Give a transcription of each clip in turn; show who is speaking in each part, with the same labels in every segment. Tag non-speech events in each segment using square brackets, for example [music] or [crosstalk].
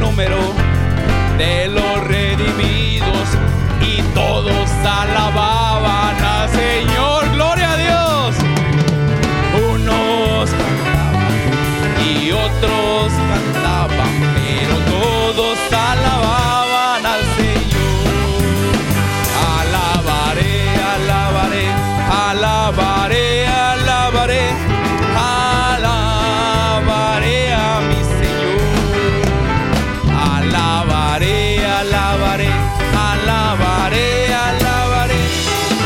Speaker 1: número de los redimidos y todos alababan al Señor. Gloria a Dios. Unos cantaban y otros cantaban, pero todos alababan al Señor. Alabaré, alabaré, alabaré, alabaré, alabaré a mi Señor. Alabaré, alabaré, alabaré,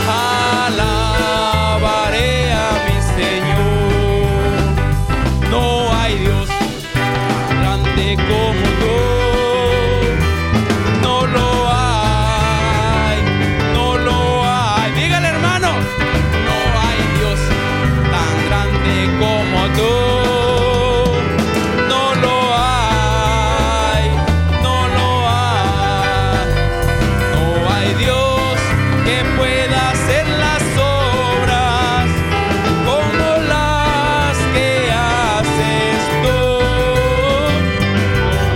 Speaker 1: alabaré, alabaré a mi Señor. No hay Dios grande como yo. No lo hay, no lo hay. Dígale, hermano, no hay Dios tan grande como tú. No lo hay, no lo hay. No hay Dios que pueda hacer las obras como las que haces tú.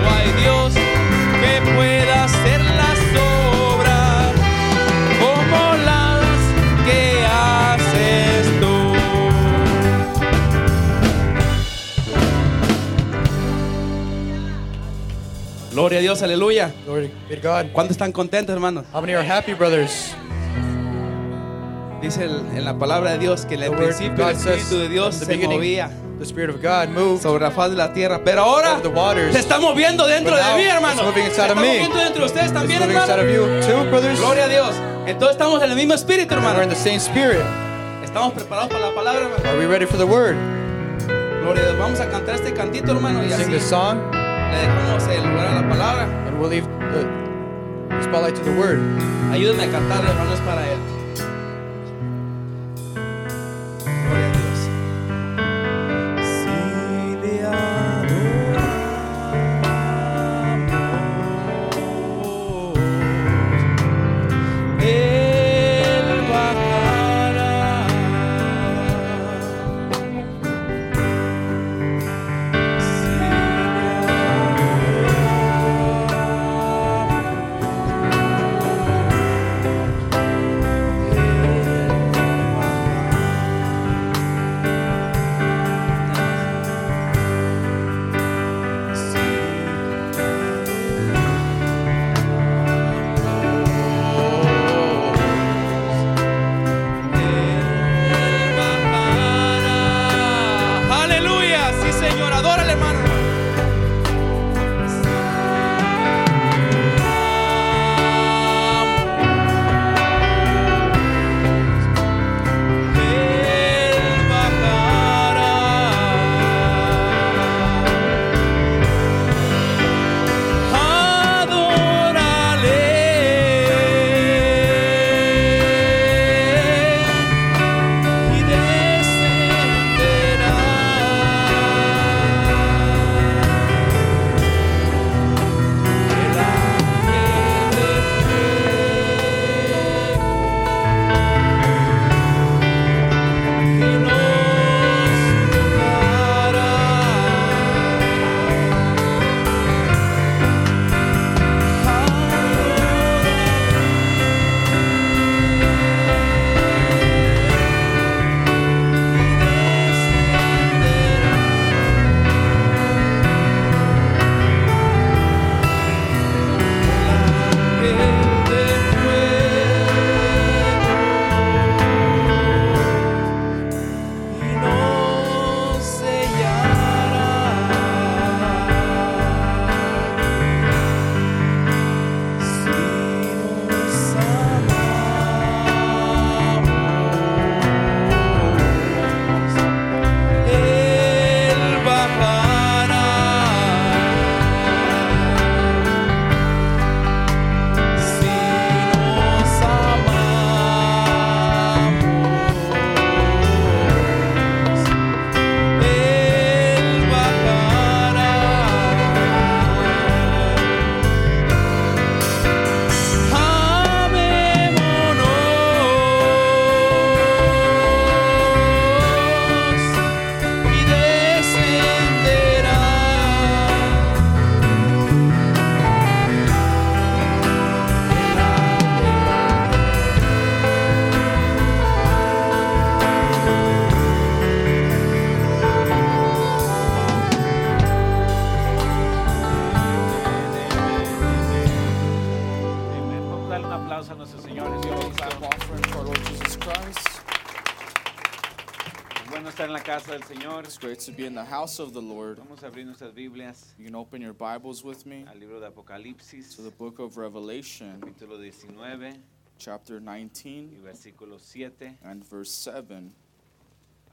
Speaker 1: No hay Dios que pueda hacer las obras como las que haces tú. Gloria a Dios, aleluya.
Speaker 2: Glory be to God.
Speaker 1: ¿Cuántos están contentos, hermanos?
Speaker 2: How many are happy, brothers?
Speaker 1: Dice el- en la palabra de Dios que en el
Speaker 2: The word
Speaker 1: principio el
Speaker 2: God says,
Speaker 1: Espíritu de Dios
Speaker 2: from the
Speaker 1: se movía
Speaker 2: beginning, the Spirit of God moved.
Speaker 1: sobre la faz de la tierra, pero ahora
Speaker 2: Over the waters.
Speaker 1: se está moviendo dentro
Speaker 2: But
Speaker 1: de
Speaker 2: now
Speaker 1: mí, hermano.
Speaker 2: it's moving
Speaker 1: Se
Speaker 2: inside
Speaker 1: está
Speaker 2: of me.
Speaker 1: moviendo dentro de ustedes
Speaker 2: It's
Speaker 1: también,
Speaker 2: moving inside of
Speaker 1: hermano.
Speaker 2: you too, brothers.
Speaker 1: Gloria a Dios. Entonces estamos en el mismo espíritu,
Speaker 2: We're in
Speaker 1: hermano.
Speaker 2: the same spirit.
Speaker 1: Estamos preparados para la palabra, hermano.
Speaker 2: Are we ready for the word?
Speaker 1: Gloria a Dios. Vamos a cantar este cantito, hermano, y así
Speaker 2: Sing
Speaker 1: le
Speaker 2: this song,
Speaker 1: dejamos el lugar a la palabra.
Speaker 2: and we'll leave the spotlight to the word.
Speaker 1: Ayúdenme a cantar, hermanos, para él. Gloria a Dios. Si le adoramos, Él bajará. Si le Aleluya, sí Señor, adórale hermano. Él bajará. Adórale y descenderá.
Speaker 3: Señor.
Speaker 4: It's great to be in the house of the Lord.
Speaker 3: Vamos a abrir nuestras Biblias
Speaker 4: You can open your Bibles with me
Speaker 3: al libro de Apocalipsis,
Speaker 4: to the book of Revelation,
Speaker 3: capítulo 19 y
Speaker 4: chapter 19
Speaker 3: versículo 7.
Speaker 4: and verse 7.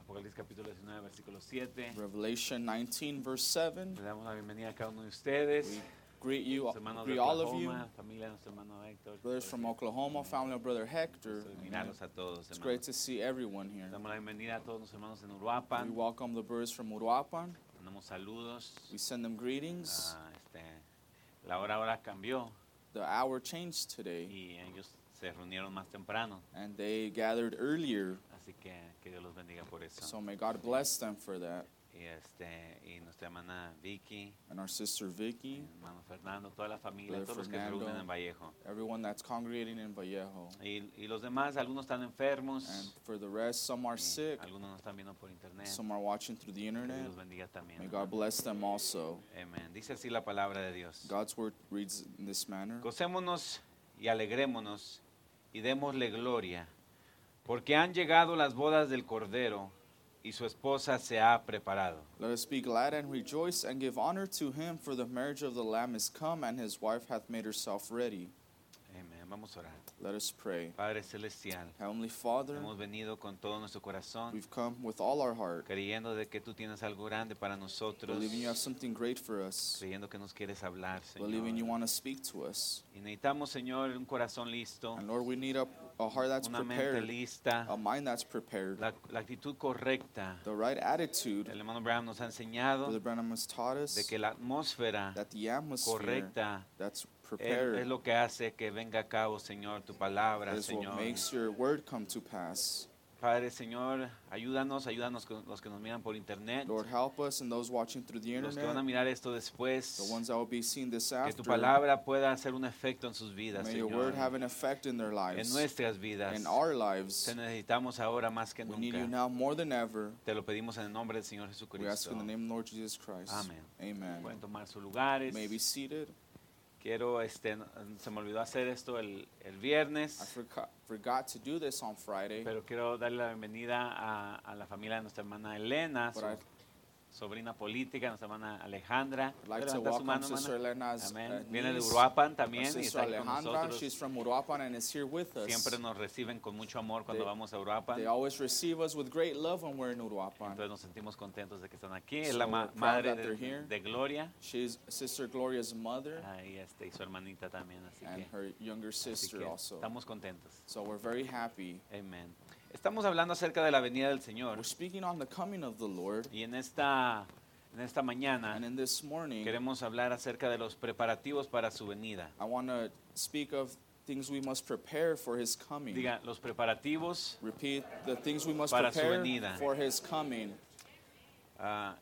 Speaker 3: Apocalipsis capítulo 19, versículo 7.
Speaker 4: Revelation 19, verse
Speaker 3: Le
Speaker 4: 7.
Speaker 3: damos la bienvenida a cada uno de
Speaker 4: We
Speaker 3: ustedes.
Speaker 4: greet you,
Speaker 3: Los hermanos
Speaker 4: greet
Speaker 3: de
Speaker 4: all of you,
Speaker 3: Oklahoma, familia de nuestro hermano Héctor.
Speaker 4: brothers from Oklahoma, family of Brother Hector.
Speaker 3: Mirarlos a todos,
Speaker 4: It's great
Speaker 3: hermanos.
Speaker 4: to see everyone
Speaker 3: Le
Speaker 4: here.
Speaker 3: damos la bienvenida a todos los hermanos en
Speaker 4: We
Speaker 3: Uruapan.
Speaker 4: welcome the brothers from Uruapan.
Speaker 3: Mandamos saludos.
Speaker 4: We send them greetings.
Speaker 3: Ah, este, la hora ahora cambió
Speaker 4: The hour changed today,
Speaker 3: y ellos se reunieron más temprano.
Speaker 4: and they gathered earlier.
Speaker 3: Así que que Dios los bendiga por
Speaker 4: So
Speaker 3: eso.
Speaker 4: may God bless them for that.
Speaker 3: Y, este, y nuestra hermana Vicky,
Speaker 4: And our sister
Speaker 3: mi
Speaker 4: Vicky,
Speaker 3: hermano Fernando, toda la familia,
Speaker 4: Brother
Speaker 3: todos los que se
Speaker 4: Fernando.
Speaker 3: reúnen en Vallejo.
Speaker 4: everyone that's congregating in Vallejo.
Speaker 3: Y, y los demás, algunos están
Speaker 4: And
Speaker 3: enfermos,
Speaker 4: for the rest, some are
Speaker 3: y
Speaker 4: sick,
Speaker 3: algunos nos están viendo por internet.
Speaker 4: some are watching through the
Speaker 3: Que Dios
Speaker 4: internet.
Speaker 3: los bendiga también.
Speaker 4: May God bless them also.
Speaker 3: Amén. Dice así la palabra de Dios.
Speaker 4: God's word reads in this manner
Speaker 3: Gocémonos y alegrémonos y démosle gloria, porque han llegado las bodas del Cordero y su esposa se ha preparado.
Speaker 4: Let us be glad and rejoice and give honor to him, for the marriage of the Lamb is come, and his wife hath made herself ready.
Speaker 3: Amén. Vamos a orar.
Speaker 4: Let us pray.
Speaker 3: Padre Celestial,
Speaker 4: Heavenly Father,
Speaker 3: hemos venido con todo nuestro corazón,
Speaker 4: we've come with all our heart,
Speaker 3: creyendo de que tú tienes algo grande para nosotros,
Speaker 4: believing you have something great for us,
Speaker 3: creyendo que nos quieres hablar, Señor.
Speaker 4: believing you
Speaker 3: Y
Speaker 4: want to speak to us.
Speaker 3: necesitamos, Señor, un corazón listo,
Speaker 4: And Lord, we need a, a heart that's
Speaker 3: una mente
Speaker 4: prepared, a
Speaker 3: lista,
Speaker 4: mind that's prepared,
Speaker 3: la, la actitud correcta.
Speaker 4: the right attitude.
Speaker 3: El hermano Brown nos ha enseñado
Speaker 4: Brother Branham has taught
Speaker 3: de
Speaker 4: us
Speaker 3: que la atmósfera
Speaker 4: that the atmosphere
Speaker 3: correcta
Speaker 4: that's
Speaker 3: es, es
Speaker 4: prepared
Speaker 3: lo que hace que venga a cabo, Señor, tu palabra,
Speaker 4: is what
Speaker 3: Señor.
Speaker 4: makes your word come to pass.
Speaker 3: Padre, Señor, ayúdanos, ayúdanos con los que nos miran por internet,
Speaker 4: Lord, help us and those watching through the
Speaker 3: los que van a
Speaker 4: internet,
Speaker 3: mirar esto
Speaker 4: the
Speaker 3: después,
Speaker 4: ones that will be seeing this
Speaker 3: que tu
Speaker 4: after.
Speaker 3: palabra pueda hacer un efecto en sus vidas,
Speaker 4: May your word have
Speaker 3: Señor,
Speaker 4: an effect in their
Speaker 3: en
Speaker 4: lives,
Speaker 3: nuestras vidas.
Speaker 4: in our
Speaker 3: Te
Speaker 4: lives.
Speaker 3: necesitamos ahora más que
Speaker 4: We need you
Speaker 3: nunca.
Speaker 4: now more than ever.
Speaker 3: Te lo pedimos en el nombre del Señor
Speaker 4: We ask
Speaker 3: Jesucristo.
Speaker 4: in the name of Lord Jesus Christ.
Speaker 3: Amén. Pueden
Speaker 4: Amen.
Speaker 3: tomar sus
Speaker 4: You May be
Speaker 3: lugares.
Speaker 4: seated.
Speaker 3: Quiero, este, no- se me olvidó hacer esto el, el
Speaker 4: I
Speaker 3: viernes.
Speaker 4: forgot, forgot to do this on Friday,
Speaker 3: Pero quiero darle la bienvenida a, a la familia de nuestra hermana Elena, su
Speaker 4: but I'd
Speaker 3: sobrina política, nuestra hermana Alejandra.
Speaker 4: like
Speaker 3: Levanta
Speaker 4: to
Speaker 3: su
Speaker 4: welcome
Speaker 3: mano,
Speaker 4: Sister
Speaker 3: hermana.
Speaker 4: Elena's uh,
Speaker 3: Amén. Viene de
Speaker 4: niece,
Speaker 3: Uruapan
Speaker 4: Our
Speaker 3: también y
Speaker 4: sister
Speaker 3: está aquí con
Speaker 4: Alejandra,
Speaker 3: nosotros.
Speaker 4: she's from Uruapan and is here with us.
Speaker 3: Siempre nos reciben con mucho amor cuando
Speaker 4: They-
Speaker 3: vamos a Uruapan.
Speaker 4: They always receive us with great love when we're in
Speaker 3: Entonces
Speaker 4: Uruapan.
Speaker 3: nos sentimos contentos de que están aquí. Es
Speaker 4: So
Speaker 3: la
Speaker 4: we're
Speaker 3: ma-
Speaker 4: proud
Speaker 3: madre
Speaker 4: that they're
Speaker 3: de,
Speaker 4: here.
Speaker 3: de Gloria
Speaker 4: She's Sister Gloria's mother
Speaker 3: ah, y, este, y su hermanita también. Así
Speaker 4: and
Speaker 3: que,
Speaker 4: her younger
Speaker 3: así
Speaker 4: sister
Speaker 3: que
Speaker 4: also.
Speaker 3: estamos contentos.
Speaker 4: So we're very happy.
Speaker 3: Amén. Estamos hablando acerca de la venida del Señor.
Speaker 4: We're speaking on the coming of the Lord,
Speaker 3: Y en esta, en esta mañana...
Speaker 4: and in this morning,
Speaker 3: Queremos hablar acerca de los preparativos para su venida.
Speaker 4: I want to speak of things we must prepare for His coming.
Speaker 3: Diga, los preparativos.
Speaker 4: Repeat the things we must
Speaker 3: Para su
Speaker 4: prepare
Speaker 3: venida.
Speaker 4: for His coming.
Speaker 3: ah,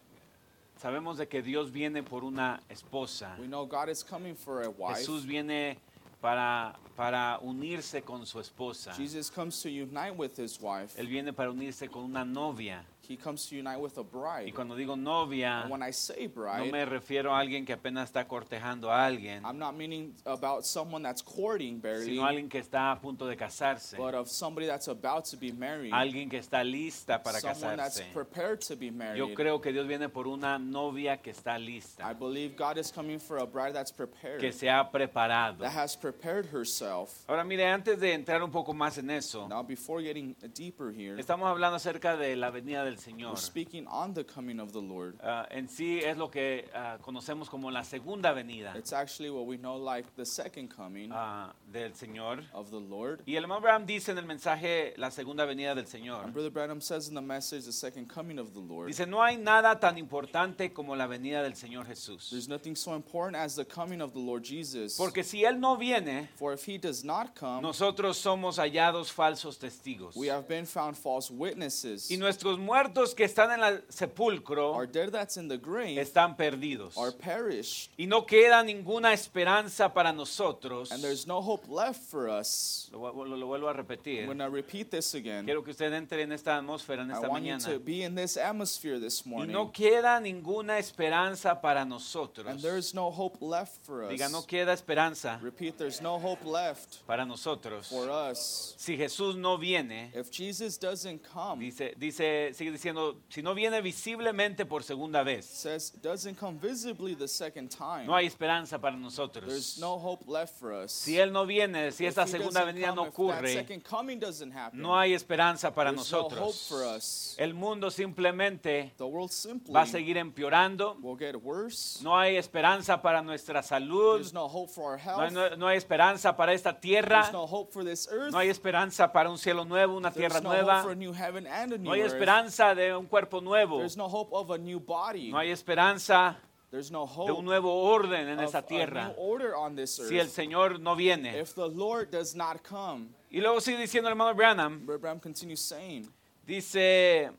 Speaker 3: sabemos de que Dios viene por una esposa.
Speaker 4: We know God is coming for a wife.
Speaker 3: Jesús viene para, para unirse con su esposa.
Speaker 4: Jesus comes to unite with His wife.
Speaker 3: Él viene para unirse con una novia.
Speaker 4: He comes to unite with a
Speaker 3: Y
Speaker 4: bride.
Speaker 3: cuando digo novia,
Speaker 4: And when I say
Speaker 3: no
Speaker 4: bride,
Speaker 3: me refiero a alguien que apenas está cortejando a alguien,
Speaker 4: I'm not meaning about someone that's courting barely,
Speaker 3: sino alguien que está a punto de casarse.
Speaker 4: but of somebody that's about to be married.
Speaker 3: Alguien que está lista para
Speaker 4: someone that's
Speaker 3: casarse.
Speaker 4: prepared to be
Speaker 3: Yo
Speaker 4: married.
Speaker 3: creo que Dios viene por una novia que está lista.
Speaker 4: I believe God is coming for a bride that's prepared,
Speaker 3: que se ha preparado.
Speaker 4: that has prepared herself.
Speaker 3: Ahora mire, antes de entrar un poco más en eso,
Speaker 4: Now, before getting deeper here,
Speaker 3: estamos hablando acerca de la venida del Señor.
Speaker 4: we're speaking on the coming of the Lord.
Speaker 3: Ah, en sí es lo que ah, conocemos como la segunda venida
Speaker 4: It's actually what we know like the second coming
Speaker 3: ah, del Señor.
Speaker 4: of the Lord.
Speaker 3: Y el hermano Abraham dice en el mensaje la segunda venida del
Speaker 4: And
Speaker 3: Señor.
Speaker 4: Brother Branham says in the message, the second coming of the Lord.
Speaker 3: Dice, no hay nada tan importante como la venida del Señor Jesús.
Speaker 4: There's nothing so important as the coming of the Lord Jesus.
Speaker 3: Porque si Él no viene,
Speaker 4: For if he does not come,
Speaker 3: nosotros somos hallados falsos testigos.
Speaker 4: We have been found false witnesses.
Speaker 3: Y nuestros muertos que están en el
Speaker 4: Our
Speaker 3: sepulcro
Speaker 4: dead that's in the grave
Speaker 3: están perdidos.
Speaker 4: are perished,
Speaker 3: y no queda ninguna esperanza para nosotros
Speaker 4: and there's no hope left for us.
Speaker 3: Lo, vu- lo- lo vuelvo a repetir.
Speaker 4: I'm going to repeat this again.
Speaker 3: Quiero que usted entre en esta atmósfera en
Speaker 4: I
Speaker 3: esta
Speaker 4: want you
Speaker 3: mañana.
Speaker 4: to be in this atmosphere this
Speaker 3: Y
Speaker 4: morning.
Speaker 3: no queda ninguna esperanza para
Speaker 4: And there
Speaker 3: nosotros.
Speaker 4: is no hope left for us.
Speaker 3: Diga, no queda esperanza
Speaker 4: Repeat, there's no hope left
Speaker 3: para nosotros.
Speaker 4: for us.
Speaker 3: Si Jesús no viene,
Speaker 4: If Jesus doesn't come, it
Speaker 3: dice, dice, sigue diciendo, si no viene visiblemente por segunda vez,
Speaker 4: says doesn't come visibly the second time,
Speaker 3: no hay esperanza para
Speaker 4: there's
Speaker 3: nosotros.
Speaker 4: no hope left for us.
Speaker 3: Si Él no viene, si
Speaker 4: If
Speaker 3: esa
Speaker 4: he
Speaker 3: segunda
Speaker 4: doesn't
Speaker 3: venida no
Speaker 4: come, if that
Speaker 3: ocurre,
Speaker 4: second coming doesn't happen,
Speaker 3: no hay esperanza para
Speaker 4: there's no hope
Speaker 3: nosotros.
Speaker 4: for us.
Speaker 3: El mundo simplemente
Speaker 4: The world simply
Speaker 3: va a seguir empeorando.
Speaker 4: will get worse.
Speaker 3: No hay esperanza para nuestra salud.
Speaker 4: There's no hope for our
Speaker 3: No
Speaker 4: health.
Speaker 3: hay, no- no hay esperanza para esta tierra.
Speaker 4: There's no hope for this earth.
Speaker 3: No hay esperanza para un cielo nuevo, una
Speaker 4: There's
Speaker 3: tierra
Speaker 4: no hope
Speaker 3: nueva.
Speaker 4: for a new heaven and a new
Speaker 3: No hay
Speaker 4: earth.
Speaker 3: esperanza de un cuerpo nuevo.
Speaker 4: There's no hope of a new body.
Speaker 3: No hay esperanza
Speaker 4: There's no
Speaker 3: de un
Speaker 4: hope
Speaker 3: nuevo orden en
Speaker 4: of
Speaker 3: esta
Speaker 4: a
Speaker 3: tierra
Speaker 4: new order on this earth.
Speaker 3: si el Señor no viene.
Speaker 4: If the Lord does not come,
Speaker 3: Y luego sigue diciendo el hermano Branham,
Speaker 4: Abraham continues saying,
Speaker 3: dice,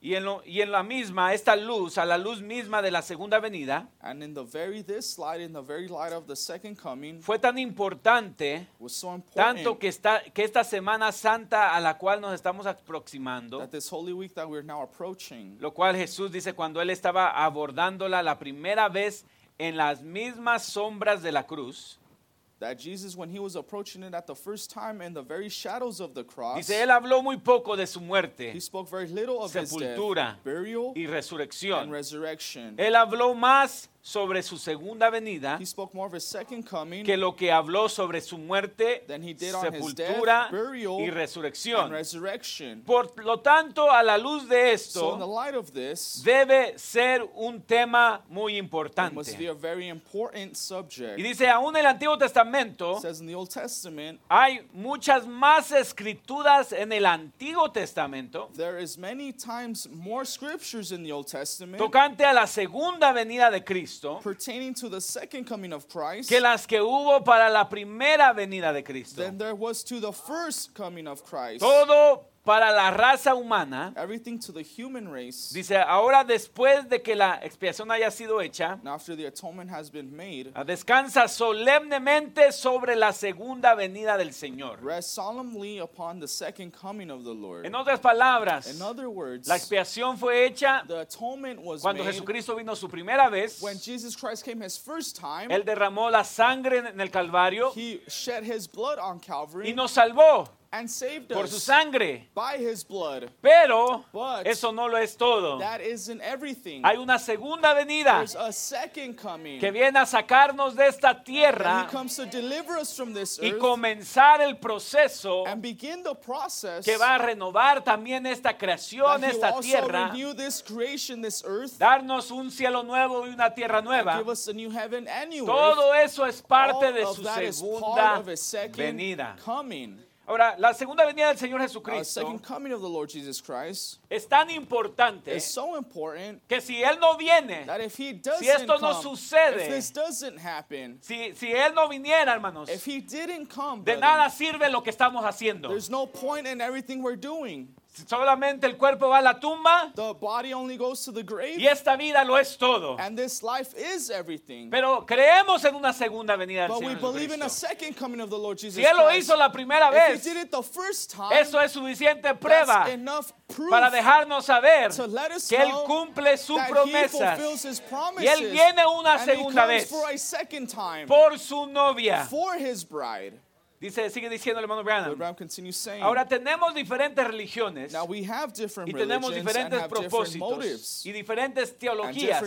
Speaker 3: y en, lo- y en la misma, esta luz, a la luz misma de la segunda venida,
Speaker 4: and in the very this light, in the very light of the second coming,
Speaker 3: fue tan importante,
Speaker 4: was so important
Speaker 3: tanto que, está, que esta Semana Santa a la cual nos estamos aproximando,
Speaker 4: that this holy week that we're now approaching,
Speaker 3: Lo cual Jesús dice cuando él estaba abordándola la primera vez en las mismas sombras de la cruz.
Speaker 4: that Jesus, when he was approaching it at the first time in the very shadows of the cross,
Speaker 3: Dice, él habló muy poco de su
Speaker 4: he
Speaker 3: muerte
Speaker 4: spoke very little of his
Speaker 3: Sepultura.
Speaker 4: death, burial,
Speaker 3: y
Speaker 4: and
Speaker 3: resurrección.
Speaker 4: resurrection.
Speaker 3: Él habló más sobre su segunda venida
Speaker 4: He spoke more of his second coming
Speaker 3: que lo que habló sobre su muerte,
Speaker 4: than he did on his
Speaker 3: sepultura
Speaker 4: death, burial,
Speaker 3: y
Speaker 4: and
Speaker 3: resurrección.
Speaker 4: resurrection.
Speaker 3: Por lo tanto, a la luz de
Speaker 4: So, in the
Speaker 3: esto,
Speaker 4: light of this,
Speaker 3: debe ser un tema muy
Speaker 4: it must be
Speaker 3: importante.
Speaker 4: a very important subject.
Speaker 3: Y dice, aún en el Antiguo Testamento,
Speaker 4: It says in the Old Testament,
Speaker 3: Hay muchas más escrituras en el Antiguo Testamento
Speaker 4: there is many times more scriptures in the Old Testament
Speaker 3: tocante a la segunda venida de Cristo
Speaker 4: pertaining to the second coming of Christ
Speaker 3: que las que hubo para la primera venida de Cristo.
Speaker 4: than there was to the first coming of Christ.
Speaker 3: Todo para la raza humana.
Speaker 4: Everything to the human race.
Speaker 3: Dice, ahora después de que la expiación haya sido hecha,
Speaker 4: And after the atonement has been made,
Speaker 3: descansa solemnemente sobre la segunda venida del Señor.
Speaker 4: rest solemnly upon the second coming of the Lord.
Speaker 3: En otras palabras,
Speaker 4: In other words,
Speaker 3: la expiación fue hecha
Speaker 4: the atonement was
Speaker 3: cuando
Speaker 4: made
Speaker 3: Jesucristo vino su primera vez.
Speaker 4: when Jesus Christ came his first time.
Speaker 3: Él derramó la sangre en el Calvario
Speaker 4: He shed his blood on
Speaker 3: y
Speaker 4: Calvary
Speaker 3: nos salvó
Speaker 4: and saved
Speaker 3: por su
Speaker 4: us
Speaker 3: sangre.
Speaker 4: by his blood.
Speaker 3: Pero
Speaker 4: But
Speaker 3: eso no lo es todo.
Speaker 4: That isn't everything.
Speaker 3: Hay una segunda venida
Speaker 4: There's a second coming.
Speaker 3: que viene a sacarnos de esta
Speaker 4: And
Speaker 3: tierra
Speaker 4: he comes to deliver us from this
Speaker 3: y
Speaker 4: earth
Speaker 3: comenzar el proceso
Speaker 4: and begin the process
Speaker 3: que va a renovar también esta creación,
Speaker 4: that he will
Speaker 3: esta
Speaker 4: also
Speaker 3: tierra,
Speaker 4: renew this creation, this earth,
Speaker 3: darnos un cielo nuevo y una tierra
Speaker 4: and
Speaker 3: nueva.
Speaker 4: give us a new heaven and new earth.
Speaker 3: Todo eso es parte
Speaker 4: All
Speaker 3: de
Speaker 4: of
Speaker 3: su
Speaker 4: that is part
Speaker 3: segunda
Speaker 4: of his second
Speaker 3: venida.
Speaker 4: coming.
Speaker 3: Ahora, la segunda venida del Señor
Speaker 4: Now, The
Speaker 3: Jesucristo
Speaker 4: second coming of the Lord Jesus Christ
Speaker 3: es tan importante
Speaker 4: is so important
Speaker 3: que si Él no viene,
Speaker 4: that if he doesn't
Speaker 3: esto no
Speaker 4: come,
Speaker 3: sucede,
Speaker 4: if this doesn't happen,
Speaker 3: Si, si él no viniera, hermanos,
Speaker 4: if he didn't come,
Speaker 3: de
Speaker 4: brethren,
Speaker 3: nada sirve lo que estamos haciendo.
Speaker 4: there's no point in everything we're doing.
Speaker 3: Solamente el cuerpo va a la tumba
Speaker 4: The body only goes to the grave,
Speaker 3: y esta vida lo es todo.
Speaker 4: and this life is everything.
Speaker 3: Pero creemos en una segunda venida del
Speaker 4: but we
Speaker 3: Señor
Speaker 4: believe in a
Speaker 3: Jesucristo.
Speaker 4: second coming of the Lord Jesus
Speaker 3: Si él lo
Speaker 4: Christ.
Speaker 3: hizo la primera
Speaker 4: if
Speaker 3: vez,
Speaker 4: he did it the first time,
Speaker 3: eso es suficiente prueba
Speaker 4: that's enough proof
Speaker 3: para dejarnos saber
Speaker 4: to let us
Speaker 3: que él
Speaker 4: know
Speaker 3: cumple sus
Speaker 4: that he
Speaker 3: promesas
Speaker 4: fulfills his promises.
Speaker 3: y él viene una
Speaker 4: and he
Speaker 3: segunda
Speaker 4: comes
Speaker 3: vez
Speaker 4: for a second time
Speaker 3: por su novia.
Speaker 4: for his bride.
Speaker 3: Dice, sigue diciendo el hermano Branham.
Speaker 4: Abraham continues saying,
Speaker 3: Ahora tenemos diferentes religiones
Speaker 4: now we have different
Speaker 3: y tenemos
Speaker 4: religions and
Speaker 3: diferentes
Speaker 4: have different
Speaker 3: propósitos
Speaker 4: motives
Speaker 3: y diferentes
Speaker 4: and different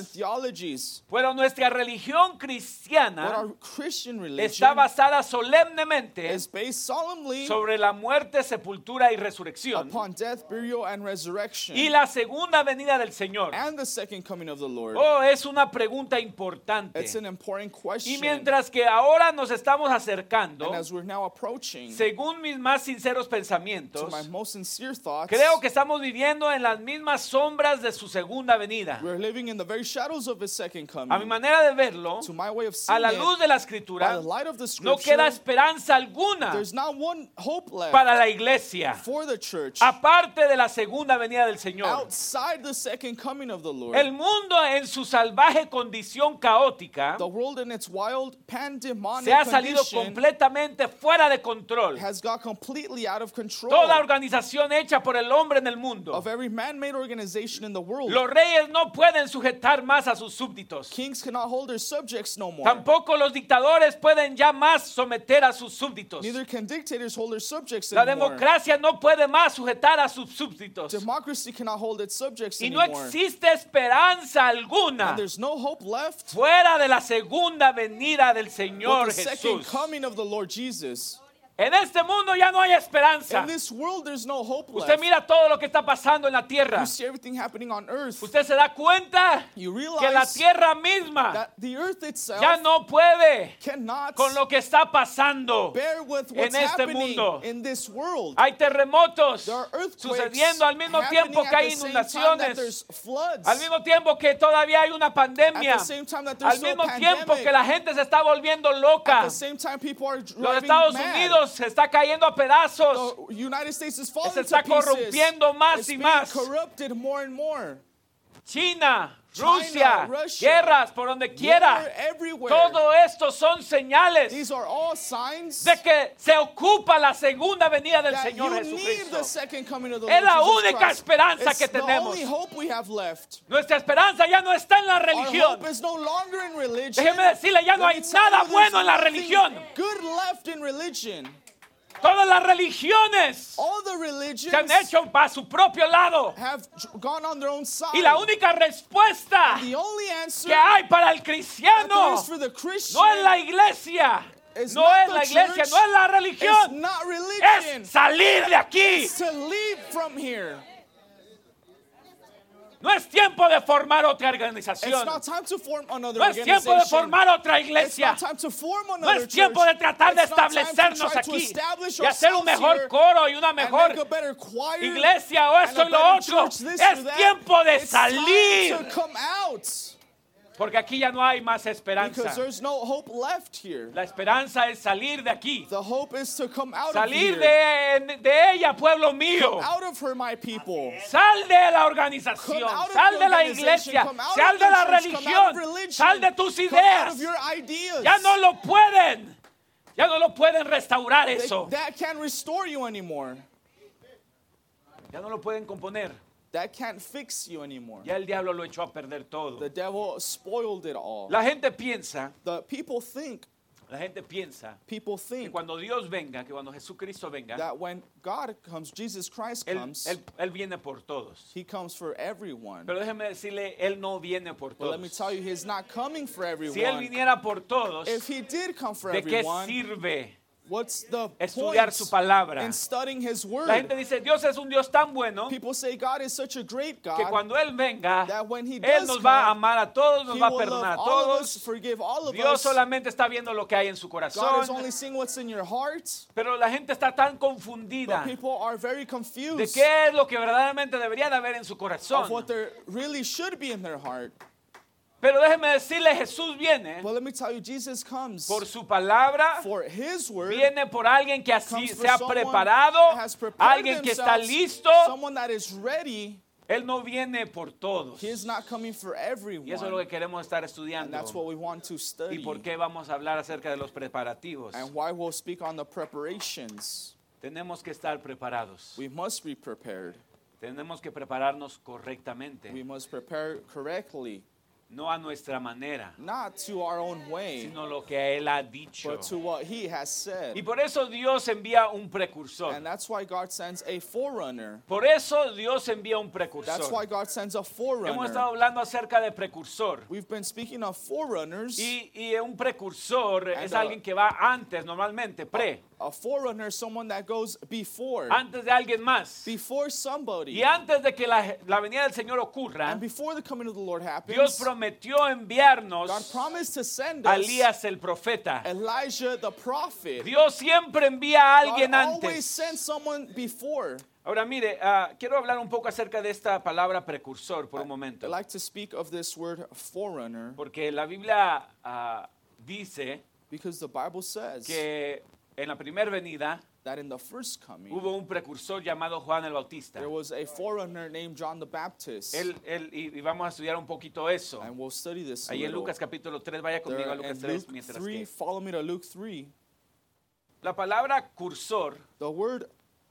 Speaker 3: teologías.
Speaker 4: theologies.
Speaker 3: Pero nuestra religión
Speaker 4: But our
Speaker 3: cristiana
Speaker 4: Christian
Speaker 3: ¿Ah?
Speaker 4: religion
Speaker 3: está basada solemnemente
Speaker 4: is based solemnly
Speaker 3: sobre la muerte, sepultura y resurrección
Speaker 4: upon death, burial, and resurrection.
Speaker 3: y la segunda venida del Señor.
Speaker 4: and the second coming of the Lord.
Speaker 3: Oh, es una pregunta importante.
Speaker 4: It's an important question.
Speaker 3: Y mientras que ahora nos estamos
Speaker 4: and
Speaker 3: acercando
Speaker 4: as we're now now approaching,
Speaker 3: según mis más sinceros
Speaker 4: to
Speaker 3: pensamientos,
Speaker 4: my most sincere thoughts,
Speaker 3: creo que estamos viviendo en las mismas sombras de su segunda venida.
Speaker 4: we're living in the very shadows of his second coming.
Speaker 3: A mi manera de verlo,
Speaker 4: to my way of seeing
Speaker 3: a la
Speaker 4: it,
Speaker 3: luz de la
Speaker 4: by
Speaker 3: escritura,
Speaker 4: the light of the
Speaker 3: no
Speaker 4: scripture,
Speaker 3: queda esperanza alguna
Speaker 4: there's not one hope left
Speaker 3: para la iglesia,
Speaker 4: for the church
Speaker 3: aparte de la segunda venida del Señor.
Speaker 4: outside the second coming of the Lord.
Speaker 3: El mundo en su salvaje condición caótica
Speaker 4: the world in its wild pandemonic
Speaker 3: se ha salido
Speaker 4: condition
Speaker 3: completamente fuera de control.
Speaker 4: has got completely out of control
Speaker 3: Toda organización hecha por el hombre en el mundo.
Speaker 4: of every man-made organization in the world.
Speaker 3: Los reyes no pueden sujetar más a sus súbditos.
Speaker 4: Kings cannot hold their subjects no more.
Speaker 3: Tampoco los dictadores pueden ya más someter a sus súbditos.
Speaker 4: Neither can dictators hold their subjects
Speaker 3: La
Speaker 4: anymore.
Speaker 3: democracia no puede más sujetar a sus súbditos.
Speaker 4: Democracy cannot hold its subjects
Speaker 3: Y no
Speaker 4: anymore.
Speaker 3: existe esperanza alguna
Speaker 4: and there's no hope left
Speaker 3: fuera de la segunda venida del Señor
Speaker 4: but the second
Speaker 3: Jesús.
Speaker 4: coming of the Lord Jesus.
Speaker 3: En este mundo ya no hay esperanza.
Speaker 4: In this world, there's no hope
Speaker 3: Usted
Speaker 4: left.
Speaker 3: mira todo lo que está pasando en la tierra.
Speaker 4: You see everything happening on earth.
Speaker 3: Usted se da cuenta
Speaker 4: you
Speaker 3: que la
Speaker 4: realize
Speaker 3: tierra misma
Speaker 4: that the earth itself
Speaker 3: ya no puede
Speaker 4: cannot
Speaker 3: con lo que está pasando.
Speaker 4: bear with
Speaker 3: en
Speaker 4: what's
Speaker 3: este
Speaker 4: happening
Speaker 3: mundo.
Speaker 4: in this world.
Speaker 3: Hay terremotos
Speaker 4: there are earthquakes
Speaker 3: sucediendo al mismo
Speaker 4: happening
Speaker 3: tiempo
Speaker 4: at
Speaker 3: que hay
Speaker 4: the same time that there's
Speaker 3: inundaciones,
Speaker 4: floods.
Speaker 3: al mismo tiempo que todavía hay una pandemia,
Speaker 4: At the same time that there's
Speaker 3: al
Speaker 4: no
Speaker 3: mismo tiempo
Speaker 4: pandemic.
Speaker 3: que la gente se está volviendo
Speaker 4: At
Speaker 3: loca.
Speaker 4: the same time, people are
Speaker 3: Los
Speaker 4: driving
Speaker 3: Estados
Speaker 4: mad.
Speaker 3: Unidos se está cayendo a pedazos.
Speaker 4: The United States is falling
Speaker 3: Se está
Speaker 4: to pieces.
Speaker 3: corrompiendo más
Speaker 4: it's
Speaker 3: y
Speaker 4: being
Speaker 3: más.
Speaker 4: corrupted more and more.
Speaker 3: China,
Speaker 4: China,
Speaker 3: Rusia,
Speaker 4: Russia,
Speaker 3: guerras por donde quiera.
Speaker 4: War everywhere.
Speaker 3: Todo esto son señales
Speaker 4: These are all signs
Speaker 3: de que se ocupa la segunda venida del
Speaker 4: that
Speaker 3: Señor
Speaker 4: you need the
Speaker 3: Jesucristo.
Speaker 4: second coming of the
Speaker 3: Es
Speaker 4: Lord
Speaker 3: la
Speaker 4: Jesus
Speaker 3: única
Speaker 4: Christ.
Speaker 3: esperanza
Speaker 4: it's
Speaker 3: que
Speaker 4: the
Speaker 3: tenemos.
Speaker 4: only hope we have left.
Speaker 3: Nuestra esperanza ya no está en la
Speaker 4: Our
Speaker 3: religión.
Speaker 4: hope is no longer in religion.
Speaker 3: Déjeme decirle, ya no
Speaker 4: Let
Speaker 3: hay
Speaker 4: me tell
Speaker 3: nada
Speaker 4: you,
Speaker 3: bueno en la
Speaker 4: there's
Speaker 3: religión.
Speaker 4: nothing Good left in religion.
Speaker 3: Todas las religiones
Speaker 4: All the
Speaker 3: se han
Speaker 4: religions
Speaker 3: hecho para su propio lado.
Speaker 4: have gone on their own side.
Speaker 3: Y la única respuesta
Speaker 4: the only answer
Speaker 3: que hay para el
Speaker 4: that there
Speaker 3: cristiano
Speaker 4: is for the Christian
Speaker 3: no es la iglesia,
Speaker 4: It's
Speaker 3: no
Speaker 4: not
Speaker 3: es
Speaker 4: the
Speaker 3: la iglesia,
Speaker 4: church,
Speaker 3: no es la
Speaker 4: is
Speaker 3: religión,
Speaker 4: not religion.
Speaker 3: es salir de aquí.
Speaker 4: It's to leave from here.
Speaker 3: No es tiempo de formar otra
Speaker 4: It's
Speaker 3: organización.
Speaker 4: not time to form another
Speaker 3: No es tiempo de
Speaker 4: organization.
Speaker 3: formar otra
Speaker 4: It's
Speaker 3: iglesia.
Speaker 4: not time to form
Speaker 3: No
Speaker 4: another
Speaker 3: es tiempo de
Speaker 4: church.
Speaker 3: tratar de
Speaker 4: It's not time to
Speaker 3: establecernos
Speaker 4: try to
Speaker 3: aquí
Speaker 4: establish
Speaker 3: y hacer un
Speaker 4: ourselves
Speaker 3: mejor
Speaker 4: here
Speaker 3: coro y una
Speaker 4: and
Speaker 3: mejor
Speaker 4: make a better choir
Speaker 3: iglesia o
Speaker 4: and a
Speaker 3: esto y lo
Speaker 4: better
Speaker 3: otro.
Speaker 4: church, this or
Speaker 3: Es
Speaker 4: that.
Speaker 3: tiempo de
Speaker 4: It's time
Speaker 3: salir.
Speaker 4: to come out
Speaker 3: Porque aquí ya no hay más
Speaker 4: because
Speaker 3: esperanza.
Speaker 4: there's no hope left here.
Speaker 3: La esperanza es salir de aquí.
Speaker 4: The hope is to come out
Speaker 3: Salir
Speaker 4: of here.
Speaker 3: de, de ella, pueblo mío.
Speaker 4: Out of her, my people.
Speaker 3: Sal de la organización,
Speaker 4: Come out of
Speaker 3: sal
Speaker 4: your
Speaker 3: de la
Speaker 4: organization,
Speaker 3: iglesia,
Speaker 4: come out
Speaker 3: sal
Speaker 4: of
Speaker 3: de
Speaker 4: your
Speaker 3: la
Speaker 4: church, come out of
Speaker 3: religión,
Speaker 4: religion,
Speaker 3: sal de tus
Speaker 4: Come out
Speaker 3: ideas.
Speaker 4: of your ideas.
Speaker 3: Ya no lo pueden. Ya no lo pueden restaurar
Speaker 4: They-
Speaker 3: eso.
Speaker 4: that can't restore you anymore.
Speaker 3: Ya no lo pueden componer.
Speaker 4: That can't fix you anymore.
Speaker 3: Ya el diablo lo echó a perder
Speaker 4: The
Speaker 3: todo.
Speaker 4: devil spoiled it all.
Speaker 3: La gente piensa,
Speaker 4: The people think,
Speaker 3: la gente piensa
Speaker 4: people
Speaker 3: que
Speaker 4: think
Speaker 3: cuando Dios venga, que cuando Jesucristo venga,
Speaker 4: that when God comes, Jesus Christ
Speaker 3: él,
Speaker 4: comes,
Speaker 3: Él- Él viene por todos.
Speaker 4: he comes for everyone.
Speaker 3: Pero déjeme decirle, Él no viene por
Speaker 4: But let me
Speaker 3: todos.
Speaker 4: tell you, he's not coming for
Speaker 3: Si Él
Speaker 4: everyone.
Speaker 3: viniera por todos,
Speaker 4: If
Speaker 3: ¿de
Speaker 4: he did come for
Speaker 3: qué
Speaker 4: everyone,
Speaker 3: sirve
Speaker 4: what's the
Speaker 3: estudiar su
Speaker 4: point
Speaker 3: palabra?
Speaker 4: in studying his
Speaker 3: La gente
Speaker 4: word?
Speaker 3: dice, Dios es un Dios tan bueno que
Speaker 4: People say God is such a great God.
Speaker 3: cuando Él venga,
Speaker 4: that when he
Speaker 3: Él
Speaker 4: does
Speaker 3: nos va a
Speaker 4: come,
Speaker 3: amar a todos, nos
Speaker 4: He
Speaker 3: va a
Speaker 4: will
Speaker 3: perdonar a
Speaker 4: love all of us,
Speaker 3: todos.
Speaker 4: forgive all of
Speaker 3: Dios
Speaker 4: us.
Speaker 3: solamente está viendo lo que hay en su
Speaker 4: God is
Speaker 3: corazón.
Speaker 4: only seeing what's in your heart.
Speaker 3: Pero la gente está tan
Speaker 4: But
Speaker 3: confundida
Speaker 4: people are
Speaker 3: de
Speaker 4: very confused
Speaker 3: qué es lo que verdaderamente debería de haber en su
Speaker 4: of what
Speaker 3: corazón.
Speaker 4: there really should be in their heart.
Speaker 3: Pero déjeme decirle, Jesús viene
Speaker 4: But let me tell you, Jesus comes
Speaker 3: por su palabra,
Speaker 4: for his word.
Speaker 3: viene por alguien que así
Speaker 4: comes for
Speaker 3: se ha
Speaker 4: someone
Speaker 3: preparado,
Speaker 4: that has prepared
Speaker 3: alguien que está
Speaker 4: themselves,
Speaker 3: listo.
Speaker 4: Someone that is ready.
Speaker 3: Él no viene por todos.
Speaker 4: He is not coming for everyone.
Speaker 3: Y eso es lo que queremos estar
Speaker 4: and that's what
Speaker 3: estudiando.
Speaker 4: we want to study.
Speaker 3: ¿Y por qué vamos a hablar acerca de los preparativos?
Speaker 4: And why we'll speak on the preparations.
Speaker 3: Tenemos que estar preparados.
Speaker 4: We must be prepared.
Speaker 3: Tenemos que prepararnos correctamente,
Speaker 4: We must prepare correctly,
Speaker 3: no a nuestra manera,
Speaker 4: not to our own way.
Speaker 3: sino lo que Él ha dicho.
Speaker 4: but to what he has said.
Speaker 3: Y por eso Dios envía un precursor.
Speaker 4: And that's why God sends a forerunner.
Speaker 3: Por eso Dios envía un
Speaker 4: That's why
Speaker 3: precursor.
Speaker 4: God sends a
Speaker 3: Hemos estado
Speaker 4: forerunner.
Speaker 3: hablando acerca de precursor.
Speaker 4: We've been speaking of forerunners.
Speaker 3: Y, y un precursor es
Speaker 4: And, uh,
Speaker 3: alguien que va antes, normalmente, pre.
Speaker 4: A forerunner is someone that goes before,
Speaker 3: antes de alguien más.
Speaker 4: before somebody.
Speaker 3: Y antes de que la, la venida del Señor ocurra,
Speaker 4: And before the coming of the Lord happens,
Speaker 3: Dios prometió enviarnos
Speaker 4: God promised to send
Speaker 3: a
Speaker 4: us
Speaker 3: Elías el profeta.
Speaker 4: Elijah the prophet.
Speaker 3: Dios siempre envía a alguien
Speaker 4: God always
Speaker 3: antes.
Speaker 4: sends someone before.
Speaker 3: Ahora mire, ah, quiero hablar un poco acerca de esta palabra precursor por un
Speaker 4: I
Speaker 3: momento.
Speaker 4: like to speak of this word forerunner
Speaker 3: Porque la Biblia ah, dice
Speaker 4: because the Bible says
Speaker 3: que en la primera venida
Speaker 4: that in the first coming,
Speaker 3: hubo un precursor llamado Juan el Bautista.
Speaker 4: there was a forerunner named John the Baptist.
Speaker 3: Él- él- y, y vamos a estudiar un poquito eso.
Speaker 4: and we'll study this a
Speaker 3: Ahí en
Speaker 4: little.
Speaker 3: Lucas capítulo 3, vaya
Speaker 4: There-
Speaker 3: conmigo a Lucas
Speaker 4: and
Speaker 3: 3
Speaker 4: Luke
Speaker 3: mientras
Speaker 4: 3,
Speaker 3: que...
Speaker 4: follow me to Luke 3.
Speaker 3: La palabra cursor,
Speaker 4: The word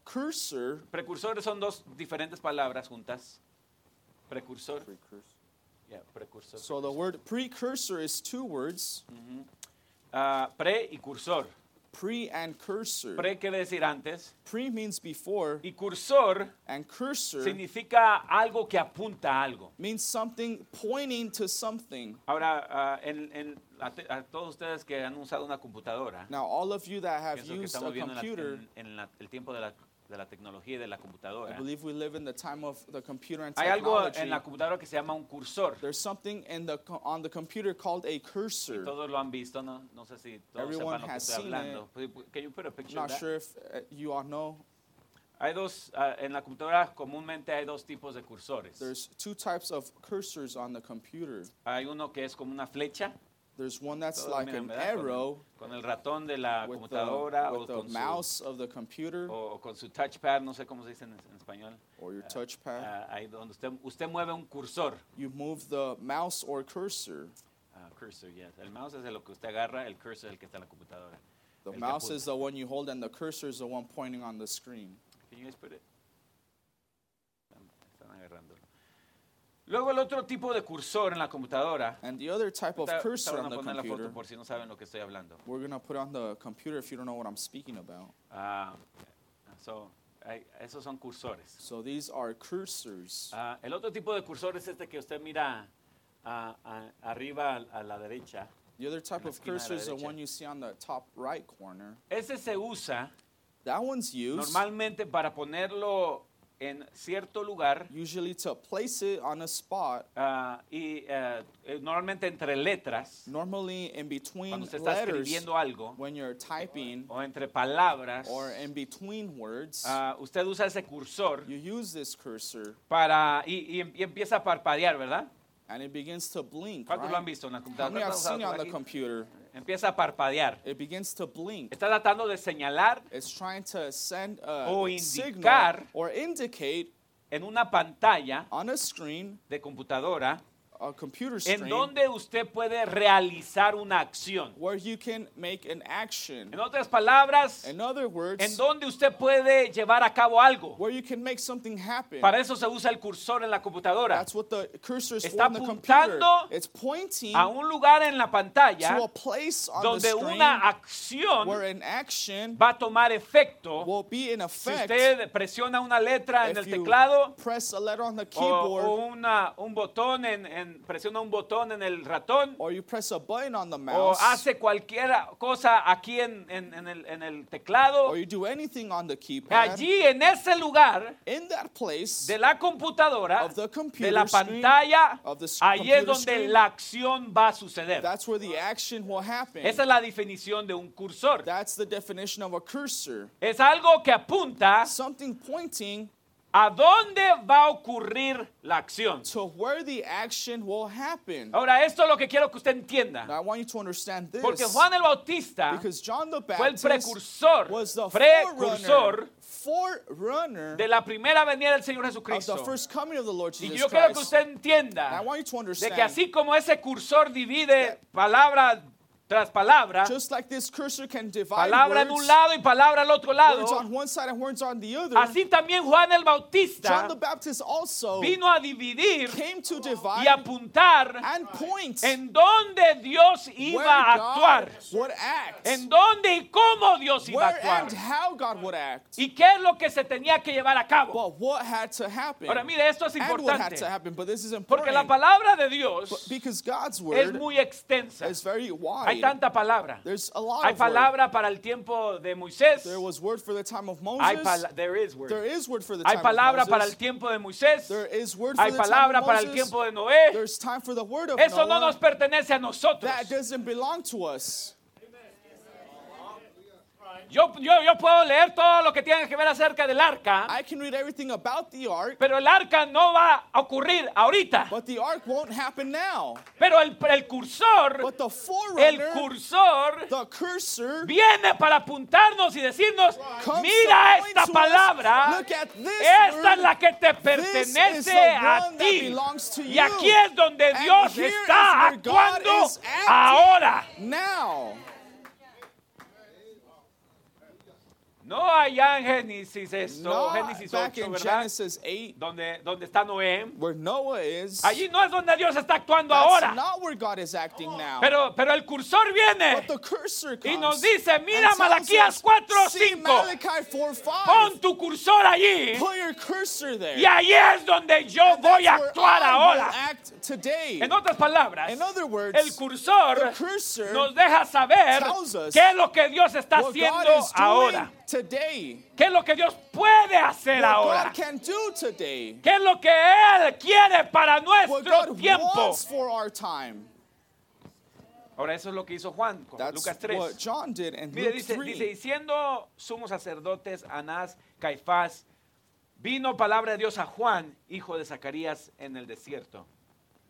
Speaker 4: cursor,
Speaker 3: precursor son dos diferentes palabras juntas. Precursor, ya, precursor.
Speaker 4: so the word precursor is two words,
Speaker 3: Ah, pre y cursor.
Speaker 4: pre and cursor.
Speaker 3: Pre quiere decir antes.
Speaker 4: Pre means before,
Speaker 3: Y cursor
Speaker 4: and cursor
Speaker 3: significa algo que apunta a algo.
Speaker 4: means something pointing to something.
Speaker 3: Ahora, ah, en- en- a, te- a todos ustedes que han usado una computadora,
Speaker 4: Now, all of you that have
Speaker 3: pienso que
Speaker 4: used a
Speaker 3: estamos viviendo en, la-
Speaker 4: computer,
Speaker 3: en- en la- el tiempo de la, de la tecnología y de la
Speaker 4: I
Speaker 3: computadora.
Speaker 4: believe we live in the time of the computer and
Speaker 3: Hay algo
Speaker 4: technology.
Speaker 3: en la computadora que se llama un cursor.
Speaker 4: There's something in the co- on the computer called a cursor.
Speaker 3: Todos lo han visto, ¿no? No sé si todos
Speaker 4: Everyone
Speaker 3: sepan lo que
Speaker 4: has
Speaker 3: estoy
Speaker 4: seen
Speaker 3: hablando. Pu- Can you put a picture
Speaker 4: Not
Speaker 3: of that?
Speaker 4: sure if uh, you all know.
Speaker 3: Hay dos, ah, en la computadora comúnmente hay dos tipos de cursores.
Speaker 4: There's two types of cursors on the computer.
Speaker 3: Hay uno que es como una flecha.
Speaker 4: There's one that's
Speaker 3: Todos
Speaker 4: like
Speaker 3: miran,
Speaker 4: an
Speaker 3: ¿verdad? Con-
Speaker 4: arrow
Speaker 3: Con, el ratón de la
Speaker 4: with
Speaker 3: computadora
Speaker 4: the, with
Speaker 3: o,
Speaker 4: the
Speaker 3: con
Speaker 4: mouse of the computer
Speaker 3: Su, o con su touchpad, no sé cómo se dice en, en español.
Speaker 4: or your
Speaker 3: Ah,
Speaker 4: touchpad.
Speaker 3: ah, ahí donde usted, usted mueve un cursor.
Speaker 4: you move the mouse or cursor.
Speaker 3: Ah, cursor, yes. El mouse es de lo que usted agarra, el cursor es el que está en la computadora.
Speaker 4: The
Speaker 3: El que
Speaker 4: mouse
Speaker 3: apunta.
Speaker 4: is the one you hold, and the cursor is the one pointing on the screen.
Speaker 3: Can you guys put it? Están- Están agarrándolo. Luego el otro tipo de cursor en la computadora.
Speaker 4: And the other type of
Speaker 3: Ahorita- ahorita
Speaker 4: cursor
Speaker 3: van
Speaker 4: on
Speaker 3: a
Speaker 4: the
Speaker 3: poner la
Speaker 4: computer,
Speaker 3: foto por si no saben lo que estoy hablando.
Speaker 4: we're gonna put on the computer if you don't know what I'm speaking about.
Speaker 3: Ah, so, hay- esos son cursores.
Speaker 4: So these are cursors.
Speaker 3: Ah, el otro tipo de cursor es este que usted mira ah, ah, arriba a, a la derecha.
Speaker 4: The other type
Speaker 3: en la
Speaker 4: of
Speaker 3: esquina de la
Speaker 4: cursor is the
Speaker 3: derecha.
Speaker 4: one you see on the top right corner.
Speaker 3: Ese se usa
Speaker 4: That one's used
Speaker 3: normalmente para ponerlo en cierto lugar
Speaker 4: usually to place it on a spot,
Speaker 3: ah, y eh, eh, normalmente entre letras,
Speaker 4: normally in between
Speaker 3: cuando usted está
Speaker 4: letters,
Speaker 3: escribiendo algo,
Speaker 4: when you're typing,
Speaker 3: o entre palabras.
Speaker 4: or in between words.
Speaker 3: ah, usted usa ese cursor
Speaker 4: You use this cursor,
Speaker 3: para y, em, y- y empieza a parpadear, ¿verdad?
Speaker 4: and it begins to blink.
Speaker 3: ¿Cuántos lo han
Speaker 4: Right?
Speaker 3: visto en la
Speaker 4: How many
Speaker 3: computadora?
Speaker 4: have seen it on the
Speaker 3: Aquí.
Speaker 4: computer?
Speaker 3: Empieza a parpadear.
Speaker 4: It begins to blink.
Speaker 3: Está tratando de señalar
Speaker 4: It's trying to send a
Speaker 3: O
Speaker 4: signal
Speaker 3: indicar.
Speaker 4: or indicate
Speaker 3: en una pantalla
Speaker 4: on a screen,
Speaker 3: de computadora
Speaker 4: a computer
Speaker 3: en
Speaker 4: screen,
Speaker 3: donde usted puede realizar una acción.
Speaker 4: where you can make an action.
Speaker 3: En otras palabras,
Speaker 4: In other words,
Speaker 3: en donde usted puede llevar a cabo algo.
Speaker 4: where you can make something happen.
Speaker 3: Para eso se usa el cursor en la computadora.
Speaker 4: That's what the cursor is for
Speaker 3: Está
Speaker 4: on the computer.
Speaker 3: apuntando
Speaker 4: It's pointing
Speaker 3: A un lugar en la pantalla
Speaker 4: to a place on the
Speaker 3: donde
Speaker 4: screen
Speaker 3: una
Speaker 4: where
Speaker 3: acción
Speaker 4: an action
Speaker 3: va a tomar efecto
Speaker 4: will be in
Speaker 3: si
Speaker 4: effect
Speaker 3: usted presiona una letra en
Speaker 4: if
Speaker 3: el
Speaker 4: you
Speaker 3: teclado
Speaker 4: press a letter on the
Speaker 3: o,
Speaker 4: keyboard
Speaker 3: o una, un botón en, en- presiona un botón en el ratón
Speaker 4: or you press a button on the
Speaker 3: o
Speaker 4: mouse
Speaker 3: hace cualquier cosa aquí en, en- en el, en el teclado.
Speaker 4: or you do anything on the keypad.
Speaker 3: Allí en ese lugar
Speaker 4: in that place
Speaker 3: de la computadora,
Speaker 4: Of the computer
Speaker 3: de la
Speaker 4: screen,
Speaker 3: pantalla,
Speaker 4: of the s-
Speaker 3: allí es
Speaker 4: computer
Speaker 3: donde
Speaker 4: screen.
Speaker 3: la acción va a suceder.
Speaker 4: that's where the action will happen.
Speaker 3: Esa es la definición de un cursor.
Speaker 4: that's the definition of a cursor.
Speaker 3: Es algo que apunta
Speaker 4: Something pointing
Speaker 3: a dónde va a ocurrir la acción.
Speaker 4: to where the action will happen.
Speaker 3: Ahora, esto es lo que quiero que usted
Speaker 4: Now,
Speaker 3: entienda.
Speaker 4: I want you to understand this.
Speaker 3: Porque Juan el Bautista
Speaker 4: because John the
Speaker 3: fue el
Speaker 4: Baptist
Speaker 3: precursor,
Speaker 4: was the
Speaker 3: precursor
Speaker 4: forerunner, forerunner
Speaker 3: de la primera venida del Señor
Speaker 4: of the
Speaker 3: Jesucristo.
Speaker 4: first coming of the Lord
Speaker 3: Y
Speaker 4: Jesus
Speaker 3: yo quiero
Speaker 4: Christ.
Speaker 3: que usted
Speaker 4: And I
Speaker 3: entienda
Speaker 4: want you to
Speaker 3: de
Speaker 4: understand
Speaker 3: que así como ese cursor divide palabra tras palabra,
Speaker 4: just like this cursor can divide
Speaker 3: palabra en
Speaker 4: words,
Speaker 3: un lado y palabra al otro
Speaker 4: words on
Speaker 3: lado,
Speaker 4: one side and words on the other,
Speaker 3: así también Juan el Bautista
Speaker 4: John the Baptist also
Speaker 3: vino a dividir
Speaker 4: came to
Speaker 3: y
Speaker 4: divide
Speaker 3: apuntar
Speaker 4: and point
Speaker 3: en dónde Dios
Speaker 4: where
Speaker 3: iba a
Speaker 4: God
Speaker 3: actuar,
Speaker 4: would act,
Speaker 3: en dónde y cómo Dios iba a
Speaker 4: where
Speaker 3: actuar,
Speaker 4: and how God would act,
Speaker 3: y qué es lo que se tenía que llevar a cabo.
Speaker 4: but what had to happen.
Speaker 3: Ahora mire, esto es
Speaker 4: and what had
Speaker 3: importante,
Speaker 4: to happen, but this is
Speaker 3: porque la
Speaker 4: important
Speaker 3: palabra de
Speaker 4: but
Speaker 3: Dios
Speaker 4: because God's
Speaker 3: es
Speaker 4: word
Speaker 3: muy extensa.
Speaker 4: is very wide.
Speaker 3: Hay
Speaker 4: complicated.
Speaker 3: tanta palabra.
Speaker 4: There's a lot
Speaker 3: Hay
Speaker 4: of word.
Speaker 3: palabra para el tiempo de Moisés.
Speaker 4: There was word for the time of Moses.
Speaker 3: Hay pala- there is word.
Speaker 4: There is word for the
Speaker 3: Hay
Speaker 4: time
Speaker 3: palabra
Speaker 4: of Moses.
Speaker 3: para el tiempo de Moisés.
Speaker 4: There is word
Speaker 3: Hay
Speaker 4: for the time
Speaker 3: palabra
Speaker 4: of
Speaker 3: para
Speaker 4: Moses.
Speaker 3: el tiempo de Noé.
Speaker 4: There's time for the word of
Speaker 3: Eso
Speaker 4: Noah.
Speaker 3: no nos pertenece a nosotros.
Speaker 4: that doesn't belong to us.
Speaker 3: Yo, yo, yo puedo leer todo lo que tiene que ver acerca del arca,
Speaker 4: I can read everything about the ark,
Speaker 3: pero el arca no va a ocurrir ahorita.
Speaker 4: but the ark won't happen now.
Speaker 3: Pero el, el cursor,
Speaker 4: But the
Speaker 3: el
Speaker 4: forerunner,
Speaker 3: cursor
Speaker 4: the cursor,
Speaker 3: viene para apuntarnos y decirnos,
Speaker 4: comes
Speaker 3: mira
Speaker 4: to point
Speaker 3: esta
Speaker 4: to us,
Speaker 3: palabra,
Speaker 4: look at this
Speaker 3: esta es
Speaker 4: word,
Speaker 3: la que te
Speaker 4: is
Speaker 3: pertenece
Speaker 4: the
Speaker 3: a
Speaker 4: one that
Speaker 3: ti.
Speaker 4: belongs to
Speaker 3: Y
Speaker 4: you.
Speaker 3: aquí es donde
Speaker 4: And
Speaker 3: Dios
Speaker 4: here is
Speaker 3: está
Speaker 4: where God
Speaker 3: actuando
Speaker 4: is acting.
Speaker 3: ahora.
Speaker 4: now.
Speaker 3: No allá en Génesis esto,
Speaker 4: Not
Speaker 3: Génesis
Speaker 4: back
Speaker 3: 8,
Speaker 4: in
Speaker 3: ¿verdad?
Speaker 4: Genesis 8,
Speaker 3: Donde, donde está Noé.
Speaker 4: where Noah is.
Speaker 3: Allí no es donde Dios está actuando
Speaker 4: That's
Speaker 3: ahora.
Speaker 4: not where God is acting now.
Speaker 3: Pero, pero el cursor viene.
Speaker 4: but the cursor comes
Speaker 3: Y nos dice,
Speaker 4: and
Speaker 3: mira
Speaker 4: tells
Speaker 3: Malaquías
Speaker 4: us,
Speaker 3: 4,
Speaker 4: "See
Speaker 3: 5.
Speaker 4: Malachi 4, 5.
Speaker 3: Pon tu cursor allí.
Speaker 4: Put your cursor there.
Speaker 3: Y ahí es donde yo voy a
Speaker 4: That's where
Speaker 3: actuar
Speaker 4: I
Speaker 3: ahora.
Speaker 4: will act today.
Speaker 3: En otras palabras,
Speaker 4: In other words,
Speaker 3: el cursor
Speaker 4: the cursor
Speaker 3: nos deja saber
Speaker 4: tells us
Speaker 3: qué es lo que Dios está
Speaker 4: what God
Speaker 3: haciendo
Speaker 4: is doing
Speaker 3: ahora,
Speaker 4: today.
Speaker 3: qué es lo que Dios puede hacer
Speaker 4: What
Speaker 3: ahora,
Speaker 4: God can do today.
Speaker 3: qué es lo que Él quiere para
Speaker 4: What
Speaker 3: nuestro
Speaker 4: God
Speaker 3: tiempo.
Speaker 4: wants for our time.
Speaker 3: Ahora eso es lo que hizo Juan con
Speaker 4: That's
Speaker 3: Lucas 3.
Speaker 4: what John did in
Speaker 3: Mire,
Speaker 4: Luke
Speaker 3: dice,
Speaker 4: 3.
Speaker 3: dice, y siendo sumos sacerdotes Anás, Caifás, vino palabra de Dios a Juan, hijo de Zacarías, en el desierto.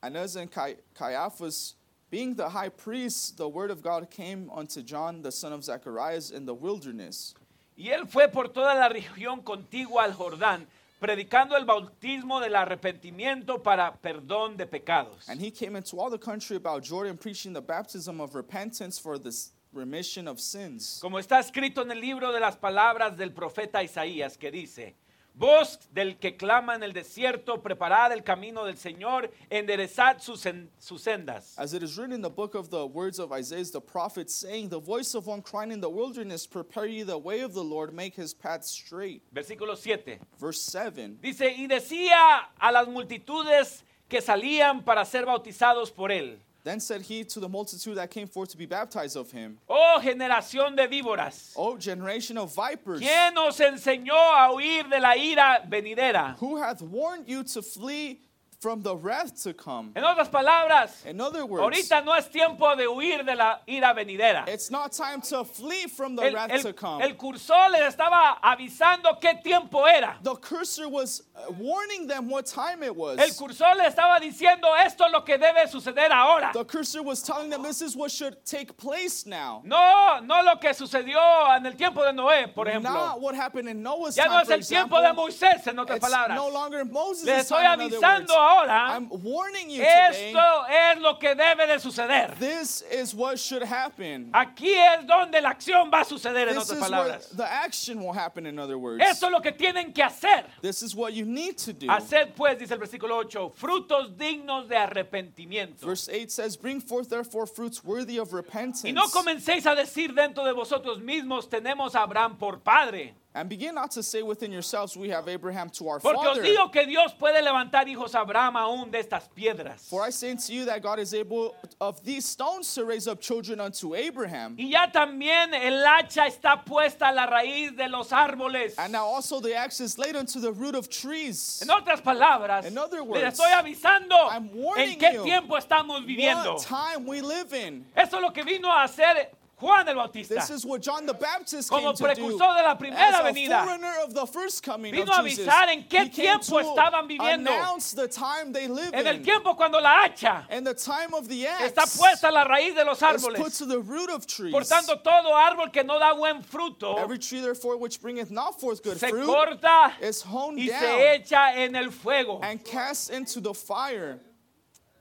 Speaker 4: Annas and Cai- Caiaphas, being the high priests, the word of God came unto John, the son of Zacharias, in the wilderness.
Speaker 3: Y él fue por toda la región contigua al Jordán, predicando el bautismo del arrepentimiento para perdón de pecados.
Speaker 4: And he came into all the country about Jordan, preaching the baptism of repentance for the s- remission of sins.
Speaker 3: Como está escrito en el libro de las palabras del profeta Isaías, que dice, Voz del que clama en el desierto, preparad el camino del Señor, enderezad sus, en- sus sendas.
Speaker 4: As it is written in the book of the words of Isaiah the prophet, saying, The voice of one crying in the wilderness, Prepare ye the way of the Lord, make his path straight.
Speaker 3: Versículo 7.
Speaker 4: Verse 7.
Speaker 3: Dice, y decía a las multitudes que salían para ser bautizados por él,
Speaker 4: Then said he to the multitude that came forth to be baptized of him,
Speaker 3: Oh generación de víboras.
Speaker 4: O generation of vipers!
Speaker 3: ¿Quién os enseñó a huir de la ira venidera?
Speaker 4: Who hath warned you to flee from the wrath to come?
Speaker 3: En otras palabras,
Speaker 4: In other words,
Speaker 3: ahorita no es tiempo de huir de la ira venidera.
Speaker 4: it's not time to flee from the
Speaker 3: El,
Speaker 4: wrath
Speaker 3: el-
Speaker 4: to come.
Speaker 3: el cursor les estaba avisando qué tiempo era.
Speaker 4: the cursor was uh, warning them what time it was.
Speaker 3: El cursor les estaba diciendo esto es lo que debe suceder ahora.
Speaker 4: the cursor was telling them this is what should take place now.
Speaker 3: No, no lo que sucedió en el tiempo de Noé, por ejemplo.
Speaker 4: Not what happened in Noah's
Speaker 3: Ya
Speaker 4: time,
Speaker 3: no es
Speaker 4: for
Speaker 3: el tiempo
Speaker 4: example.
Speaker 3: de Moisés, en otras
Speaker 4: It's no
Speaker 3: palabras.
Speaker 4: longer Moses'
Speaker 3: Les estoy
Speaker 4: time, in other
Speaker 3: avisando
Speaker 4: words.
Speaker 3: ahora.
Speaker 4: I'm warning you today.
Speaker 3: Esto es lo que debe de suceder.
Speaker 4: This is what should happen.
Speaker 3: Aquí es donde la acción va a suceder, en
Speaker 4: this
Speaker 3: otras
Speaker 4: is where
Speaker 3: palabras.
Speaker 4: the action will happen, in other words.
Speaker 3: Eso es lo que tienen que hacer.
Speaker 4: This is what you need to do.
Speaker 3: Haced pues, dice el versículo 8, frutos dignos de arrepentimiento.
Speaker 4: Verse 8 says, Bring forth therefore fruits worthy of repentance.
Speaker 3: Y no comencéis a decir dentro de vosotros mismos, tenemos a Abraham por padre.
Speaker 4: and begin not to say within yourselves, We have Abraham to our
Speaker 3: Porque os
Speaker 4: father.
Speaker 3: digo que Dios puede levantar hijos a Abraham aún de estas piedras.
Speaker 4: For I say unto you that God is able of these stones to raise up children unto Abraham.
Speaker 3: Y ya también el hacha está puesta a la raíz de los árboles.
Speaker 4: And now also the axe is laid unto the root of trees.
Speaker 3: En otras palabras,
Speaker 4: In other
Speaker 3: les
Speaker 4: words,
Speaker 3: estoy avisando
Speaker 4: I'm
Speaker 3: en
Speaker 4: warning
Speaker 3: qué
Speaker 4: you
Speaker 3: tiempo estamos viviendo.
Speaker 4: What time we live in.
Speaker 3: Eso es lo que vino a hacer Juan el Bautista.
Speaker 4: This is what John the Baptist
Speaker 3: Como
Speaker 4: came to do.
Speaker 3: precursor de la primera
Speaker 4: As a
Speaker 3: venida.
Speaker 4: forerunner of the first coming
Speaker 3: Vino a
Speaker 4: of Jesus.
Speaker 3: avisar en qué
Speaker 4: he came
Speaker 3: tiempo
Speaker 4: to
Speaker 3: estaban viviendo.
Speaker 4: announce the time they live
Speaker 3: En el
Speaker 4: in.
Speaker 3: tiempo cuando la hacha
Speaker 4: And the time of the axe
Speaker 3: está puesta a la raíz de los
Speaker 4: is put
Speaker 3: árboles.
Speaker 4: to the root of trees.
Speaker 3: Por tanto, todo árbol que no da buen fruto
Speaker 4: Every tree therefore which bringeth not forth good
Speaker 3: se
Speaker 4: fruit
Speaker 3: corta
Speaker 4: is hewn
Speaker 3: y
Speaker 4: down
Speaker 3: se echa en el fuego.
Speaker 4: and cast into the fire.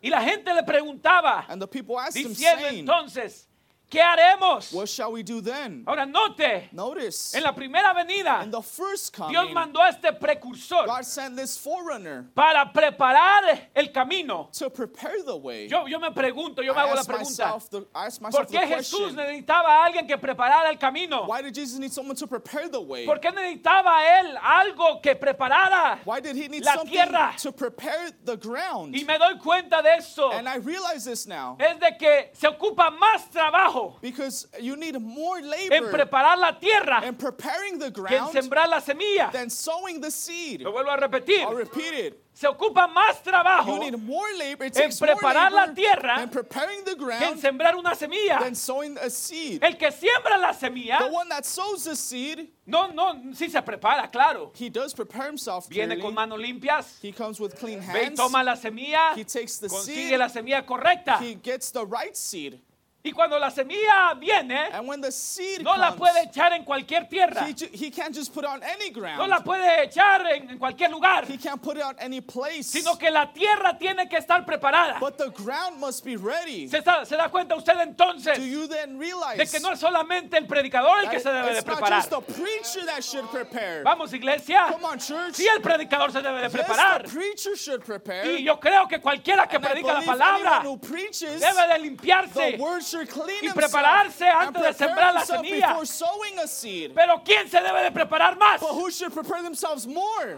Speaker 3: Y la gente le preguntaba,
Speaker 4: And the people asked him,
Speaker 3: diciendo
Speaker 4: saying,
Speaker 3: entonces, ¿Qué haremos?
Speaker 4: What shall we do then?
Speaker 3: Ahora note,
Speaker 4: Notice,
Speaker 3: en la primera venida,
Speaker 4: in the first
Speaker 3: Dios
Speaker 4: coming,
Speaker 3: mandó a este precursor
Speaker 4: God sent this forerunner
Speaker 3: para preparar el camino.
Speaker 4: to prepare the way.
Speaker 3: Yo, yo me pregunto, yo me
Speaker 4: I
Speaker 3: hago la
Speaker 4: asked
Speaker 3: pregunta,
Speaker 4: myself the, I asked
Speaker 3: ¿por
Speaker 4: myself the
Speaker 3: qué Jesús
Speaker 4: question,
Speaker 3: necesitaba a alguien que preparara el camino?
Speaker 4: why did Jesus need someone to prepare the way?
Speaker 3: ¿Por qué necesitaba a él algo que preparara?
Speaker 4: Why did he need
Speaker 3: La
Speaker 4: something
Speaker 3: tierra.
Speaker 4: to prepare the ground?
Speaker 3: Y me Eh. doy cuenta de eso,
Speaker 4: And I realize this now
Speaker 3: es de que se ocupa más trabajo
Speaker 4: because you need more
Speaker 3: en
Speaker 4: labor
Speaker 3: preparar la tierra
Speaker 4: in preparing the
Speaker 3: que en
Speaker 4: ground
Speaker 3: sembrar la semilla.
Speaker 4: than sowing the seed.
Speaker 3: Lo vuelvo a repetir,
Speaker 4: I'll repeat it.
Speaker 3: se ocupa más trabajo
Speaker 4: You need more labor. It
Speaker 3: En
Speaker 4: takes more
Speaker 3: preparar la
Speaker 4: labor
Speaker 3: tierra
Speaker 4: in preparing the
Speaker 3: que en
Speaker 4: ground
Speaker 3: sembrar una semilla.
Speaker 4: than sowing a seed.
Speaker 3: El que siembra la semilla,
Speaker 4: The one that sows the seed,
Speaker 3: no, no, sí se prepara, claro.
Speaker 4: he does prepare himself
Speaker 3: Viene
Speaker 4: clearly.
Speaker 3: con manos limpias,
Speaker 4: He comes with clean
Speaker 3: ve y
Speaker 4: hands.
Speaker 3: toma la semilla,
Speaker 4: He takes the
Speaker 3: consigue
Speaker 4: seed.
Speaker 3: la semilla correcta.
Speaker 4: He gets the right seed.
Speaker 3: Y cuando la semilla viene,
Speaker 4: And when the seed
Speaker 3: no la
Speaker 4: comes,
Speaker 3: puede echar en cualquier tierra,
Speaker 4: he, ju- he can't just put it on any
Speaker 3: no
Speaker 4: ground.
Speaker 3: la puede echar en, en cualquier lugar,
Speaker 4: He can't put it on any place.
Speaker 3: sino que la tierra tiene que estar preparada.
Speaker 4: But the ground must be ready.
Speaker 3: ¿Se, está- se da cuenta usted entonces
Speaker 4: Do you then realize
Speaker 3: de que no es solamente el predicador el
Speaker 4: that
Speaker 3: que se debe de
Speaker 4: it's not
Speaker 3: preparar?
Speaker 4: just the preacher that should prepare?
Speaker 3: Vamos, iglesia.
Speaker 4: Come on, church.
Speaker 3: Sí, el predicador se debe de
Speaker 4: Yes,
Speaker 3: preparar.
Speaker 4: the preacher should prepare.
Speaker 3: Y yo creo que cualquiera que
Speaker 4: And I
Speaker 3: predica la
Speaker 4: believe
Speaker 3: palabra
Speaker 4: anyone who preaches,
Speaker 3: debe de limpiarse.
Speaker 4: the word should clean
Speaker 3: y
Speaker 4: himself
Speaker 3: prepararse
Speaker 4: and
Speaker 3: antes de
Speaker 4: prepare
Speaker 3: sembrar la
Speaker 4: himself
Speaker 3: semilla.
Speaker 4: before sowing a seed.
Speaker 3: Pero ¿quién se debe de preparar más?
Speaker 4: But who should prepare themselves more?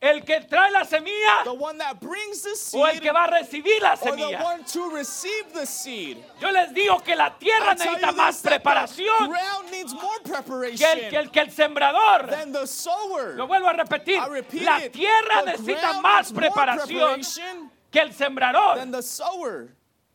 Speaker 3: ¿El que trae la semilla
Speaker 4: The one that brings the seed
Speaker 3: o el que va a recibir la
Speaker 4: or the
Speaker 3: semilla?
Speaker 4: one to receive the seed?
Speaker 3: Yo les digo que la tierra
Speaker 4: I tell you
Speaker 3: necesita más
Speaker 4: this, that the
Speaker 3: preparación
Speaker 4: ground needs more
Speaker 3: que el, que
Speaker 4: preparation
Speaker 3: el, que el sembrador.
Speaker 4: than the sower.
Speaker 3: Lo vuelvo a repetir.
Speaker 4: I repeat
Speaker 3: La
Speaker 4: it,
Speaker 3: tierra
Speaker 4: the
Speaker 3: necesita
Speaker 4: ground
Speaker 3: más
Speaker 4: needs more
Speaker 3: preparación
Speaker 4: preparation
Speaker 3: que el sembrador.
Speaker 4: than the sower.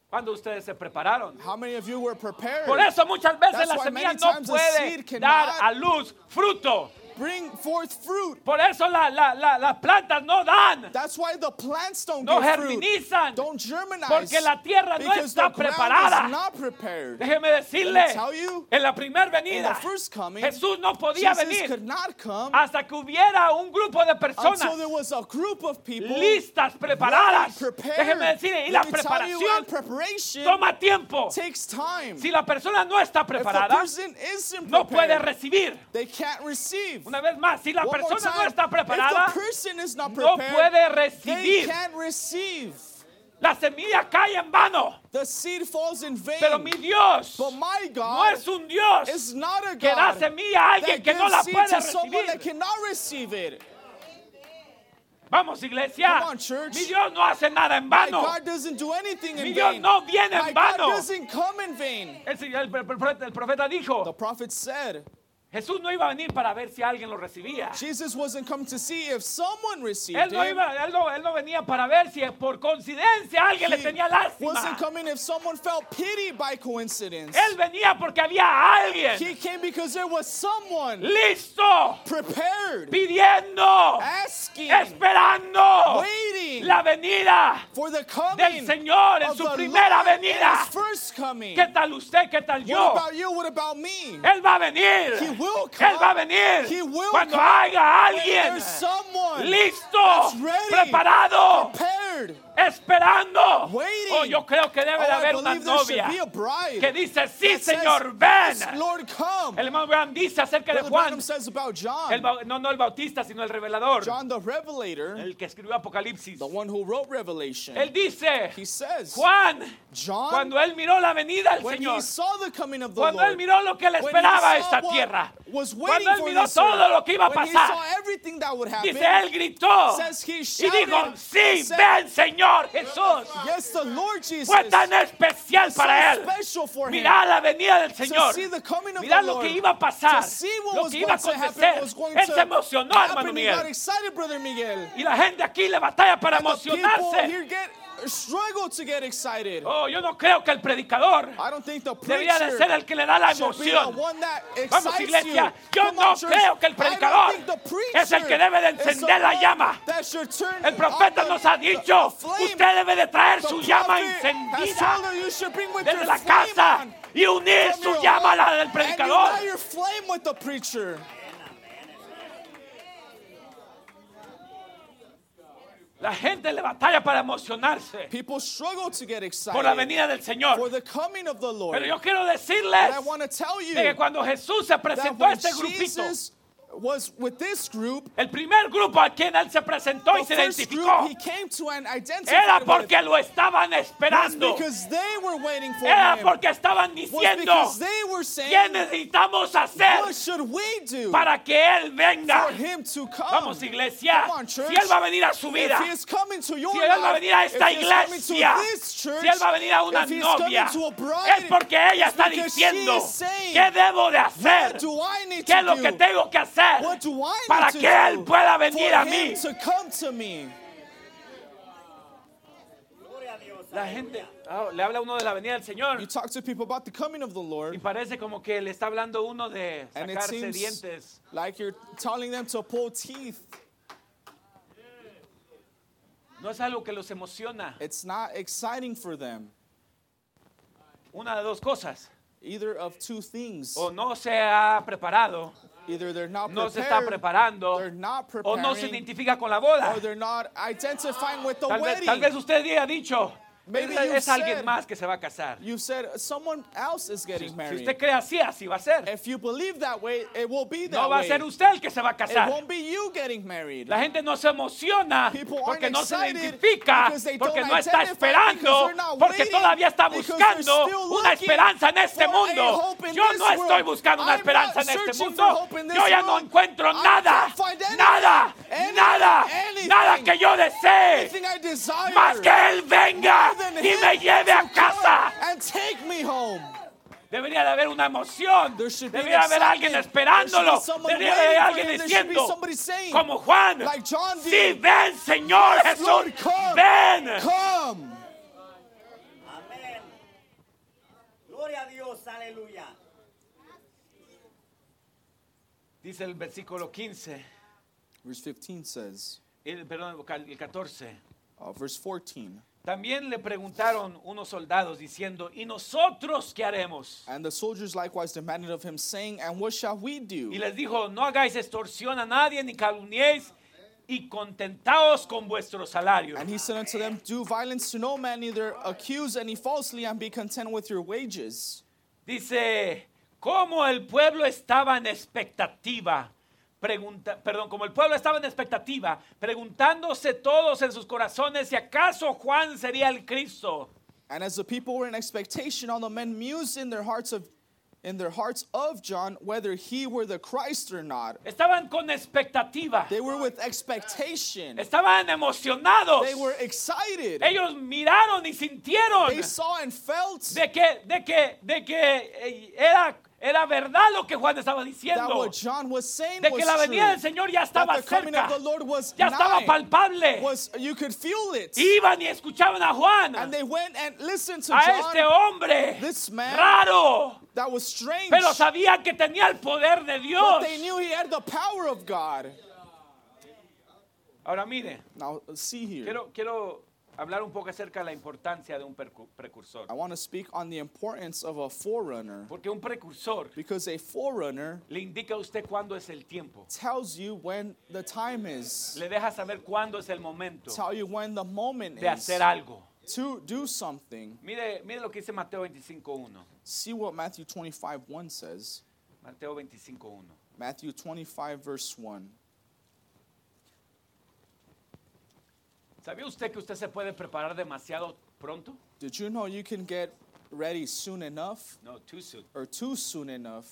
Speaker 3: Cuando ustedes se prepararon.
Speaker 4: How many of you were prepared?
Speaker 3: Por eso muchas veces
Speaker 4: That's
Speaker 3: la
Speaker 4: why
Speaker 3: semilla
Speaker 4: many
Speaker 3: no
Speaker 4: times the
Speaker 3: puede
Speaker 4: seed cannot-
Speaker 3: dar a luz fruto.
Speaker 4: Bring forth fruit.
Speaker 3: Por eso la- la- la- las plantas no dan.
Speaker 4: That's why the plants don't
Speaker 3: No
Speaker 4: get fruit.
Speaker 3: germinizan.
Speaker 4: Don't germinate.
Speaker 3: Porque la tierra no
Speaker 4: because
Speaker 3: está
Speaker 4: the ground
Speaker 3: preparada.
Speaker 4: is not prepared.
Speaker 3: Déjeme decirle,
Speaker 4: Let me tell you,
Speaker 3: en la primera
Speaker 4: In the
Speaker 3: venida,
Speaker 4: first coming,
Speaker 3: Jesús no podía
Speaker 4: Jesus
Speaker 3: venir
Speaker 4: could not come
Speaker 3: hasta que hubiera un grupo de personas
Speaker 4: until there was a group of people
Speaker 3: listas, preparadas.
Speaker 4: ready, prepared.
Speaker 3: Déjeme decirle, y la
Speaker 4: Let me tell you,
Speaker 3: preparación
Speaker 4: and preparation
Speaker 3: toma tiempo.
Speaker 4: takes time.
Speaker 3: Si la persona no está
Speaker 4: if a
Speaker 3: preparada,
Speaker 4: person isn't
Speaker 3: no puede
Speaker 4: prepared,
Speaker 3: recibir.
Speaker 4: they can't receive.
Speaker 3: Una vez más, si la
Speaker 4: One more
Speaker 3: persona no
Speaker 4: time,
Speaker 3: está preparada,
Speaker 4: if the person is not
Speaker 3: no
Speaker 4: prepared,
Speaker 3: puede
Speaker 4: they
Speaker 3: recibir.
Speaker 4: can't receive.
Speaker 3: La semilla cae en vano.
Speaker 4: The seed falls in vain.
Speaker 3: Pero mi Dios
Speaker 4: but my
Speaker 3: no
Speaker 4: God
Speaker 3: es un Dios
Speaker 4: is not a
Speaker 3: que da
Speaker 4: God
Speaker 3: semilla a alguien
Speaker 4: that
Speaker 3: que no
Speaker 4: gives
Speaker 3: la
Speaker 4: seed
Speaker 3: puede
Speaker 4: to someone that
Speaker 3: recibir. Ah,
Speaker 4: cannot receive it.
Speaker 3: Vamos, iglesia.
Speaker 4: Come on, church.
Speaker 3: Mi Dios no hace nada en
Speaker 4: My
Speaker 3: vano.
Speaker 4: God doesn't do anything
Speaker 3: Mi
Speaker 4: in
Speaker 3: Dios
Speaker 4: vain.
Speaker 3: no viene
Speaker 4: My
Speaker 3: en
Speaker 4: God
Speaker 3: vano.
Speaker 4: doesn't come in vain.
Speaker 3: El, señor- el pre- pre- el profeta
Speaker 4: The
Speaker 3: dijo,
Speaker 4: prophet said,
Speaker 3: Jesús no iba a venir para ver si alguien lo recibía.
Speaker 4: Jesus wasn't come to see if someone received
Speaker 3: Él no,
Speaker 4: him.
Speaker 3: iba, él, no, él no venía para ver si por coincidencia alguien le
Speaker 4: He
Speaker 3: tenía lástima.
Speaker 4: wasn't coming if someone felt pity by coincidence.
Speaker 3: Él venía porque había alguien
Speaker 4: He came because there was someone
Speaker 3: listo,
Speaker 4: prepared,
Speaker 3: pidiendo,
Speaker 4: asking,
Speaker 3: esperando
Speaker 4: waiting
Speaker 3: la venida
Speaker 4: for the
Speaker 3: del
Speaker 4: coming
Speaker 3: Señor en
Speaker 4: of
Speaker 3: su
Speaker 4: the
Speaker 3: primera
Speaker 4: Lord in
Speaker 3: venida.
Speaker 4: His first coming.
Speaker 3: ¿Qué tal usted? ¿Qué tal
Speaker 4: What
Speaker 3: yo?
Speaker 4: about you? What about me?
Speaker 3: Él va a venir.
Speaker 4: He will come.
Speaker 3: Él va a venir.
Speaker 4: He will
Speaker 3: Cuando
Speaker 4: come.
Speaker 3: haya
Speaker 4: When
Speaker 3: alguien
Speaker 4: There's someone
Speaker 3: listo,
Speaker 4: that's ready,
Speaker 3: preparado,
Speaker 4: prepared.
Speaker 3: esperando.
Speaker 4: waiting.
Speaker 3: Oh, yo creo que debe
Speaker 4: Oh,
Speaker 3: de
Speaker 4: I
Speaker 3: haber una
Speaker 4: believe there should
Speaker 3: novia
Speaker 4: be a bride
Speaker 3: que dice, sí,
Speaker 4: that says,
Speaker 3: Señor,
Speaker 4: "Yes,
Speaker 3: ven.
Speaker 4: Lord, come.
Speaker 3: El hermano Branham dice acerca de
Speaker 4: Brother
Speaker 3: Juan,
Speaker 4: Branham says about
Speaker 3: el
Speaker 4: John,
Speaker 3: bau- no, no el bautista, sino el revelador,
Speaker 4: John the Revelator,
Speaker 3: el que escribió Apocalipsis.
Speaker 4: the one who wrote Revelation.
Speaker 3: Él
Speaker 4: He
Speaker 3: dice,
Speaker 4: says,
Speaker 3: Juan,
Speaker 4: John,
Speaker 3: cuando él miró la venida del
Speaker 4: when
Speaker 3: Señor,
Speaker 4: he saw the coming of the
Speaker 3: cuando él
Speaker 4: Lord,
Speaker 3: miró lo que le
Speaker 4: when he
Speaker 3: esperaba a
Speaker 4: saw
Speaker 3: esta
Speaker 4: what
Speaker 3: tierra,
Speaker 4: was waiting
Speaker 3: cuando él
Speaker 4: for
Speaker 3: miró
Speaker 4: this earth,
Speaker 3: todo lo que iba a
Speaker 4: when he
Speaker 3: pasar,
Speaker 4: saw everything that would happen,
Speaker 3: dice, él gritó
Speaker 4: says he
Speaker 3: y
Speaker 4: shouted
Speaker 3: dijo, sí,
Speaker 4: and said,
Speaker 3: ven Señor Jesús.
Speaker 4: yes, the Lord Jesus
Speaker 3: Fue tan especial
Speaker 4: was so
Speaker 3: para él.
Speaker 4: special for him.
Speaker 3: Mirá la venida del Señor.
Speaker 4: To see the coming of
Speaker 3: Mirá
Speaker 4: the
Speaker 3: lo
Speaker 4: Lord.
Speaker 3: que iba a pasar.
Speaker 4: To see what
Speaker 3: Lo
Speaker 4: was
Speaker 3: que iba a
Speaker 4: going to happen,
Speaker 3: acontecer.
Speaker 4: what was going
Speaker 3: Él
Speaker 4: to
Speaker 3: se emocionó,
Speaker 4: happen.
Speaker 3: hermano
Speaker 4: He got
Speaker 3: Miguel.
Speaker 4: excited, brother Miguel.
Speaker 3: Y la gente aquí le batalla para
Speaker 4: And the people
Speaker 3: emocionarse.
Speaker 4: here get struggle to get excited.
Speaker 3: Oh, yo no creo que el predicador
Speaker 4: I don't think the
Speaker 3: debería de
Speaker 4: preacher
Speaker 3: ser el que le da la
Speaker 4: should be the
Speaker 3: emoción.
Speaker 4: one that
Speaker 3: Vamos,
Speaker 4: excites
Speaker 3: iglesia,
Speaker 4: you.
Speaker 3: yo
Speaker 4: Come
Speaker 3: no
Speaker 4: on, church.
Speaker 3: creo que el
Speaker 4: I don't
Speaker 3: predicador
Speaker 4: think the
Speaker 3: es el
Speaker 4: preacher
Speaker 3: que debe de
Speaker 4: is the
Speaker 3: encender la
Speaker 4: one
Speaker 3: llama.
Speaker 4: that should turn
Speaker 3: El profeta
Speaker 4: on the-
Speaker 3: nos ha
Speaker 4: the-
Speaker 3: dicho,
Speaker 4: the flame.
Speaker 3: usted debe de traer
Speaker 4: The
Speaker 3: su llama
Speaker 4: prophet has told
Speaker 3: encendida
Speaker 4: her you should bring with
Speaker 3: desde
Speaker 4: your
Speaker 3: la
Speaker 4: flame
Speaker 3: casa
Speaker 4: on
Speaker 3: y unir
Speaker 4: from
Speaker 3: su
Speaker 4: your
Speaker 3: llama a
Speaker 4: home
Speaker 3: la del
Speaker 4: and
Speaker 3: predicador.
Speaker 4: unite your flame with the preacher.
Speaker 3: La gente le batalla para emocionarse
Speaker 4: People struggle to get
Speaker 3: por la
Speaker 4: excited
Speaker 3: venida del
Speaker 4: for
Speaker 3: Señor.
Speaker 4: the coming of the Lord.
Speaker 3: Pero yo
Speaker 4: And
Speaker 3: quiero
Speaker 4: I
Speaker 3: decirles
Speaker 4: want to tell you
Speaker 3: de que
Speaker 4: that
Speaker 3: cuando Jesús se presentó a
Speaker 4: when
Speaker 3: este grupito,
Speaker 4: Jesus was with this group,
Speaker 3: el primer grupo a quien él se presentó y
Speaker 4: the
Speaker 3: se
Speaker 4: first
Speaker 3: identificó
Speaker 4: group he came to and
Speaker 3: era
Speaker 4: identified with
Speaker 3: porque lo estaban esperando.
Speaker 4: because they were waiting for
Speaker 3: Era
Speaker 4: him.
Speaker 3: porque estaban
Speaker 4: Was
Speaker 3: diciendo
Speaker 4: because they were
Speaker 3: qué
Speaker 4: saying,
Speaker 3: necesitamos hacer
Speaker 4: what should we do
Speaker 3: para que él venga.
Speaker 4: for him to come?
Speaker 3: Vamos iglesia,
Speaker 4: Come on,
Speaker 3: si
Speaker 4: church.
Speaker 3: él va a venir a su vida,
Speaker 4: If he is coming to your
Speaker 3: si él va a
Speaker 4: life,
Speaker 3: venir a
Speaker 4: if
Speaker 3: esta
Speaker 4: he is coming to
Speaker 3: iglesia,
Speaker 4: this church,
Speaker 3: si él va a venir a una
Speaker 4: if he is
Speaker 3: novia,
Speaker 4: coming to a bride,
Speaker 3: es porque ella
Speaker 4: it's
Speaker 3: está
Speaker 4: because she
Speaker 3: diciendo
Speaker 4: is saying,
Speaker 3: qué debo de
Speaker 4: what
Speaker 3: hacer,
Speaker 4: do I need
Speaker 3: qué
Speaker 4: to
Speaker 3: es lo
Speaker 4: do?
Speaker 3: que tengo que hacer
Speaker 4: What do I need
Speaker 3: para
Speaker 4: to
Speaker 3: que él
Speaker 4: do
Speaker 3: pueda
Speaker 4: for
Speaker 3: venir a
Speaker 4: him
Speaker 3: mí.
Speaker 4: to come to me?
Speaker 3: La gente ah, le habla uno de la venida del Señor
Speaker 4: You talk to people about the coming of the
Speaker 3: y
Speaker 4: Lord,
Speaker 3: parece como que le está hablando uno de
Speaker 4: and it
Speaker 3: sacarse
Speaker 4: seems
Speaker 3: dientes.
Speaker 4: like you're telling them to pull teeth.
Speaker 3: No es algo que los emociona.
Speaker 4: It's not exciting for them.
Speaker 3: Una de dos cosas.
Speaker 4: Either of two things.
Speaker 3: O no se ha preparado,
Speaker 4: Either they're not
Speaker 3: Oh, no se está
Speaker 4: prepared,
Speaker 3: preparando,
Speaker 4: they're not
Speaker 3: o no se
Speaker 4: preparing,
Speaker 3: identifica con la boda.
Speaker 4: or they're not identifying with the
Speaker 3: Tal vez,
Speaker 4: wedding.
Speaker 3: tal vez usted haya dicho,
Speaker 4: Maybe
Speaker 3: es,
Speaker 4: you've
Speaker 3: es alguien
Speaker 4: said-
Speaker 3: más que se va a casar.
Speaker 4: You've said someone else is
Speaker 3: Si,
Speaker 4: getting
Speaker 3: si
Speaker 4: married.
Speaker 3: usted cree así, así va a ser.
Speaker 4: If you believe that way, it will be that
Speaker 3: No va a
Speaker 4: way.
Speaker 3: ser usted el que se va a
Speaker 4: It
Speaker 3: casar.
Speaker 4: won't be you getting married.
Speaker 3: La gente no se emociona
Speaker 4: People aren't
Speaker 3: porque no se
Speaker 4: excited
Speaker 3: identifica,
Speaker 4: because they
Speaker 3: porque
Speaker 4: don't
Speaker 3: no está
Speaker 4: identify, because
Speaker 3: esperando,
Speaker 4: they're not
Speaker 3: porque
Speaker 4: waiting,
Speaker 3: todavía está
Speaker 4: because
Speaker 3: buscando
Speaker 4: they're still
Speaker 3: una
Speaker 4: looking
Speaker 3: esperanza en este
Speaker 4: for a
Speaker 3: mundo.
Speaker 4: hope in
Speaker 3: Yo
Speaker 4: this
Speaker 3: no estoy
Speaker 4: world.
Speaker 3: buscando una
Speaker 4: I'm
Speaker 3: esperanza
Speaker 4: not
Speaker 3: en este
Speaker 4: searching for
Speaker 3: mundo.
Speaker 4: hope in this
Speaker 3: Yo ya no
Speaker 4: world.
Speaker 3: encuentro
Speaker 4: I
Speaker 3: nada,
Speaker 4: can't find anything,
Speaker 3: nada,
Speaker 4: anything,
Speaker 3: nada,
Speaker 4: anything,
Speaker 3: nada que yo desee.
Speaker 4: Anything I desire,
Speaker 3: Más que Él venga
Speaker 4: more than
Speaker 3: y
Speaker 4: him
Speaker 3: me lleve a
Speaker 4: to
Speaker 3: casa.
Speaker 4: come And take me home.
Speaker 3: Debería de haber una emoción.
Speaker 4: There should be
Speaker 3: Debería de haber
Speaker 4: an
Speaker 3: alguien
Speaker 4: excitement. There should be
Speaker 3: esperándolo.
Speaker 4: someone
Speaker 3: Debería de haber
Speaker 4: waiting for
Speaker 3: alguien
Speaker 4: him. There should be
Speaker 3: diciendo,
Speaker 4: somebody saying,
Speaker 3: como Juan,
Speaker 4: like John
Speaker 3: sí,
Speaker 4: did,
Speaker 3: ven, Señor
Speaker 4: "Yes,
Speaker 3: Jesús,
Speaker 4: Lord, come,
Speaker 3: ven.
Speaker 4: Come.
Speaker 5: Amén. Gloria a Dios, aleluya.
Speaker 3: Dice el versículo 15,
Speaker 4: Verse 15 says,
Speaker 3: el, perdón, el 14.
Speaker 4: uh, verse 14.
Speaker 3: También le preguntaron unos soldados diciendo, ¿y nosotros qué haremos?
Speaker 4: And the soldiers likewise demanded of him, saying, And what shall we do?
Speaker 3: Y les dijo, no hagáis extorsión a nadie ni calumniéis y contentaos con vuestro salario.
Speaker 4: And he said unto them, Do violence to no man, neither accuse any falsely, and be content with your wages.
Speaker 3: Dice, como el pueblo estaba en expectativa, pregunta, perdón, como el pueblo estaba en expectativa, preguntándose todos en sus corazones si acaso Juan sería el Cristo.
Speaker 4: And as the people were in expectation, all the men mused in their hearts of in their hearts of John whether he were the Christ or not.
Speaker 3: Estaban con expectativa,
Speaker 4: They were with expectation.
Speaker 3: estaban emocionados.
Speaker 4: They were excited.
Speaker 3: Ellos miraron y sintieron
Speaker 4: They saw and felt
Speaker 3: de que, de que, de que eh, era, era verdad lo que Juan estaba
Speaker 4: that
Speaker 3: diciendo,
Speaker 4: what John was saying
Speaker 3: de
Speaker 4: was
Speaker 3: que la venida del
Speaker 4: true.
Speaker 3: Señor ya
Speaker 4: That
Speaker 3: estaba
Speaker 4: the coming
Speaker 3: cerca,
Speaker 4: of the Lord was
Speaker 3: ya estaba
Speaker 4: nigh.
Speaker 3: palpable.
Speaker 4: Was you could feel it.
Speaker 3: Iban y escuchaban a Juan.
Speaker 4: And they went and listened to
Speaker 3: a
Speaker 4: John
Speaker 3: este hombre
Speaker 4: this man,
Speaker 3: raro,
Speaker 4: that was strange.
Speaker 3: pero sabía que tenía el poder de
Speaker 4: But
Speaker 3: Dios.
Speaker 4: they knew he had the power of God.
Speaker 3: Ahora mire,
Speaker 4: Now, see here.
Speaker 3: quiero, quiero hablar un poco acerca de la importancia de un percu- precursor.
Speaker 4: I want to speak on the importance of a forerunner
Speaker 3: Porque un precursor
Speaker 4: because a forerunner
Speaker 3: le indica a usted cuándo es el tiempo,
Speaker 4: tells you when the time is,
Speaker 3: le deja saber cuándo es el momento
Speaker 4: tell you when the moment
Speaker 3: de
Speaker 4: is
Speaker 3: hacer algo.
Speaker 4: to do something.
Speaker 3: Mire, mire lo que dice Mateo 25.1.
Speaker 4: See what Matthew 25 1 says.
Speaker 3: Mateo 25.1.
Speaker 4: Matthew 25, verse 1.
Speaker 3: ¿Sabía usted que usted se puede preparar demasiado pronto?
Speaker 4: Did you know you can get ready soon enough
Speaker 3: No, too soon.
Speaker 4: or too soon enough?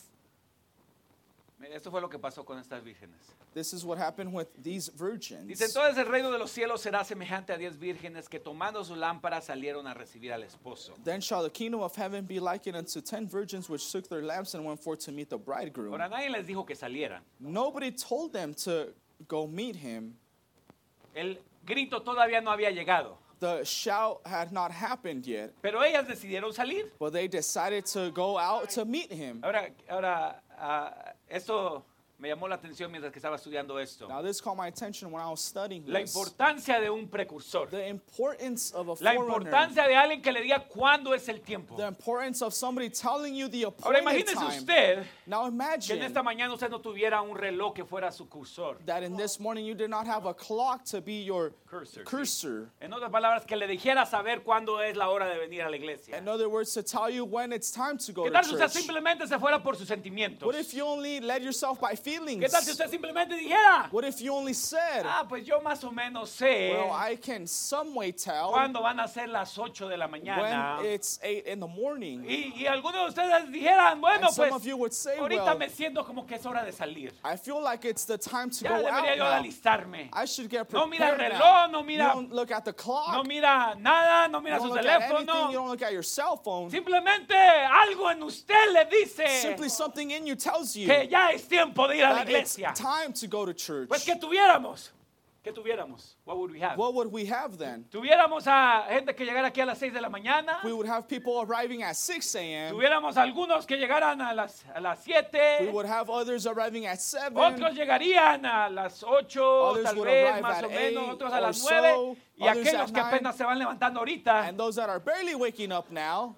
Speaker 3: Mire, Esto fue lo que pasó con estas vírgenes.
Speaker 4: This is what happened with these virgins.
Speaker 3: Dice, entonces el reino de los cielos será semejante a diez vírgenes que tomando sus lámparas salieron a recibir al esposo.
Speaker 4: Then shall the kingdom of heaven be likened unto ten virgins which took their lamps and went forth to meet the bridegroom.
Speaker 3: Ahora nadie les dijo que salieran.
Speaker 4: Nobody told them to go meet him.
Speaker 3: El grito todavía no había llegado,
Speaker 4: The shout had not happened yet,
Speaker 3: pero ellas decidieron salir.
Speaker 4: but they decided to go out to meet him.
Speaker 3: Ahora, ahora ah, esto me llamó la atención mientras que estaba estudiando esto.
Speaker 4: Now, this caught my attention when I was studying
Speaker 3: La
Speaker 4: this.
Speaker 3: importancia de un precursor.
Speaker 4: The importance of a
Speaker 3: La
Speaker 4: forerunner.
Speaker 3: importancia de alguien que le diga cuándo es el tiempo.
Speaker 4: The importance of somebody telling you the
Speaker 3: Ahora
Speaker 4: appointed
Speaker 3: imagínese
Speaker 4: time.
Speaker 3: usted
Speaker 4: Now
Speaker 3: que en
Speaker 4: imagine
Speaker 3: esta mañana usted no tuviera un reloj que fuera su cursor.
Speaker 4: that in this morning you did not have a clock to be your
Speaker 3: Cursor.
Speaker 4: cursor.
Speaker 3: En otras palabras, que le dijera saber cuándo es la hora de venir a la iglesia.
Speaker 4: In other words, to tell you when it's time to go
Speaker 3: ¿Qué
Speaker 4: to
Speaker 3: tal si usted
Speaker 4: church.
Speaker 3: simplemente se fuera por sus sentimientos?
Speaker 4: What if you only led yourself by
Speaker 3: ¿Qué
Speaker 4: feelings?
Speaker 3: tal si usted simplemente dijera,
Speaker 4: What if you only said,
Speaker 3: ah, pues yo más o menos sé
Speaker 4: well, I can some way tell
Speaker 3: cuándo van a ser las 8 de la mañana?
Speaker 4: when it's 8 in the morning?
Speaker 3: Y, y algunos de ustedes dijeran, bueno,
Speaker 4: And some
Speaker 3: pues
Speaker 4: of you would say,
Speaker 3: ahorita
Speaker 4: well,
Speaker 3: me siento como que es hora de salir.
Speaker 4: I feel like it's the time to
Speaker 3: Ya
Speaker 4: go
Speaker 3: debería
Speaker 4: out
Speaker 3: yo
Speaker 4: now.
Speaker 3: alistarme.
Speaker 4: I should get
Speaker 3: No
Speaker 4: prepared
Speaker 3: mira el
Speaker 4: now.
Speaker 3: reloj, no
Speaker 4: You
Speaker 3: mira-
Speaker 4: don't look at the clock.
Speaker 3: No mira nada, no
Speaker 4: you
Speaker 3: mira
Speaker 4: don't
Speaker 3: su
Speaker 4: look at anything. You
Speaker 3: teléfono.
Speaker 4: don't look at your cell phone.
Speaker 3: Simplemente algo en usted le dice
Speaker 4: Simply something in you tells you
Speaker 3: que ya es tiempo de ir a la
Speaker 4: that it's
Speaker 3: iglesia.
Speaker 4: time to go to church.
Speaker 3: Pues que tuviéramos, que tuviéramos, what would we have?
Speaker 4: What would we have then?
Speaker 3: Tuviéramos a gente que llegara aquí a las 6 de la mañana.
Speaker 4: We would have people arriving at 6 a.m.
Speaker 3: Tuviéramos algunos que llegaran a las, a las
Speaker 4: We
Speaker 3: 7.
Speaker 4: would have others arriving at 7.
Speaker 3: Otros llegarían a las 8,
Speaker 4: Others
Speaker 3: tal
Speaker 4: would
Speaker 3: vez
Speaker 4: arrive
Speaker 3: más
Speaker 4: at
Speaker 3: o menos,
Speaker 4: 8
Speaker 3: otros a
Speaker 4: or
Speaker 3: las
Speaker 4: so,
Speaker 3: 9. Y
Speaker 4: others
Speaker 3: aquellos
Speaker 4: at
Speaker 3: que
Speaker 4: 9.
Speaker 3: apenas se van levantando ahorita
Speaker 4: And those that are barely waking up now,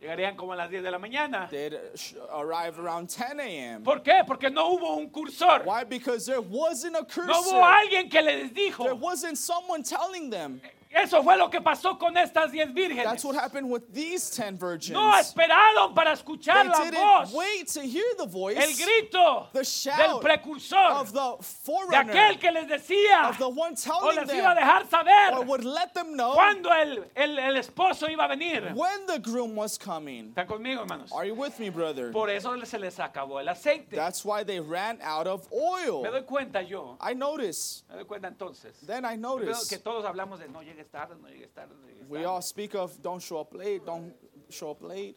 Speaker 3: llegarían como a las 10 de la mañana.
Speaker 4: they'd uh, sh- arrive around 10 a.m.
Speaker 3: ¿Por qué? Porque no hubo un cursor.
Speaker 4: Why? Because there wasn't a cursor.
Speaker 3: No hubo alguien que les
Speaker 4: There
Speaker 3: dijo.
Speaker 4: wasn't someone telling them.
Speaker 3: Eso fue lo que pasó con estas 10
Speaker 4: That's
Speaker 3: vírgenes.
Speaker 4: what happened with these 10 virgins.
Speaker 3: No esperaron para
Speaker 4: they
Speaker 3: escuchar la
Speaker 4: didn't
Speaker 3: voz,
Speaker 4: wait to hear the voice
Speaker 3: el grito
Speaker 4: the
Speaker 3: del
Speaker 4: shout
Speaker 3: precursor,
Speaker 4: of the
Speaker 3: de
Speaker 4: forerunner,
Speaker 3: aquel que les decía
Speaker 4: of the one
Speaker 3: o
Speaker 4: telling
Speaker 3: les iba a
Speaker 4: them,
Speaker 3: dejar
Speaker 4: or
Speaker 3: saber
Speaker 4: would let them know
Speaker 3: cuándo el, el, el esposo iba a venir.
Speaker 4: when the groom was coming.
Speaker 3: ¿Están conmigo, hermanos?
Speaker 4: Are you with me, brother?
Speaker 3: Por eso se les acabó el aceite.
Speaker 4: That's why they ran out of oil.
Speaker 3: Me doy cuenta yo,
Speaker 4: I notice.
Speaker 3: me doy cuenta entonces.
Speaker 4: Then I
Speaker 3: Veo
Speaker 4: notice.
Speaker 3: que todos hablamos de no llegues tarde, no llegues tarde, no llegues
Speaker 4: We
Speaker 3: tarde.
Speaker 4: all speak of don't show up late, don't show up late,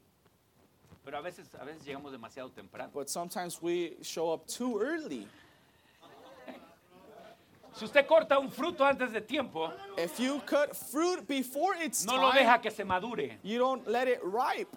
Speaker 3: Pero a veces, a veces llegamos demasiado temprano.
Speaker 4: but sometimes we show up too early.
Speaker 3: Si usted corta un fruto antes de tiempo,
Speaker 4: If you cut fruit before it's
Speaker 3: no lo
Speaker 4: time,
Speaker 3: deja que se madure,
Speaker 4: you don't let it ripe.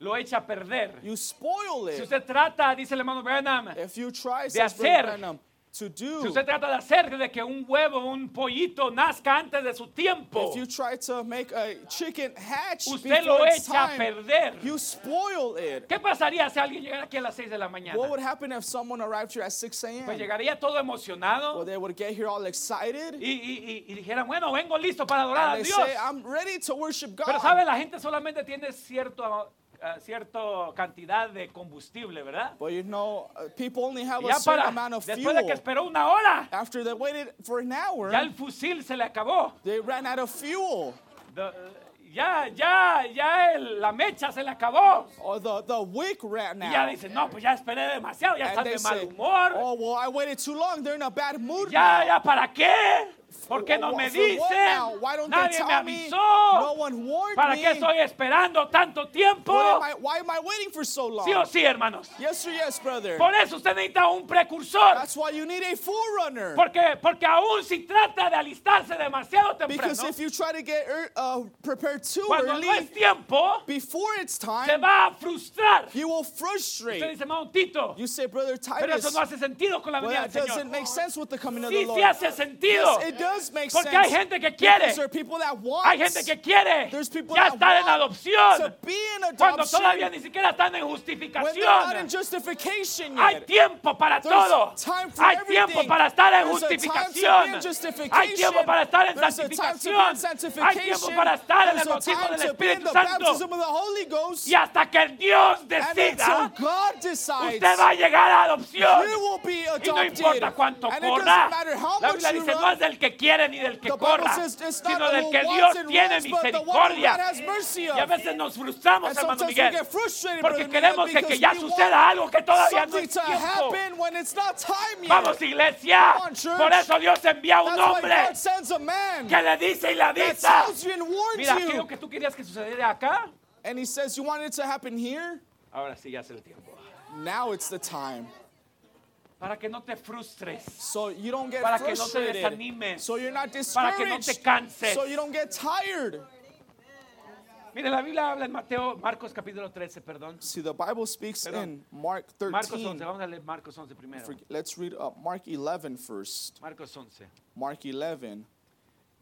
Speaker 3: lo echa a perder.
Speaker 4: You spoil
Speaker 3: Si
Speaker 4: it.
Speaker 3: usted trata, dice el hermano Branham,
Speaker 4: If you try says
Speaker 3: hacer.
Speaker 4: Brother Branham, to
Speaker 3: si
Speaker 4: do,
Speaker 3: usted trata de hacer de que un huevo, un pollito nazca antes de su tiempo,
Speaker 4: if you try to make a chicken hatch
Speaker 3: usted
Speaker 4: before
Speaker 3: lo
Speaker 4: it's
Speaker 3: echa a
Speaker 4: time,
Speaker 3: perder.
Speaker 4: you spoil it.
Speaker 3: ¿Qué pasaría si alguien llegara aquí a las 6 de la mañana?
Speaker 4: What would happen if someone arrived here at 6
Speaker 3: Pues
Speaker 4: a.m.?
Speaker 3: llegaría todo
Speaker 4: Well,
Speaker 3: emocionado
Speaker 4: they would get here all excited
Speaker 3: y, y- y- y dijera, bueno, vengo listo para adorar a
Speaker 4: and they
Speaker 3: Dios.
Speaker 4: say, I'm ready to worship
Speaker 3: Pero sabe,
Speaker 4: God.
Speaker 3: la gente solamente tiene cierto, eh, cierta cantidad de combustible, ¿verdad?
Speaker 4: But you know, uh, people only have
Speaker 3: Y
Speaker 4: a
Speaker 3: ya
Speaker 4: certain
Speaker 3: para,
Speaker 4: amount of
Speaker 3: después de que
Speaker 4: fuel.
Speaker 3: esperó una hora,
Speaker 4: After they waited for an
Speaker 3: ya
Speaker 4: hour,
Speaker 3: el fusil se le acabó.
Speaker 4: they ran out of fuel.
Speaker 3: The- eh, ya, ya, ya el- la mecha se le acabó.
Speaker 4: Or the, the wick ran
Speaker 3: Y ya
Speaker 4: out.
Speaker 3: dice, no, pues ya esperé demasiado, ya estás
Speaker 4: And they
Speaker 3: de mal
Speaker 4: say,
Speaker 3: humor.
Speaker 4: oh, well, I waited too long. They're in a bad mood
Speaker 3: Ya,
Speaker 4: now.
Speaker 3: ya, ¿para qué? ¿Por qué no
Speaker 4: Wh-
Speaker 3: me
Speaker 4: for what now?
Speaker 3: dicen?
Speaker 4: Why don't they
Speaker 3: Nadie me
Speaker 4: tell me? No
Speaker 3: avisó.
Speaker 4: one warned
Speaker 3: ¿Para
Speaker 4: me.
Speaker 3: qué estoy esperando tanto tiempo?
Speaker 4: What am I, why am I waiting for so long?
Speaker 3: Sí o sí, hermanos.
Speaker 4: Yes or yes, brother?
Speaker 3: Por eso usted necesita un precursor.
Speaker 4: That's why you need a forerunner.
Speaker 3: Porque, porque aún si trata de alistarse demasiado temprano,
Speaker 4: Because if you try to get er, uh, prepared too
Speaker 3: cuando
Speaker 4: early,
Speaker 3: no es tiempo,
Speaker 4: before it's
Speaker 3: se
Speaker 4: time,
Speaker 3: va a frustrar.
Speaker 4: you will
Speaker 3: Usted
Speaker 4: frustrate.
Speaker 3: dice, hermano Tito,
Speaker 4: You say, brother
Speaker 3: pero
Speaker 4: Titus,
Speaker 3: eso no hace sentido con la
Speaker 4: well,
Speaker 3: venida
Speaker 4: that
Speaker 3: del Señor.
Speaker 4: doesn't make sense with the coming of the
Speaker 3: Sí,
Speaker 4: Lord.
Speaker 3: sí hace sentido.
Speaker 4: Yes, it does make
Speaker 3: Porque
Speaker 4: sense.
Speaker 3: hay gente que quiere,
Speaker 4: Because there are people that want
Speaker 3: hay gente que quiere
Speaker 4: There's people
Speaker 3: ya
Speaker 4: that
Speaker 3: estar en
Speaker 4: want to
Speaker 3: adopción
Speaker 4: be in
Speaker 3: cuando
Speaker 4: adoption
Speaker 3: todavía ni siquiera están en
Speaker 4: when they're not in
Speaker 3: justificación.
Speaker 4: justification
Speaker 3: Hay
Speaker 4: yet.
Speaker 3: tiempo para
Speaker 4: There's
Speaker 3: todo.
Speaker 4: time for
Speaker 3: Hay
Speaker 4: everything.
Speaker 3: tiempo para estar en
Speaker 4: There's a time to be
Speaker 3: justificación.
Speaker 4: in justification.
Speaker 3: Hay tiempo para estar en
Speaker 4: There's a time to be in
Speaker 3: santificación. Hay tiempo
Speaker 4: sanctification.
Speaker 3: para estar en el
Speaker 4: There's a
Speaker 3: bautismo
Speaker 4: time
Speaker 3: del
Speaker 4: to be in
Speaker 3: Espíritu
Speaker 4: the
Speaker 3: Santo.
Speaker 4: baptism of the Holy Ghost.
Speaker 3: Y hasta que Dios
Speaker 4: And until
Speaker 3: decida,
Speaker 4: God decides,
Speaker 3: usted va a llegar a adopción.
Speaker 4: you will be
Speaker 3: Y no
Speaker 4: adopted.
Speaker 3: importa cuánto
Speaker 4: and it
Speaker 3: corra.
Speaker 4: doesn't matter how
Speaker 3: La
Speaker 4: much
Speaker 3: Biblia
Speaker 4: you
Speaker 3: dice,
Speaker 4: run.
Speaker 3: no es del que quiere ni del que
Speaker 4: the Bible
Speaker 3: corra,
Speaker 4: says it's not
Speaker 3: sino
Speaker 4: the
Speaker 3: del
Speaker 4: one
Speaker 3: que
Speaker 4: who
Speaker 3: Dios
Speaker 4: wants and
Speaker 3: tiene
Speaker 4: runs, but the one who God
Speaker 3: misericordia.
Speaker 4: has mercy
Speaker 3: Y a
Speaker 4: of.
Speaker 3: veces nos frustramos,
Speaker 4: And
Speaker 3: hermano
Speaker 4: sometimes we
Speaker 3: Miguel,
Speaker 4: get frustrated,
Speaker 3: porque
Speaker 4: brother Miguel,
Speaker 3: queremos de que
Speaker 4: because
Speaker 3: ya
Speaker 4: we
Speaker 3: suceda
Speaker 4: want
Speaker 3: algo que todavía no
Speaker 4: something
Speaker 3: es
Speaker 4: to
Speaker 3: tiempo.
Speaker 4: happen when it's not time yet.
Speaker 3: Vamos, iglesia.
Speaker 4: Come on, church.
Speaker 3: Por eso Dios envía a un
Speaker 4: That's why
Speaker 3: hombre
Speaker 4: God sends a man
Speaker 3: que le dice y le
Speaker 4: that
Speaker 3: avisa.
Speaker 4: tells you and warns
Speaker 3: Mira,
Speaker 4: you.
Speaker 3: aquello que tú querías que sucediera acá,
Speaker 4: And he says, You wanted it to happen here?
Speaker 3: ahora sí ya es el tiempo.
Speaker 4: Now it's the time.
Speaker 3: Para que no te frustres,
Speaker 4: So you don't get
Speaker 3: Para que no te
Speaker 4: frustrated.
Speaker 3: desanimes.
Speaker 4: So you're not
Speaker 3: Para que no te
Speaker 4: discouraged.
Speaker 3: canses.
Speaker 4: So you don't get tired.
Speaker 3: Mire, la Biblia habla en Mateo, Marcos capítulo 13, perdón.
Speaker 4: See, the Bible speaks
Speaker 3: Perdón.
Speaker 4: in Mark
Speaker 3: Marcos 11,
Speaker 4: 13.
Speaker 3: vamos a leer Marcos 11 primero.
Speaker 4: Forg- Let's read uh, Mark 11 first.
Speaker 3: Marcos 11.
Speaker 4: Mark 11.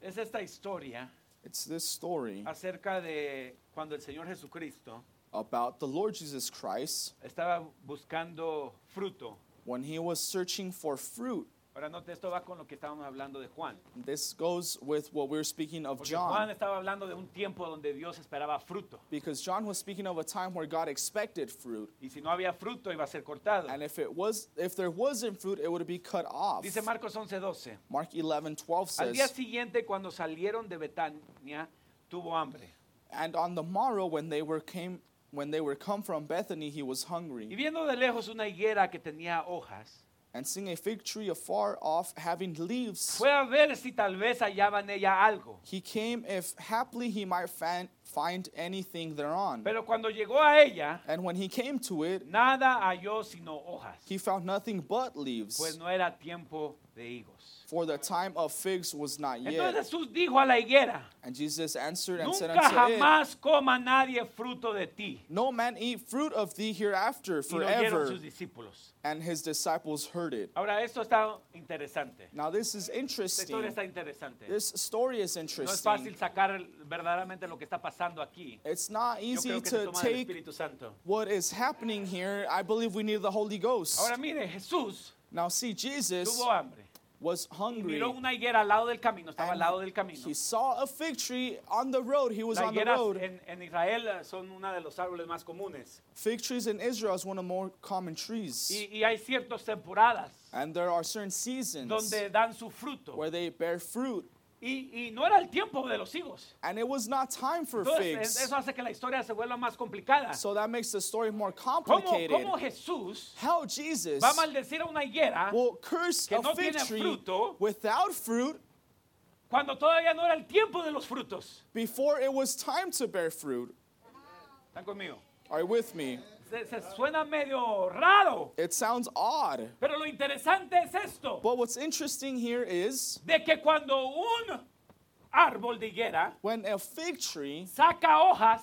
Speaker 3: Es esta historia
Speaker 4: It's this story
Speaker 3: acerca de cuando el Señor Jesucristo
Speaker 4: about the Lord Jesus Christ
Speaker 3: estaba buscando fruto.
Speaker 4: when he was searching for fruit.
Speaker 3: Ahora note, esto va con lo que estábamos hablando de Juan.
Speaker 4: This goes with what we are speaking of
Speaker 3: Porque Juan
Speaker 4: John.
Speaker 3: estaba hablando de un tiempo donde Dios esperaba fruto.
Speaker 4: Because John was speaking of a time where God expected fruit.
Speaker 3: Y si no había fruto, iba a ser cortado.
Speaker 4: And if it was if there wasn't fruit, it would be cut off.
Speaker 3: Dice Marcos 11, 12.
Speaker 4: Mark 11, 12
Speaker 3: Al día
Speaker 4: says,
Speaker 3: siguiente, cuando salieron de Betania, tuvo hambre.
Speaker 4: And on the morrow when they were came when they were come from Bethany, he was
Speaker 3: Y
Speaker 4: hungry,
Speaker 3: viendo de lejos una higuera que tenía hojas,
Speaker 4: and seeing a fig tree afar off having leaves,
Speaker 3: fue a ver si tal vez hallaba en ella algo.
Speaker 4: he came if haply he might fan, find anything thereon.
Speaker 3: Pero cuando llegó a ella,
Speaker 4: And when he came to it,
Speaker 3: nada halló sino hojas,
Speaker 4: he found nothing but
Speaker 3: pues
Speaker 4: leaves,
Speaker 3: no era tiempo de higos.
Speaker 4: for the time of figs was not
Speaker 3: Entonces
Speaker 4: yet.
Speaker 3: Jesús dijo a la higuera,
Speaker 4: And Jesus answered and said
Speaker 3: nunca
Speaker 4: unto it,
Speaker 3: jamás coma nadie fruto de ti.
Speaker 4: No man eat fruit of thee hereafter
Speaker 3: Y lo oyeron
Speaker 4: forever.
Speaker 3: sus discípulos.
Speaker 4: And his disciples heard it.
Speaker 3: Ahora, esto está interesante.
Speaker 4: Now this is
Speaker 3: Esta historia
Speaker 4: interesting.
Speaker 3: está interesante.
Speaker 4: This story is
Speaker 3: No es
Speaker 4: interesting.
Speaker 3: fácil sacar el- verdaderamente lo que está pasando aquí.
Speaker 4: It's not
Speaker 3: Yo
Speaker 4: easy
Speaker 3: creo que se
Speaker 4: to
Speaker 3: toma del
Speaker 4: take
Speaker 3: Espíritu Santo.
Speaker 4: what is happening here. I believe we need the Holy Ghost.
Speaker 3: Ahora mire, Jesús
Speaker 4: Now, see, Jesus
Speaker 3: tuvo hambre.
Speaker 4: was
Speaker 3: Y
Speaker 4: hungry.
Speaker 3: miró una higuera al lado del camino, estaba al
Speaker 4: and
Speaker 3: lado del camino.
Speaker 4: He saw a fig tree on the road. He was
Speaker 3: Las
Speaker 4: on the
Speaker 3: higueras
Speaker 4: road.
Speaker 3: en, en Israel eh, son uno de los árboles más comunes.
Speaker 4: Fig trees in Israel is one of the more common trees.
Speaker 3: Y, y hay ciertas temporadas
Speaker 4: and there are certain seasons
Speaker 3: donde dan su fruto.
Speaker 4: where they bear fruit.
Speaker 3: Y, y no era el tiempo de los higos.
Speaker 4: And it was not time for
Speaker 3: Entonces,
Speaker 4: figs.
Speaker 3: eso hace que la historia se vuelva más complicada.
Speaker 4: so that makes the story more
Speaker 3: ¿Cómo,
Speaker 4: complicated.
Speaker 3: cómo Jesús
Speaker 4: How Jesus
Speaker 3: va a maldecir a una higuera
Speaker 4: will curse
Speaker 3: que
Speaker 4: a
Speaker 3: no
Speaker 4: fig
Speaker 3: tiene
Speaker 4: tree
Speaker 3: fruto.
Speaker 4: without fruit
Speaker 3: cuando todavía no era el tiempo de los frutos?
Speaker 4: before it was time to bear fruit?
Speaker 3: ¿Están conmigo?
Speaker 4: Are you with me?
Speaker 3: Se, se suena medio raro,
Speaker 4: It sounds odd.
Speaker 3: pero lo interesante es esto,
Speaker 4: But what's interesting here is
Speaker 3: de que cuando un árbol de higuera
Speaker 4: when a fig tree
Speaker 3: saca hojas,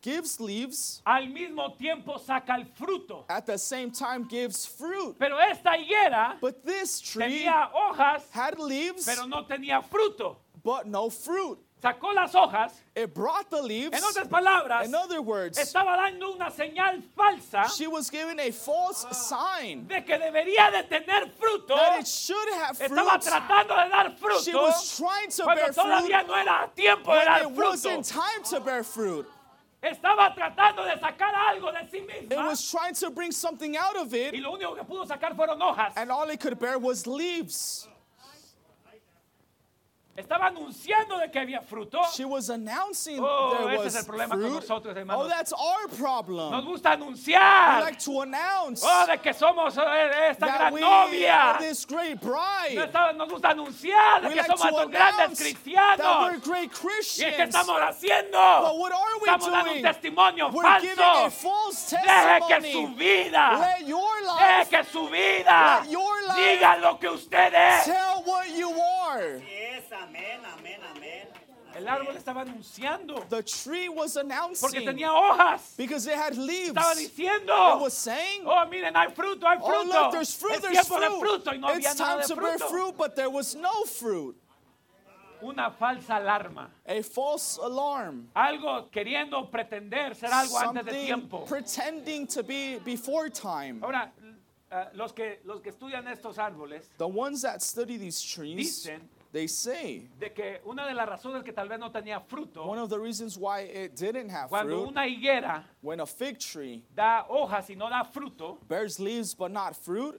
Speaker 4: gives leaves,
Speaker 3: al mismo tiempo saca el fruto.
Speaker 4: at the same time gives fruit.
Speaker 3: Pero esta higuera
Speaker 4: But this tree
Speaker 3: tenía hojas,
Speaker 4: had leaves,
Speaker 3: uh, pero no tenía fruto.
Speaker 4: but no fruit.
Speaker 3: Sacó las hojas,
Speaker 4: It brought the leaves.
Speaker 3: en otras palabras,
Speaker 4: In other words,
Speaker 3: estaba dando una señal falsa
Speaker 4: she was given a false
Speaker 3: Ah.
Speaker 4: sign
Speaker 3: de que debería de tener fruto.
Speaker 4: that it should have
Speaker 3: Estaba
Speaker 4: fruit.
Speaker 3: tratando de dar fruto.
Speaker 4: She was trying to
Speaker 3: cuando
Speaker 4: bear fruit
Speaker 3: todavía no era tiempo de
Speaker 4: when
Speaker 3: dar
Speaker 4: it
Speaker 3: fruto.
Speaker 4: wasn't time to bear fruit.
Speaker 3: Estaba tratando de sacar algo de sí
Speaker 4: It
Speaker 3: misma
Speaker 4: was trying to bring something out of
Speaker 3: y
Speaker 4: it,
Speaker 3: lo único que pudo sacar fueron hojas.
Speaker 4: and all it could bear was leaves.
Speaker 3: Estaba anunciando de que había fruto.
Speaker 4: She was announcing
Speaker 3: Oh,
Speaker 4: there
Speaker 3: ese es
Speaker 4: was
Speaker 3: el problema con
Speaker 4: fruit.
Speaker 3: nosotros, hermanos.
Speaker 4: oh, that's our
Speaker 3: Nos
Speaker 4: problem.
Speaker 3: gusta
Speaker 4: We
Speaker 3: anunciar
Speaker 4: like to announce
Speaker 3: oh, de que somos eh, esta
Speaker 4: that
Speaker 3: gran
Speaker 4: we
Speaker 3: novia.
Speaker 4: are this great
Speaker 3: No
Speaker 4: bride.
Speaker 3: está- Nos gusta anunciar de
Speaker 4: we
Speaker 3: que
Speaker 4: like to
Speaker 3: somos estos
Speaker 4: announce
Speaker 3: grandes
Speaker 4: that we're
Speaker 3: cristianos.
Speaker 4: great
Speaker 3: ¿Y es que
Speaker 4: Christians.
Speaker 3: estamos
Speaker 4: but
Speaker 3: haciendo?
Speaker 4: what are we
Speaker 3: Estamos dando un
Speaker 4: doing?
Speaker 3: testimonio
Speaker 4: we're giving a
Speaker 3: falso.
Speaker 4: false
Speaker 3: Deje que
Speaker 4: testimony.
Speaker 3: su vida,
Speaker 4: Let your
Speaker 3: deje
Speaker 4: life
Speaker 3: que su vida
Speaker 4: Let your life
Speaker 3: diga lo que usted es.
Speaker 4: tell what you are.
Speaker 5: Yes, amén, amén, amén.
Speaker 3: El árbol estaba anunciando
Speaker 4: The tree was
Speaker 3: porque
Speaker 4: announcing
Speaker 3: tenía hojas.
Speaker 4: because it had leaves.
Speaker 3: Estaba
Speaker 4: It
Speaker 3: diciendo,
Speaker 4: was saying,
Speaker 3: oh miren, hay fruto, hay
Speaker 4: oh look,
Speaker 3: fruto.
Speaker 4: there's fruit,
Speaker 3: Es
Speaker 4: there's
Speaker 3: tiempo de
Speaker 4: fruit.
Speaker 3: fruto y no había nada
Speaker 4: it's time
Speaker 3: de
Speaker 4: to bear
Speaker 3: fruto.
Speaker 4: fruit, but there was no fruit.
Speaker 3: Una falsa alarma.
Speaker 4: A false alarm.
Speaker 3: Algo queriendo pretender ser algo antes de
Speaker 4: Something
Speaker 3: tiempo.
Speaker 4: pretending to be before time.
Speaker 3: Ahora, eh, los, que, los que estudian estos árboles
Speaker 4: The ones that study these trees,
Speaker 3: Dicen-
Speaker 4: they say
Speaker 3: de que una de las razones que tal vez no tenía
Speaker 4: one
Speaker 3: fruto,
Speaker 4: of the reasons why it didn't have
Speaker 3: cuando
Speaker 4: fruit,
Speaker 3: una higuera
Speaker 4: when a fig tree
Speaker 3: da hojas y no da fruto,
Speaker 4: bears leaves but not fruit,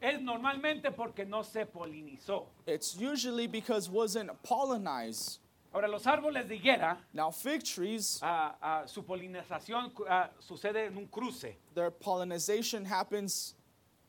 Speaker 3: es normalmente porque no se polinizó.
Speaker 4: it's usually because wasn't pollinized.
Speaker 3: Ahora, los árboles de higuera
Speaker 4: Now fig trees,
Speaker 3: ah, ah, su polinización cu- ah, sucede en un cruce.
Speaker 4: their pollinization happens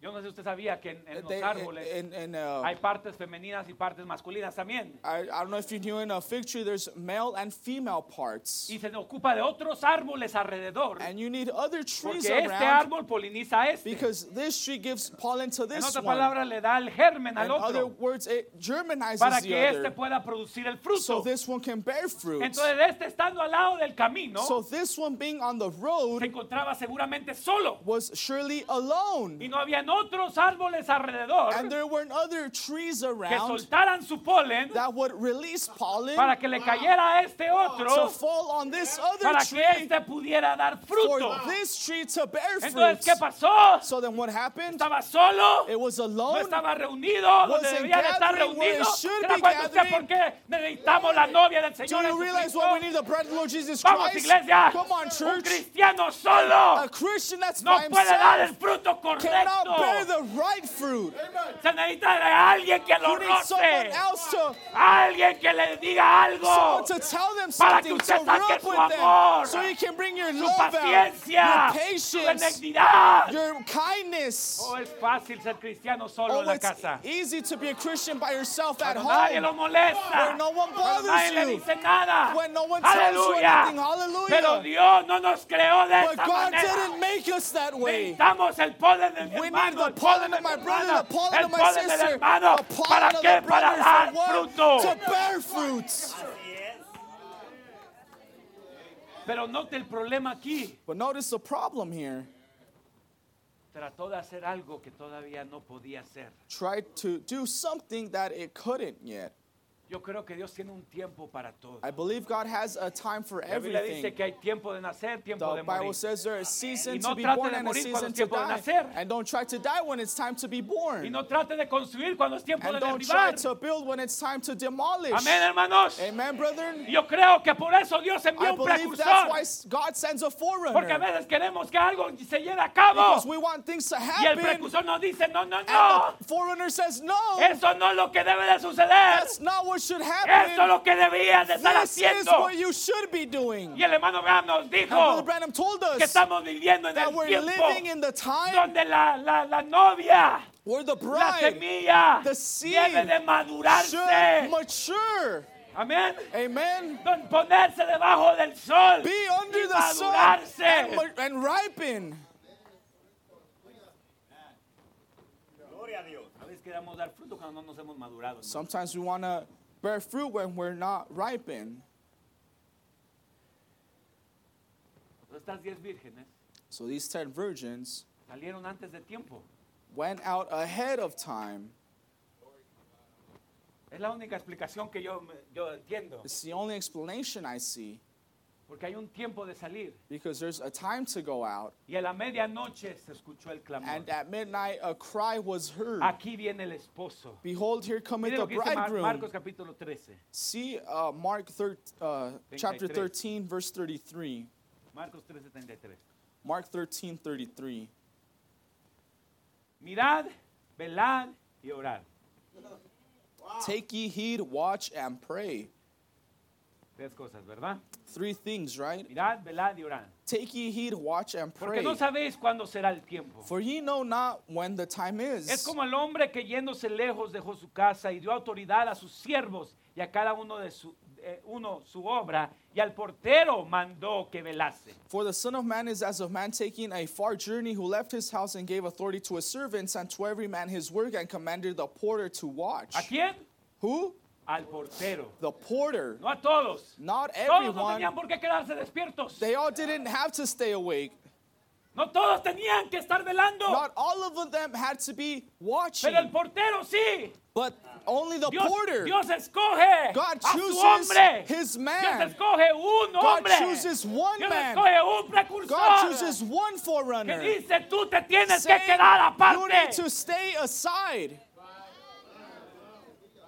Speaker 3: Yo no sé si usted sabía que en, en los
Speaker 4: They-
Speaker 3: árboles
Speaker 4: and, and, uh,
Speaker 3: hay partes femeninas y partes masculinas también.
Speaker 4: I, I don't know if you knew in a fig tree, there's male and female parts.
Speaker 3: Y se ocupa de otros árboles alrededor.
Speaker 4: And you need other trees
Speaker 3: Porque este
Speaker 4: around
Speaker 3: árbol poliniza a este.
Speaker 4: because this tree gives pollen to
Speaker 3: En
Speaker 4: this
Speaker 3: otras
Speaker 4: one.
Speaker 3: palabras, le da el germen al
Speaker 4: In other
Speaker 3: otro
Speaker 4: words, it germinizes
Speaker 3: para
Speaker 4: the
Speaker 3: que este
Speaker 4: other.
Speaker 3: pueda producir el
Speaker 4: So
Speaker 3: fruto.
Speaker 4: this one can bear fruit.
Speaker 3: Entonces, este estando al lado del camino,
Speaker 4: So this one being on the
Speaker 3: se
Speaker 4: road
Speaker 3: encontraba seguramente solo.
Speaker 4: was surely alone.
Speaker 3: Y no habían otros árboles alrededor
Speaker 4: And there weren't other trees
Speaker 3: que
Speaker 4: around
Speaker 3: soltaran su polen
Speaker 4: that would release pollen
Speaker 3: para que le cayera a este
Speaker 4: to
Speaker 3: otro
Speaker 4: fall on this other
Speaker 3: para que
Speaker 4: tree
Speaker 3: éste pudiera dar
Speaker 4: for
Speaker 3: fruto.
Speaker 4: this tree to bear
Speaker 3: Entonces, ¿qué
Speaker 4: fruit.
Speaker 3: pasó?
Speaker 4: So then what happened?
Speaker 3: Estaba solo,
Speaker 4: It was
Speaker 3: no
Speaker 4: alone.
Speaker 3: estaba reunido donde
Speaker 4: Wasn't
Speaker 3: debía de estar
Speaker 4: gathering where it
Speaker 3: reunido. ¿Se
Speaker 4: should
Speaker 3: da
Speaker 4: be
Speaker 3: cuenta usted
Speaker 4: gathering?
Speaker 3: por qué necesitamos la novia del
Speaker 4: Do
Speaker 3: Señor
Speaker 4: you realize what we
Speaker 3: Jesucristo?
Speaker 4: need the bread of Lord Jesus
Speaker 3: Vamos,
Speaker 4: Christ?
Speaker 3: iglesia.
Speaker 4: Come on,
Speaker 3: Un
Speaker 4: church.
Speaker 3: cristiano
Speaker 4: A
Speaker 3: solo
Speaker 4: Christian that's
Speaker 3: no
Speaker 4: by
Speaker 3: puede dar
Speaker 4: himself
Speaker 3: el fruto
Speaker 4: cannot bear
Speaker 3: correcto.
Speaker 4: the right fruit.
Speaker 3: Se necesita de alguien que lo
Speaker 4: You need someone
Speaker 3: roce.
Speaker 4: else to,
Speaker 3: Alguien que le diga algo.
Speaker 4: someone to tell them
Speaker 3: Para que
Speaker 4: something, to
Speaker 3: usted saque
Speaker 4: rub
Speaker 3: su
Speaker 4: with
Speaker 3: amor,
Speaker 4: them, so you can bring your
Speaker 3: Su
Speaker 4: love
Speaker 3: paciencia.
Speaker 4: out, your
Speaker 3: Su
Speaker 4: patience,
Speaker 3: benignidad. Oh,
Speaker 4: your kindness.
Speaker 3: No es fácil ser cristiano solo en
Speaker 4: Oh,
Speaker 3: la
Speaker 4: it's
Speaker 3: casa.
Speaker 4: easy to be a Christian by yourself at
Speaker 3: Cuando nadie lo
Speaker 4: home.
Speaker 3: molesta.
Speaker 4: Where no one
Speaker 3: Cuando
Speaker 4: bothers
Speaker 3: nadie le
Speaker 4: you.
Speaker 3: dice nada.
Speaker 4: When no one tells you
Speaker 3: Aleluya.
Speaker 4: anything, hallelujah.
Speaker 3: Pero Dios no nos creó de
Speaker 4: But
Speaker 3: esa
Speaker 4: God
Speaker 3: manera.
Speaker 4: didn't make us that way.
Speaker 3: Necesitamos el poder de mi
Speaker 4: We need
Speaker 3: hermano,
Speaker 4: the
Speaker 3: el poder
Speaker 4: pollen
Speaker 3: de
Speaker 4: of
Speaker 3: mi
Speaker 4: my brother,
Speaker 3: hermana,
Speaker 4: the pollen
Speaker 3: el
Speaker 4: of my
Speaker 3: poder del
Speaker 4: sister,
Speaker 3: hermano.
Speaker 4: the pollen
Speaker 3: ¿Para
Speaker 4: of
Speaker 3: qué? Para
Speaker 4: the brothers,
Speaker 3: dar
Speaker 4: the word,
Speaker 3: fruto.
Speaker 4: to bear fruits.
Speaker 5: Así es.
Speaker 3: Pero note el problema aquí.
Speaker 4: But notice the problem here.
Speaker 3: Trató de hacer algo que todavía no podía hacer.
Speaker 4: Tried to do something that it couldn't yet.
Speaker 3: Yo creo que Dios tiene un tiempo para todo.
Speaker 4: I believe God has a time for
Speaker 3: La Biblia dice
Speaker 4: everything.
Speaker 3: que hay tiempo de nacer, tiempo
Speaker 4: The
Speaker 3: de morir.
Speaker 4: Bible says there is season
Speaker 3: Y no
Speaker 4: to be
Speaker 3: trate
Speaker 4: born
Speaker 3: de
Speaker 4: and a
Speaker 3: morir cuando
Speaker 4: season
Speaker 3: es
Speaker 4: to
Speaker 3: tiempo de
Speaker 4: die.
Speaker 3: nacer.
Speaker 4: And don't try to die when it's time to
Speaker 3: Y
Speaker 4: be born.
Speaker 3: no trate de construir cuando es tiempo de
Speaker 4: And don't try
Speaker 3: derribar.
Speaker 4: to build when it's time to demolish.
Speaker 3: Amén, hermanos.
Speaker 4: Amen, brethren.
Speaker 3: Yo creo que por eso Dios
Speaker 4: I
Speaker 3: envió un
Speaker 4: believe that's
Speaker 3: precursor.
Speaker 4: why s- God sends a
Speaker 3: Porque a
Speaker 4: forerunner.
Speaker 3: veces queremos que algo se lleve a cabo.
Speaker 4: Because we want things to
Speaker 3: Y el
Speaker 4: happen. And
Speaker 3: precursor nos dice, no, no, no.
Speaker 4: the forerunner says, no,
Speaker 3: Eso no es lo que debe de suceder.
Speaker 4: that's not what should
Speaker 3: Eso es
Speaker 4: happen.
Speaker 3: lo que debías de estar
Speaker 4: This is
Speaker 3: haciendo.
Speaker 4: what you should be doing.
Speaker 3: Y el hermano Graham nos
Speaker 4: And Brother
Speaker 3: dijo
Speaker 4: Branham told
Speaker 3: que
Speaker 4: us
Speaker 3: estamos viviendo en
Speaker 4: that
Speaker 3: el
Speaker 4: we're living
Speaker 3: tiempo
Speaker 4: in the time
Speaker 3: donde la, la, la novia,
Speaker 4: where the
Speaker 3: la
Speaker 4: bride
Speaker 3: semilla,
Speaker 4: the seed
Speaker 3: debe de
Speaker 4: should
Speaker 3: madurarse.
Speaker 4: mature.
Speaker 3: Amén.
Speaker 4: Amen.
Speaker 3: Don- Ponerse debajo del sol.
Speaker 4: Be
Speaker 3: y
Speaker 4: under the sun
Speaker 3: madurarse.
Speaker 4: and, ma- and ripen.
Speaker 5: Gloria a Dios.
Speaker 3: A veces queremos dar fruto cuando no nos hemos madurado. ¿no?
Speaker 4: Sometimes we want to bear fruit when we're not ripened.
Speaker 3: Estas 10 vírgenes
Speaker 4: So these 10 virgins
Speaker 3: salieron antes de tiempo.
Speaker 4: went out ahead of time.
Speaker 3: Es la única explicación que yo, me- yo entiendo.
Speaker 4: It's the only explanation I see
Speaker 3: Porque hay un tiempo de salir.
Speaker 4: because there's a time to go out.
Speaker 3: Y a la medianoche se escuchó el clamor.
Speaker 4: And uh, at midnight, a cry was heard.
Speaker 3: Aquí viene el esposo.
Speaker 4: Behold, here cometh
Speaker 3: Mire
Speaker 4: the
Speaker 3: lo que dice Mar-
Speaker 4: bridegroom.
Speaker 3: Marcos capítulo 13.
Speaker 4: See uh, Mark thir- uh, chapter
Speaker 3: 33.
Speaker 4: 13, verse 33.
Speaker 3: Marcos 13, 33.
Speaker 4: Mark 13, 33.
Speaker 3: Mirad, velad y orad.
Speaker 4: Take ye heed, watch, and pray.
Speaker 3: Tres cosas, ¿verdad?
Speaker 4: Three things, right?
Speaker 3: Mirad, velad y orad.
Speaker 4: Take ye heed, watch, and
Speaker 3: Porque
Speaker 4: pray. Pues-
Speaker 3: no sabéis cuándo será el tiempo.
Speaker 4: For ye know not when the time
Speaker 3: Es
Speaker 4: is.
Speaker 3: como el hombre que yéndose lejos dejó su casa y dio autoridad a sus siervos y a cada uno de su, eh, uno su obra y al portero mandó que velase.
Speaker 4: For the Son of Man is as a man taking a far journey who left his house and gave authority to his servants and to every man his work and commanded the porter to watch.
Speaker 3: ¿A quién?
Speaker 4: Who?
Speaker 3: Al portero.
Speaker 4: The porter.
Speaker 3: No a todos.
Speaker 4: Not
Speaker 3: Todos no
Speaker 4: everyone.
Speaker 3: tenían por qué quedarse despiertos.
Speaker 4: They all didn't have to stay awake.
Speaker 3: No todos tenían que estar velando.
Speaker 4: Not all of them had to be watching.
Speaker 3: Pero el portero sí.
Speaker 4: But only the
Speaker 3: Dios,
Speaker 4: porter.
Speaker 3: Dios escoge
Speaker 4: God
Speaker 3: a su
Speaker 4: chooses
Speaker 3: hombre.
Speaker 4: his
Speaker 3: Dios
Speaker 4: man.
Speaker 3: escoge un
Speaker 4: God
Speaker 3: hombre.
Speaker 4: chooses one
Speaker 3: Dios
Speaker 4: man.
Speaker 3: escoge un
Speaker 4: God
Speaker 3: precursor
Speaker 4: chooses one
Speaker 3: que
Speaker 4: forerunner.
Speaker 3: dice tú te tienes que
Speaker 4: saying,
Speaker 3: quedar
Speaker 4: You need
Speaker 3: aparte.
Speaker 4: to stay aside.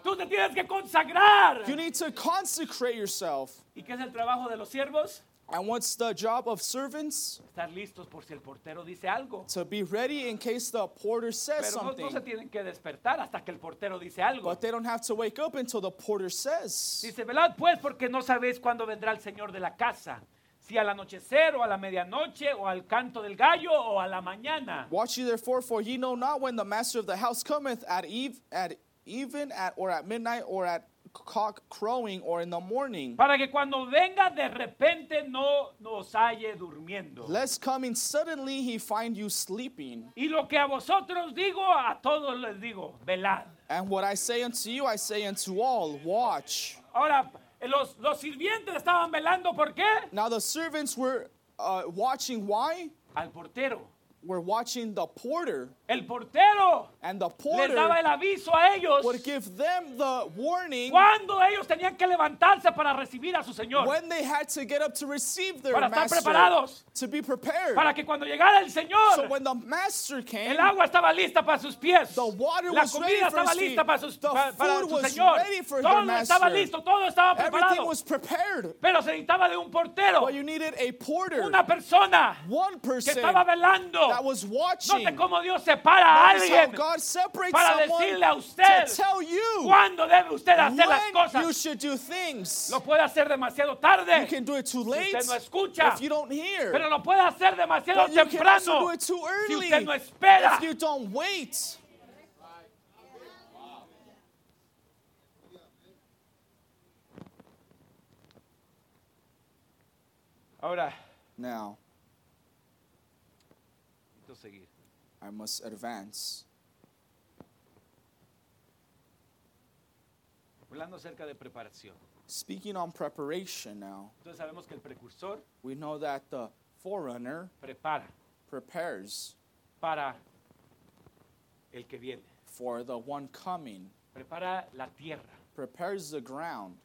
Speaker 3: Tú te tienes que consagrar.
Speaker 4: You need to consecrate yourself.
Speaker 3: ¿Y qué es el trabajo de los siervos?
Speaker 4: And what's the job of servants?
Speaker 3: Estar listos por si el portero dice algo.
Speaker 4: To be ready in case the porter says
Speaker 3: Pero no, no se
Speaker 4: something.
Speaker 3: tienen que despertar hasta que el portero dice algo.
Speaker 4: But they don't have to wake up until the porter says.
Speaker 3: Dice, velad pues porque no sabéis cuándo vendrá el Señor de la casa, si al anochecer o a la medianoche o al canto del gallo o a la mañana.
Speaker 4: Watch ye therefore, for ye know not when the master of the house cometh at eve, at even at or at midnight or at cock crowing or in the morning,
Speaker 3: Para que cuando venga de repente no nos halle durmiendo.
Speaker 4: lest coming suddenly he find you sleeping.
Speaker 3: Y lo que a vosotros digo, a todos les digo, velad.
Speaker 4: And what I say unto you, I say unto all, watch.
Speaker 3: Ahora, los, los sirvientes estaban velando, ¿por qué?
Speaker 4: Now the servants were uh, watching. Why?
Speaker 3: Al portero.
Speaker 4: Were watching the porter,
Speaker 3: El portero
Speaker 4: and the
Speaker 3: les daba
Speaker 4: porter
Speaker 3: el aviso a ellos
Speaker 4: would give them the warning
Speaker 3: cuando ellos tenían que levantarse para recibir a su Señor.
Speaker 4: when they had to get up to receive their
Speaker 3: Para estar preparados.
Speaker 4: master, to be prepared.
Speaker 3: Para que cuando llegara el
Speaker 4: So
Speaker 3: Señor,
Speaker 4: when the master came,
Speaker 3: el agua estaba lista para sus pies.
Speaker 4: The water
Speaker 3: La
Speaker 4: was
Speaker 3: comida
Speaker 4: ready for
Speaker 3: estaba
Speaker 4: his
Speaker 3: lista
Speaker 4: feet.
Speaker 3: para, sus,
Speaker 4: The
Speaker 3: pa- para
Speaker 4: food
Speaker 3: su
Speaker 4: was
Speaker 3: Señor.
Speaker 4: ready for their
Speaker 3: Todo estaba
Speaker 4: master.
Speaker 3: listo, todo estaba
Speaker 4: everything
Speaker 3: preparado.
Speaker 4: was prepared.
Speaker 3: Pero se necesitaba de un portero,
Speaker 4: But you needed a porter,
Speaker 3: una persona
Speaker 4: one
Speaker 3: que
Speaker 4: person
Speaker 3: estaba velando.
Speaker 4: that was watching.
Speaker 3: Note cómo Dios separa a
Speaker 4: Notice how
Speaker 3: alguien
Speaker 4: God separates
Speaker 3: para
Speaker 4: someone
Speaker 3: decirle a usted
Speaker 4: to tell you
Speaker 3: cuándo debe usted hacer las
Speaker 4: when you
Speaker 3: cosas.
Speaker 4: should do things.
Speaker 3: Lo puede hacer demasiado
Speaker 4: You
Speaker 3: tarde,
Speaker 4: can do it too late
Speaker 3: usted no escucha,
Speaker 4: if you don't hear.
Speaker 3: pero lo puede hacer demasiado
Speaker 4: but you can also
Speaker 3: temprano
Speaker 4: do it too
Speaker 3: si
Speaker 4: early
Speaker 3: usted no espera.
Speaker 4: if you don't wait.
Speaker 3: Ahora,
Speaker 4: Now,
Speaker 3: necesito seguir.
Speaker 4: I must advance.
Speaker 3: Hablando acerca de preparación.
Speaker 4: Speaking on preparation now,
Speaker 3: Entonces sabemos que el precursor
Speaker 4: we know that the forerunner
Speaker 3: prepara
Speaker 4: prepares
Speaker 3: para el que viene.
Speaker 4: for the one coming,
Speaker 3: Prepara la tierra,
Speaker 4: prepares the ground.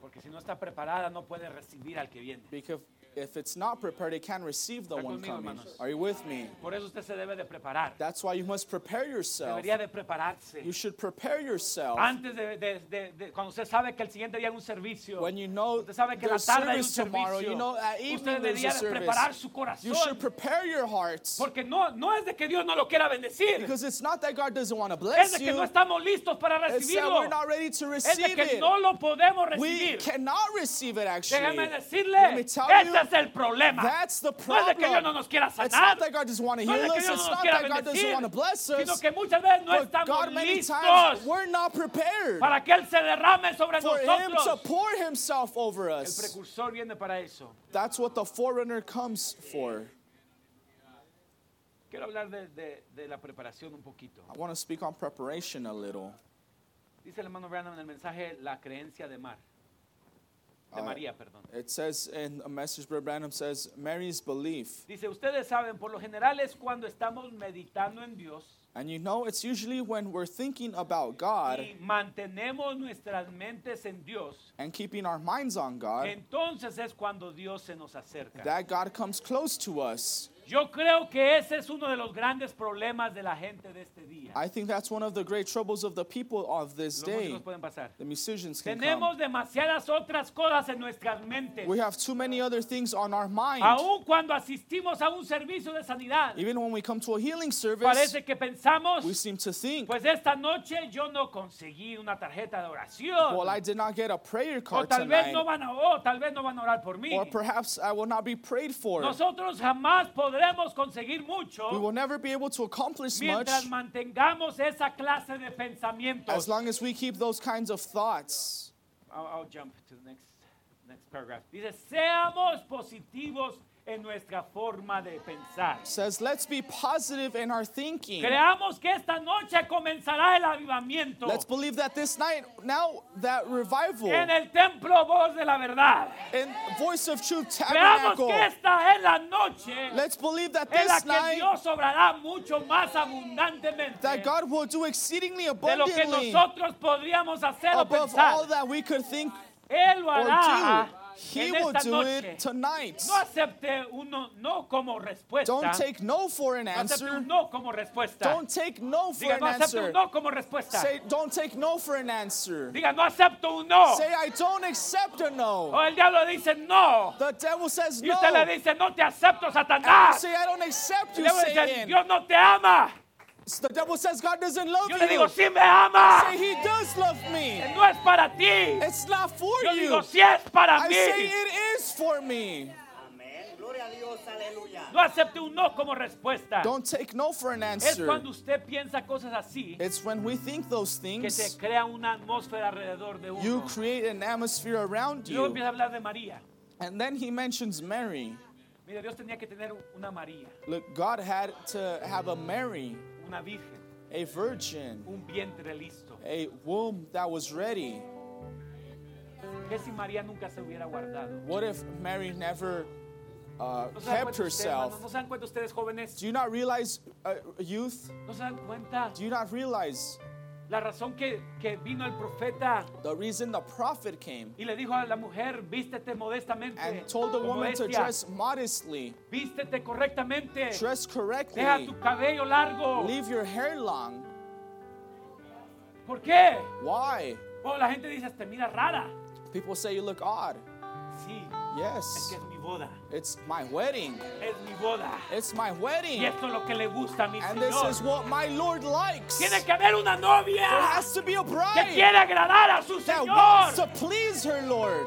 Speaker 3: porque si no está preparada no puede recibir al que viene.
Speaker 4: Because if it's not prepared, it can receive the
Speaker 3: Está
Speaker 4: one
Speaker 3: conmigo,
Speaker 4: coming.
Speaker 3: hermanos.
Speaker 4: Are you with me?
Speaker 3: Por eso usted se debe de preparar.
Speaker 4: That's why you must prepare yourself.
Speaker 3: Debería de prepararse.
Speaker 4: You should prepare yourself
Speaker 3: Antes de, de- de- de- cuando usted sabe que el siguiente día hay un servicio,
Speaker 4: when you know
Speaker 3: usted sabe que la
Speaker 4: there's
Speaker 3: tarde hay un
Speaker 4: service tomorrow.
Speaker 3: servicio,
Speaker 4: You know at
Speaker 3: usted
Speaker 4: evening there's a
Speaker 3: debería de preparar
Speaker 4: service.
Speaker 3: su
Speaker 4: You should
Speaker 3: corazón,
Speaker 4: prepare your hearts
Speaker 3: porque no, no es de que Dios no lo quiera bendecir,
Speaker 4: because it's not that God doesn't want to
Speaker 3: es
Speaker 4: bless
Speaker 3: de que no
Speaker 4: you.
Speaker 3: estamos listos para
Speaker 4: It's that we're
Speaker 3: recibirlo,
Speaker 4: not ready to
Speaker 3: es de
Speaker 4: receive
Speaker 3: que
Speaker 4: it.
Speaker 3: no lo podemos
Speaker 4: We
Speaker 3: recibir.
Speaker 4: cannot receive it
Speaker 3: Déjame
Speaker 4: actually. Let
Speaker 3: decirle,
Speaker 4: me tell
Speaker 3: ese
Speaker 4: you,
Speaker 3: es el problema.
Speaker 4: That's the
Speaker 3: No es de
Speaker 4: problem.
Speaker 3: que Dios no nos quiera
Speaker 4: It's not
Speaker 3: sanar,
Speaker 4: that God doesn't want to
Speaker 3: no es
Speaker 4: heal
Speaker 3: de que
Speaker 4: us.
Speaker 3: Dios
Speaker 4: It's
Speaker 3: no nos
Speaker 4: not
Speaker 3: quiera
Speaker 4: that God doesn't
Speaker 3: bendecir,
Speaker 4: want to bless
Speaker 3: sino
Speaker 4: us.
Speaker 3: que muchas veces no
Speaker 4: But God,
Speaker 3: estamos
Speaker 4: many times,
Speaker 3: listos
Speaker 4: we're not prepared
Speaker 3: para que Él se derrame sobre
Speaker 4: for Him to
Speaker 3: nosotros.
Speaker 4: pour Himself over
Speaker 3: El
Speaker 4: us.
Speaker 3: precursor viene para eso.
Speaker 4: That's what the forerunner comes for.
Speaker 3: Quiero hablar de, de- de la preparación un poquito.
Speaker 4: I want to speak on preparation a little.
Speaker 3: Dice el hermano Branham en el mensaje la creencia de Mar. De
Speaker 4: Ah.
Speaker 3: María, perdón.
Speaker 4: It says in a message, Brother Branham says, Mary's belief.
Speaker 3: Dice, ustedes saben, por lo general es cuando estamos meditando en Dios
Speaker 4: And you know, it's usually when we're thinking about God
Speaker 3: y mantenemos nuestras mentes en Dios.
Speaker 4: and keeping our minds on God
Speaker 3: Entonces es cuando Dios se nos acerca.
Speaker 4: that God comes close to us.
Speaker 3: Yo creo que ese es uno de los grandes problemas de la gente de este día.
Speaker 4: I think that's one of the great troubles of the people of this
Speaker 3: Los músicos
Speaker 4: day.
Speaker 3: pueden pasar.
Speaker 4: The musicians can come.
Speaker 3: Tenemos demasiadas otras cosas en nuestras mentes.
Speaker 4: We have too many other things on our mind.
Speaker 3: Aún cuando asistimos a un servicio de sanidad,
Speaker 4: Even when we come to a healing service,
Speaker 3: parece que pensamos,
Speaker 4: we seem to think,
Speaker 3: pues esta noche yo no conseguí una tarjeta de
Speaker 4: well, I
Speaker 3: oración.
Speaker 4: did not get a prayer
Speaker 3: O
Speaker 4: card
Speaker 3: tal vez
Speaker 4: tonight.
Speaker 3: no van a, o tal vez no van a orar por mí.
Speaker 4: Or perhaps I will not be prayed for.
Speaker 3: Nosotros jamás podremos conseguir
Speaker 4: We
Speaker 3: mucho
Speaker 4: will never be able to accomplish much
Speaker 3: mientras mantengamos esa clase de
Speaker 4: as
Speaker 3: pensamientos.
Speaker 4: long as we keep those kinds of thoughts.
Speaker 3: I'll- I'll jump to the next- next paragraph. Dice, seamos positivos en nuestra forma de pensar.
Speaker 4: Says, let's be positive in our thinking.
Speaker 3: Creamos que esta noche comenzará el avivamiento
Speaker 4: Let's believe that this night, now that revival
Speaker 3: en el templo voz de la verdad.
Speaker 4: and Voice of Truth
Speaker 3: Creamos
Speaker 4: Tabernacle.
Speaker 3: que esta es la noche
Speaker 4: Let's believe that
Speaker 3: en la
Speaker 4: this
Speaker 3: que
Speaker 4: night
Speaker 3: Dios obrará mucho más abundantemente
Speaker 4: that God will do exceedingly
Speaker 3: de lo que
Speaker 4: abundantly
Speaker 3: nosotros podríamos hacer o
Speaker 4: above
Speaker 3: pensar.
Speaker 4: all that we could think
Speaker 3: Él lo
Speaker 4: or do.
Speaker 3: hará
Speaker 4: He
Speaker 3: en
Speaker 4: will
Speaker 3: esta
Speaker 4: do
Speaker 3: noche.
Speaker 4: it tonight.
Speaker 3: No acepte uno no como respuesta.
Speaker 4: Don't take no for an
Speaker 3: No acepte
Speaker 4: answer.
Speaker 3: un no como respuesta.
Speaker 4: Don't take no for
Speaker 3: Diga,
Speaker 4: an
Speaker 3: no acepto un
Speaker 4: answer.
Speaker 3: no como respuesta.
Speaker 4: Say, don't take no for an answer.
Speaker 3: Diga, no acepto un no.
Speaker 4: Say, I don't accept a no.
Speaker 3: O el diablo dice no.
Speaker 4: The devil says
Speaker 3: Oh. Y
Speaker 4: no.
Speaker 3: usted le dice, no te acepto,
Speaker 4: And you
Speaker 3: Satanás.
Speaker 4: say, I don't accept
Speaker 3: Y
Speaker 4: you,
Speaker 3: le dice,
Speaker 4: Satan.
Speaker 3: Dios no te ama.
Speaker 4: The devil says God doesn't love
Speaker 3: Yo le digo, "Ah."
Speaker 4: you.
Speaker 3: sí me ama.
Speaker 4: Say, He does love me.
Speaker 3: No es para ti.
Speaker 4: It's not for
Speaker 3: Yo
Speaker 4: you.
Speaker 3: digo, sí es para
Speaker 4: I say,
Speaker 3: mí.
Speaker 4: it is for me.
Speaker 5: Amén. Gloria a Dios. Aleluya.
Speaker 3: No acepte un no como respuesta.
Speaker 4: Don't take no for an
Speaker 3: Es
Speaker 4: answer.
Speaker 3: cuando usted piensa cosas así
Speaker 4: It's when we think those
Speaker 3: que se
Speaker 4: things,
Speaker 3: crea una atmósfera alrededor de
Speaker 4: you
Speaker 3: uno.
Speaker 4: create an atmosphere around
Speaker 3: Yo
Speaker 4: you.
Speaker 3: empiezo a hablar de María.
Speaker 4: And then he mentions Mary.
Speaker 3: Mire, Dios tenía que tener una María,
Speaker 4: Look, God had to have a Mary,
Speaker 3: una virgen,
Speaker 4: a virgin,
Speaker 3: un vientre listo.
Speaker 4: a womb that was ready.
Speaker 3: ¿Qué si María nunca se hubiera guardado?
Speaker 4: What if Mary never uh,
Speaker 3: ¿No se dan
Speaker 4: kept
Speaker 3: cuenta ustedes, hermanos? ¿No
Speaker 4: herself?
Speaker 3: se dan cuenta ustedes jóvenes?
Speaker 4: Do you not realize, uh, youth?
Speaker 3: ¿No se dan cuenta
Speaker 4: Do you not realize
Speaker 3: la razón que, que vino el profeta
Speaker 4: the reason the prophet came
Speaker 3: y le dijo a la mujer, vístete modestamente,
Speaker 4: and told the
Speaker 3: con
Speaker 4: woman to
Speaker 3: modestia,
Speaker 4: dress modestly,
Speaker 3: vístete correctamente,
Speaker 4: dress
Speaker 3: deja
Speaker 4: correctly,
Speaker 3: tu cabello largo.
Speaker 4: leave your hair long?
Speaker 3: ¿Por qué?
Speaker 4: Why?
Speaker 3: Oh, la gente dice, te mira rara.
Speaker 4: People say you look odd.
Speaker 3: Sí, es
Speaker 4: Yes,
Speaker 3: que es mi boda,
Speaker 4: it's my wedding.
Speaker 3: es mi boda.
Speaker 4: It's my
Speaker 3: Y
Speaker 4: wedding.
Speaker 3: esto es lo que le gusta a mi
Speaker 4: And this
Speaker 3: Señor.
Speaker 4: is what my Lord likes.
Speaker 3: Tiene
Speaker 4: There
Speaker 3: que haber una novia
Speaker 4: has to be a
Speaker 3: que
Speaker 4: bride
Speaker 3: quiere agradar a su
Speaker 4: that wants to
Speaker 3: Señor.
Speaker 4: please her Lord.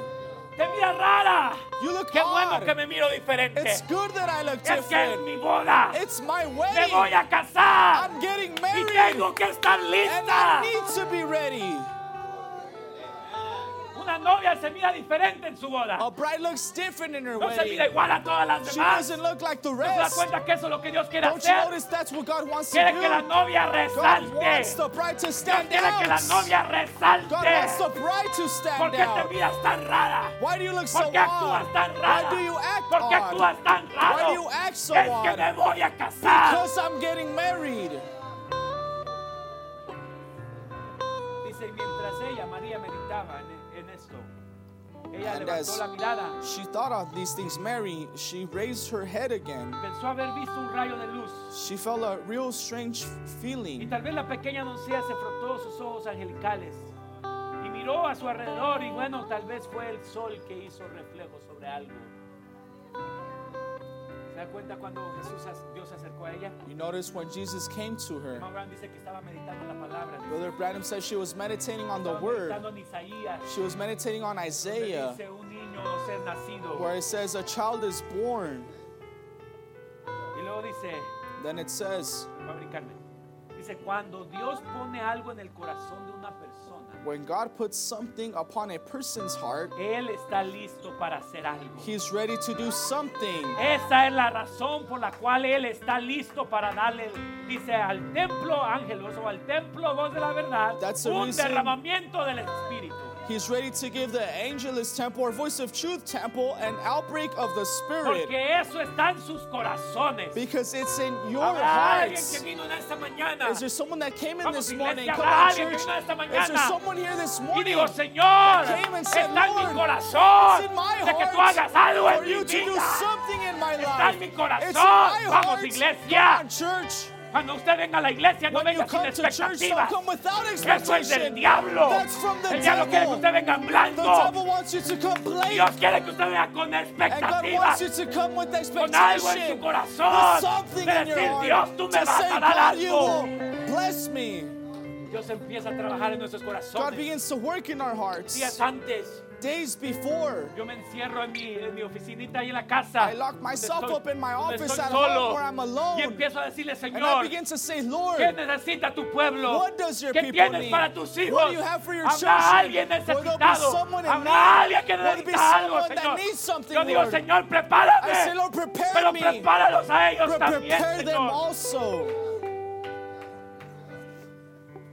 Speaker 3: Te mira rara.
Speaker 4: You look
Speaker 3: Qué bueno que
Speaker 4: odd.
Speaker 3: me miro diferente.
Speaker 4: It's good that I look
Speaker 3: Es que es
Speaker 4: different.
Speaker 3: mi boda.
Speaker 4: It's my
Speaker 3: Me voy
Speaker 4: wedding.
Speaker 3: a casar.
Speaker 4: I'm getting
Speaker 3: Y
Speaker 4: married.
Speaker 3: tengo que estar
Speaker 4: And
Speaker 3: lista.
Speaker 4: I need to be ready.
Speaker 3: Una novia se mira diferente en su boda.
Speaker 4: A bride looks different in her
Speaker 3: No se
Speaker 4: wedding.
Speaker 3: mira igual a todas las
Speaker 4: She
Speaker 3: demás.
Speaker 4: doesn't look like the
Speaker 3: ¿No se da
Speaker 4: rest.
Speaker 3: cuenta que eso es lo que Dios quiere
Speaker 4: Don't you
Speaker 3: hacer?
Speaker 4: notice that's what God wants to
Speaker 3: Quiere que la
Speaker 4: do?
Speaker 3: novia
Speaker 4: God wants
Speaker 3: resalte.
Speaker 4: the bride to
Speaker 3: Dios
Speaker 4: stand
Speaker 3: quiere que la
Speaker 4: out.
Speaker 3: novia
Speaker 4: God wants
Speaker 3: resalte.
Speaker 4: the bride to
Speaker 3: ¿Por
Speaker 4: stand
Speaker 3: qué te
Speaker 4: out.
Speaker 3: miras tan rara?
Speaker 4: Why do you look so
Speaker 3: ¿Por qué actúas
Speaker 4: odd?
Speaker 3: tan
Speaker 4: Why
Speaker 3: rara?
Speaker 4: do you act
Speaker 3: ¿Por qué
Speaker 4: odd?
Speaker 3: actúas tan raro?
Speaker 4: Why do you act so
Speaker 3: es que
Speaker 4: odd?
Speaker 3: me voy a casar.
Speaker 4: Because I'm getting married.
Speaker 3: Dice, y mientras ella, María, meditaba en, en esto, ella
Speaker 4: And
Speaker 3: levantó
Speaker 4: as-
Speaker 3: la mirada,
Speaker 4: She thought of these things. Mary, she raised her head again.
Speaker 3: pensó haber visto un rayo de luz.
Speaker 4: She felt a real strange
Speaker 3: Y
Speaker 4: feeling.
Speaker 3: tal vez la pequeña doncella se frotó sus ojos angelicales y miró a su alrededor y bueno, tal vez fue el sol que hizo reflejo sobre algo. ¿Se da cuenta cuando Jesús, as- Dios se acercó a ella?
Speaker 4: You notice when Jesus came to her,
Speaker 3: Mamá Abraham dice que estaba meditando en la palabra. dice.
Speaker 4: Brother Branham said she was meditating on the
Speaker 3: Estaba
Speaker 4: word.
Speaker 3: meditando en Isaías.
Speaker 4: She was meditating on
Speaker 3: donde
Speaker 4: Isaiah,
Speaker 3: Dice un niño no ser nacido.
Speaker 4: where it says, A child is born.
Speaker 3: Y luego dice,
Speaker 4: Then it says,
Speaker 3: fabricarme. Dice, cuando Dios pone algo en el corazón de una persona,
Speaker 4: When God puts something upon a person's heart,
Speaker 3: Él está listo para hacer algo.
Speaker 4: he's ready to do something.
Speaker 3: Esa es la razón por la cual Él está listo para darle, dice, al templo ángelos o al templo voz de la verdad,
Speaker 4: That's the
Speaker 3: un
Speaker 4: reason-
Speaker 3: derramamiento del Espíritu.
Speaker 4: He's ready to give the angel his temple or voice of truth temple an outbreak of the spirit
Speaker 3: Porque eso está en sus corazones.
Speaker 4: because it's in your
Speaker 3: Habrá alguien que
Speaker 4: hearts.
Speaker 3: vino en esta mañana
Speaker 4: Is there someone that came in
Speaker 3: Vamos,
Speaker 4: this
Speaker 3: iglesia,
Speaker 4: morning? Come
Speaker 3: habrá
Speaker 4: on,
Speaker 3: alguien que
Speaker 4: church.
Speaker 3: vino esta
Speaker 4: Is there
Speaker 3: mañana
Speaker 4: someone here this
Speaker 3: y
Speaker 4: morning?
Speaker 3: digo, Señor,
Speaker 4: came and
Speaker 3: está
Speaker 4: said,
Speaker 3: en mi
Speaker 4: "Lord,
Speaker 3: corazón
Speaker 4: It's in my
Speaker 3: de que tú
Speaker 4: heart
Speaker 3: hagas algo en
Speaker 4: for
Speaker 3: mi
Speaker 4: you to do
Speaker 3: vida.
Speaker 4: something in my
Speaker 3: Está
Speaker 4: life.
Speaker 3: en mi
Speaker 4: It's in
Speaker 3: corazón.
Speaker 4: my
Speaker 3: Vamos,
Speaker 4: heart.
Speaker 3: iglesia.
Speaker 4: Come on, church.
Speaker 3: Cuando usted venga a la iglesia, no
Speaker 4: When you
Speaker 3: venga sin
Speaker 4: come to church, don't
Speaker 3: expectativas.
Speaker 4: come without
Speaker 3: Eso es del
Speaker 4: expectation.
Speaker 3: diablo.
Speaker 4: That's from the
Speaker 3: El diablo quiere que
Speaker 4: devil.
Speaker 3: usted venga en
Speaker 4: The
Speaker 3: blanco.
Speaker 4: devil wants you to come late,
Speaker 3: Dios quiere que usted venga con
Speaker 4: and God wants you
Speaker 3: expectativas.
Speaker 4: to come with
Speaker 3: Con algo en
Speaker 4: expectation.
Speaker 3: su
Speaker 4: With
Speaker 3: corazón.
Speaker 4: something
Speaker 3: De
Speaker 4: in your
Speaker 3: decir, Dios,
Speaker 4: heart.
Speaker 3: tú me
Speaker 4: to
Speaker 3: vas
Speaker 4: say,
Speaker 3: a dar
Speaker 4: God, you will
Speaker 3: algo.
Speaker 4: bless me.
Speaker 3: Dios empieza a trabajar en nuestros
Speaker 4: God
Speaker 3: corazones.
Speaker 4: begins to work in our
Speaker 3: Días
Speaker 4: hearts.
Speaker 3: antes,
Speaker 4: Days before,
Speaker 3: yo me encierro en mi, en mi oficinita ahí en la casa.
Speaker 4: I lock myself
Speaker 3: Donde
Speaker 4: up in my
Speaker 3: donde
Speaker 4: office
Speaker 3: estoy
Speaker 4: at
Speaker 3: solo.
Speaker 4: home where I'm alone.
Speaker 3: Y empiezo a decirle,
Speaker 4: and I
Speaker 3: Señor,
Speaker 4: begin to say,
Speaker 3: ¿Qué
Speaker 4: Lord,
Speaker 3: necesita tu pueblo?
Speaker 4: What does your
Speaker 3: ¿Qué
Speaker 4: people
Speaker 3: tienes
Speaker 4: need?
Speaker 3: para tus hijos?
Speaker 4: What do you have for your
Speaker 3: Habrá
Speaker 4: children?
Speaker 3: alguien
Speaker 4: Will there be
Speaker 3: necesitado.
Speaker 4: someone in
Speaker 3: Habrá
Speaker 4: need?
Speaker 3: alguien que
Speaker 4: Will there be
Speaker 3: necesita algo,
Speaker 4: someone that
Speaker 3: Señor.
Speaker 4: needs something,
Speaker 3: Yo digo,
Speaker 4: Lord?
Speaker 3: Señor,
Speaker 4: I say,
Speaker 3: prepárame.
Speaker 4: Lord, prepare
Speaker 3: Pero
Speaker 4: me.
Speaker 3: prepáralos a ellos
Speaker 4: Pre-
Speaker 3: también,
Speaker 4: prepare them
Speaker 3: Señor.
Speaker 4: also.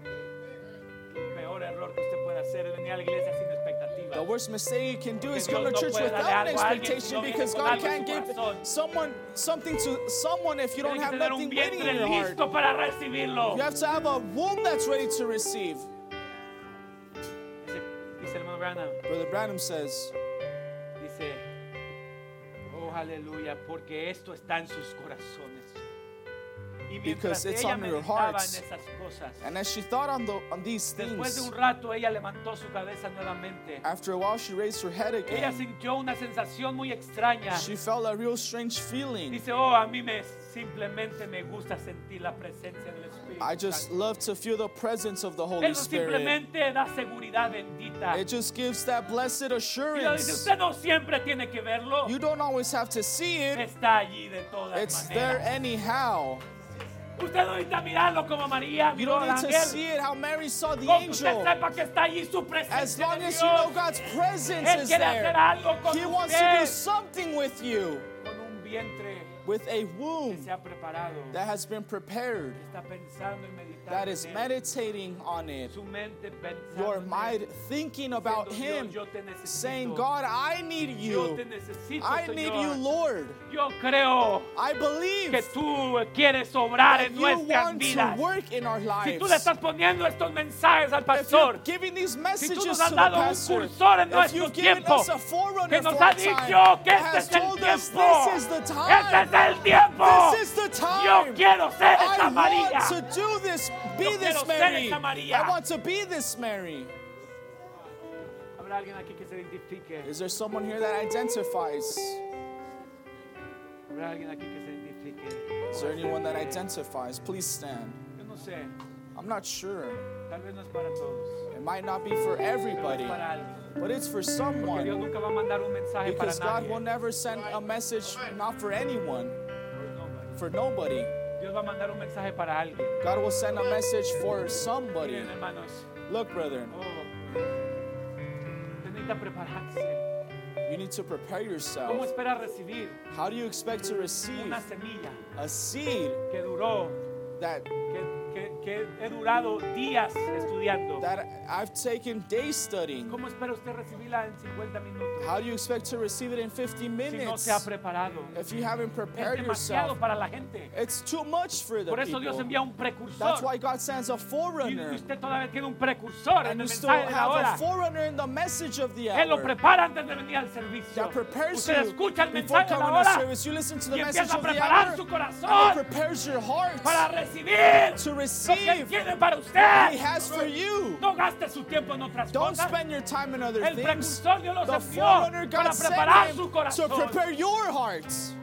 Speaker 3: El peor error que usted puede hacer es venir a la iglesia sin expectativa.
Speaker 4: The worst mistake you can do is come to
Speaker 3: Dios no
Speaker 4: church
Speaker 3: puede
Speaker 4: without
Speaker 3: darle
Speaker 4: an
Speaker 3: algo a alguien si no
Speaker 4: expectation
Speaker 3: viene
Speaker 4: because
Speaker 3: con
Speaker 4: God
Speaker 3: algo en
Speaker 4: can't
Speaker 3: su
Speaker 4: give
Speaker 3: corazón.
Speaker 4: someone something to someone if you don't
Speaker 3: Tiene que
Speaker 4: have
Speaker 3: tener un
Speaker 4: nothing waiting in your
Speaker 3: vientre
Speaker 4: heart.
Speaker 3: listo para recibirlo.
Speaker 4: You have to have a womb that's ready to receive.
Speaker 3: Dice, dice el hermano Branham,
Speaker 4: Brother Branham says,
Speaker 3: dice, oh aleluya, porque esto está en sus corazones. Y mientras
Speaker 4: Because it's
Speaker 3: ella
Speaker 4: on your
Speaker 3: meditaba en
Speaker 4: hearts.
Speaker 3: esas cosas,
Speaker 4: And as she thought on, the, on these
Speaker 3: después de
Speaker 4: things,
Speaker 3: un rato ella levantó su cabeza nuevamente.
Speaker 4: after a while she raised her head
Speaker 3: Ella
Speaker 4: again.
Speaker 3: sintió una sensación muy extraña.
Speaker 4: Ah. She felt a real strange feeling.
Speaker 3: Dice, oh, a mí me, simplemente me gusta sentir la presencia del Espíritu.
Speaker 4: I just
Speaker 3: Santo".
Speaker 4: love to feel the presence of the Holy
Speaker 3: Eso
Speaker 4: Spirit.
Speaker 3: simplemente da seguridad bendita.
Speaker 4: It just gives that blessed
Speaker 3: Y ella dice,
Speaker 4: assurance.
Speaker 3: usted no siempre tiene que verlo.
Speaker 4: You don't always have to see it,
Speaker 3: Está allí de todas
Speaker 4: it's there
Speaker 3: maneras.
Speaker 4: anyhow.
Speaker 3: Usted no necesita mirarlo como María
Speaker 4: You
Speaker 3: miró
Speaker 4: don't
Speaker 3: al
Speaker 4: need to
Speaker 3: ángel.
Speaker 4: see it how Mary saw the
Speaker 3: Con que usted
Speaker 4: angel.
Speaker 3: sepa que está allí su presencia
Speaker 4: As long
Speaker 3: de
Speaker 4: as you know
Speaker 3: Dios.
Speaker 4: God's presence
Speaker 3: Él
Speaker 4: is
Speaker 3: quiere hacer
Speaker 4: there,
Speaker 3: algo con
Speaker 4: He wants to do
Speaker 3: usted.
Speaker 4: something with you
Speaker 3: Con un vientre
Speaker 4: with a
Speaker 3: que
Speaker 4: womb
Speaker 3: se ha preparado.
Speaker 4: that has been prepared,
Speaker 3: Está pensando y meditando. en
Speaker 4: that is
Speaker 3: él.
Speaker 4: meditating on it.
Speaker 3: Su mente pensando
Speaker 4: Your
Speaker 3: en él.
Speaker 4: mind thinking about
Speaker 3: Dios,
Speaker 4: Him,
Speaker 3: yo te necesito.
Speaker 4: saying, God, I
Speaker 3: Yo
Speaker 4: need you.
Speaker 3: te [laughs] necesito,
Speaker 4: I
Speaker 3: Señor.
Speaker 4: need you, Lord.
Speaker 3: Yo creo
Speaker 4: I
Speaker 3: que
Speaker 4: believe
Speaker 3: tú quieres obrar
Speaker 4: that
Speaker 3: en
Speaker 4: you
Speaker 3: nuestras
Speaker 4: want to
Speaker 3: vidas.
Speaker 4: work in our
Speaker 3: Si
Speaker 4: lives.
Speaker 3: tú le estás poniendo estos mensajes al
Speaker 4: If you're
Speaker 3: pastor,
Speaker 4: giving these
Speaker 3: tú
Speaker 4: messages
Speaker 3: nos
Speaker 4: to
Speaker 3: has
Speaker 4: the
Speaker 3: dado un
Speaker 4: pastor,
Speaker 3: cursor en
Speaker 4: if
Speaker 3: nuestro
Speaker 4: you've given
Speaker 3: tiempo,
Speaker 4: us a forerunner
Speaker 3: que nos
Speaker 4: for
Speaker 3: ha
Speaker 4: our time,
Speaker 3: dicho que
Speaker 4: that
Speaker 3: este
Speaker 4: has
Speaker 3: es el
Speaker 4: told us
Speaker 3: tiempo.
Speaker 4: this is the
Speaker 3: Este
Speaker 4: time,
Speaker 3: es el tiempo.
Speaker 4: This is the time.
Speaker 3: Yo quiero ser esa
Speaker 4: I
Speaker 3: María.
Speaker 4: want to do this, be
Speaker 3: Yo quiero
Speaker 4: this
Speaker 3: ser
Speaker 4: Mary.
Speaker 3: esa María.
Speaker 4: I want to be this Mary.
Speaker 3: Habrá alguien aquí que se identifique.
Speaker 4: Is there someone here that identifies?
Speaker 3: Habrá alguien aquí que se identifique.
Speaker 4: Is there anyone that identifies? Please stand.
Speaker 3: Yo no sé.
Speaker 4: I'm not sure.
Speaker 3: Tal vez no es para todos.
Speaker 4: It might not be for
Speaker 3: Tal vez
Speaker 4: everybody,
Speaker 3: para alguien.
Speaker 4: but it's for
Speaker 3: Que Dios
Speaker 4: someone.
Speaker 3: nunca va a mandar un mensaje para
Speaker 4: Because God will
Speaker 3: nadie.
Speaker 4: never send a message not for anyone, for nobody.
Speaker 3: Dios va a mandar un mensaje para alguien.
Speaker 4: God will send a message for somebody.
Speaker 3: Miren, hermanos.
Speaker 4: Look, brethren,
Speaker 3: Oh. Usted necesita prepararse.
Speaker 4: you need to prepare
Speaker 3: ¿Cómo
Speaker 4: yourself.
Speaker 3: espera recibir
Speaker 4: How do you expect to receive
Speaker 3: una semilla
Speaker 4: a seed
Speaker 3: que duró,
Speaker 4: that
Speaker 3: que, que- que he durado días estudiando?
Speaker 4: that I've taken day studying.
Speaker 3: ¿Cómo espera usted recibirla en 50 minutos
Speaker 4: How do you expect to receive it in 50
Speaker 3: si no
Speaker 4: minutes
Speaker 3: se ha preparado?
Speaker 4: if you haven't
Speaker 3: Es
Speaker 4: prepared
Speaker 3: demasiado
Speaker 4: yourself?
Speaker 3: para la gente.
Speaker 4: It's too much for the
Speaker 3: Por eso Dios envía
Speaker 4: people.
Speaker 3: un precursor.
Speaker 4: That's why God sends a
Speaker 3: Y
Speaker 4: forerunner.
Speaker 3: y usted todavía tiene un precursor en
Speaker 4: And
Speaker 3: el
Speaker 4: you still
Speaker 3: mensaje de la
Speaker 4: have
Speaker 3: hora.
Speaker 4: a forerunner in the message of the
Speaker 3: Él lo
Speaker 4: hour
Speaker 3: prepara antes de venir al servicio.
Speaker 4: that prepares
Speaker 3: Usted
Speaker 4: you
Speaker 3: escucha el
Speaker 4: before
Speaker 3: mensaje de la
Speaker 4: coming to
Speaker 3: hora
Speaker 4: service. You listen to
Speaker 3: y
Speaker 4: the message
Speaker 3: empieza a
Speaker 4: of the
Speaker 3: preparar
Speaker 4: hour
Speaker 3: su
Speaker 4: and it
Speaker 3: corazón
Speaker 4: prepares your heart
Speaker 3: para recibir
Speaker 4: to
Speaker 3: lo que Él
Speaker 4: receive
Speaker 3: tiene para
Speaker 4: what He
Speaker 3: usted.
Speaker 4: has for you.
Speaker 3: No gaste su tiempo en otras
Speaker 4: Don't
Speaker 3: cosas.
Speaker 4: spend your time in other
Speaker 3: El
Speaker 4: things.
Speaker 3: precursor Dios los
Speaker 4: The
Speaker 3: envió
Speaker 4: forerunner
Speaker 3: para
Speaker 4: God
Speaker 3: preparar
Speaker 4: sent
Speaker 3: su
Speaker 4: him to
Speaker 3: corazón.
Speaker 4: prepare your hearts.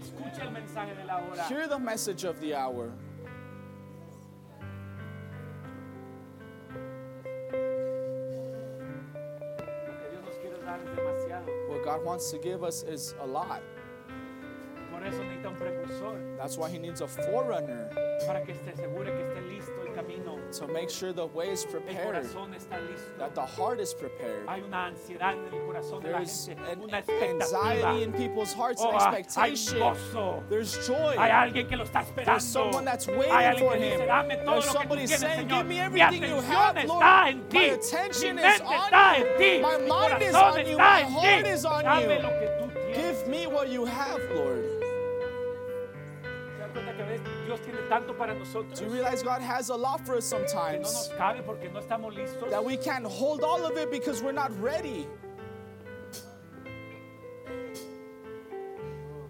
Speaker 3: Escuche el mensaje de la hora.
Speaker 4: Hear the message of the hour.
Speaker 3: Lo que Dios nos quiere dar es demasiado.
Speaker 4: What God wants to give us is a lot.
Speaker 3: Por eso necesita un precursor
Speaker 4: That's why He needs a forerunner
Speaker 3: para que esté seguro que esté listo el camino.
Speaker 4: to make sure the way is
Speaker 3: El
Speaker 4: prepared,
Speaker 3: corazón está listo.
Speaker 4: that the heart is prepared.
Speaker 3: Hay una ansiedad en el corazón de la
Speaker 4: There's
Speaker 3: gente,
Speaker 4: an
Speaker 3: una
Speaker 4: anxiety in
Speaker 3: expectativa.
Speaker 4: people's hearts
Speaker 3: Oh,
Speaker 4: and
Speaker 3: ah, hay
Speaker 4: expectation.
Speaker 3: gozo.
Speaker 4: There's joy.
Speaker 3: Hay alguien que lo está
Speaker 4: There's
Speaker 3: esperando.
Speaker 4: someone that's waiting
Speaker 3: Hay alguien
Speaker 4: for
Speaker 3: que
Speaker 4: him.
Speaker 3: dice, dame todo
Speaker 4: There's
Speaker 3: lo que tú
Speaker 4: somebody
Speaker 3: tienes,
Speaker 4: saying,
Speaker 3: Señor.
Speaker 4: give me
Speaker 3: Mi
Speaker 4: everything you
Speaker 3: atención
Speaker 4: have, Lord.
Speaker 3: está en ti.
Speaker 4: My
Speaker 3: Mi
Speaker 4: attention is
Speaker 3: mente está en
Speaker 4: on
Speaker 3: ti.
Speaker 4: you. My
Speaker 3: Mi
Speaker 4: mind is
Speaker 3: corazón
Speaker 4: on
Speaker 3: está
Speaker 4: you. My
Speaker 3: en ti.
Speaker 4: heart is on
Speaker 3: Dame
Speaker 4: you.
Speaker 3: lo que tú tienes.
Speaker 4: Give me what you have, Lord.
Speaker 3: ¿Se dan cuenta que a veces Dios tiene tanto para nosotros
Speaker 4: Do you
Speaker 3: que
Speaker 4: realize God has a lot for us
Speaker 3: no nos
Speaker 4: sometimes?
Speaker 3: cabe porque no estamos listos?
Speaker 4: That we can't hold all of it because we're not ready.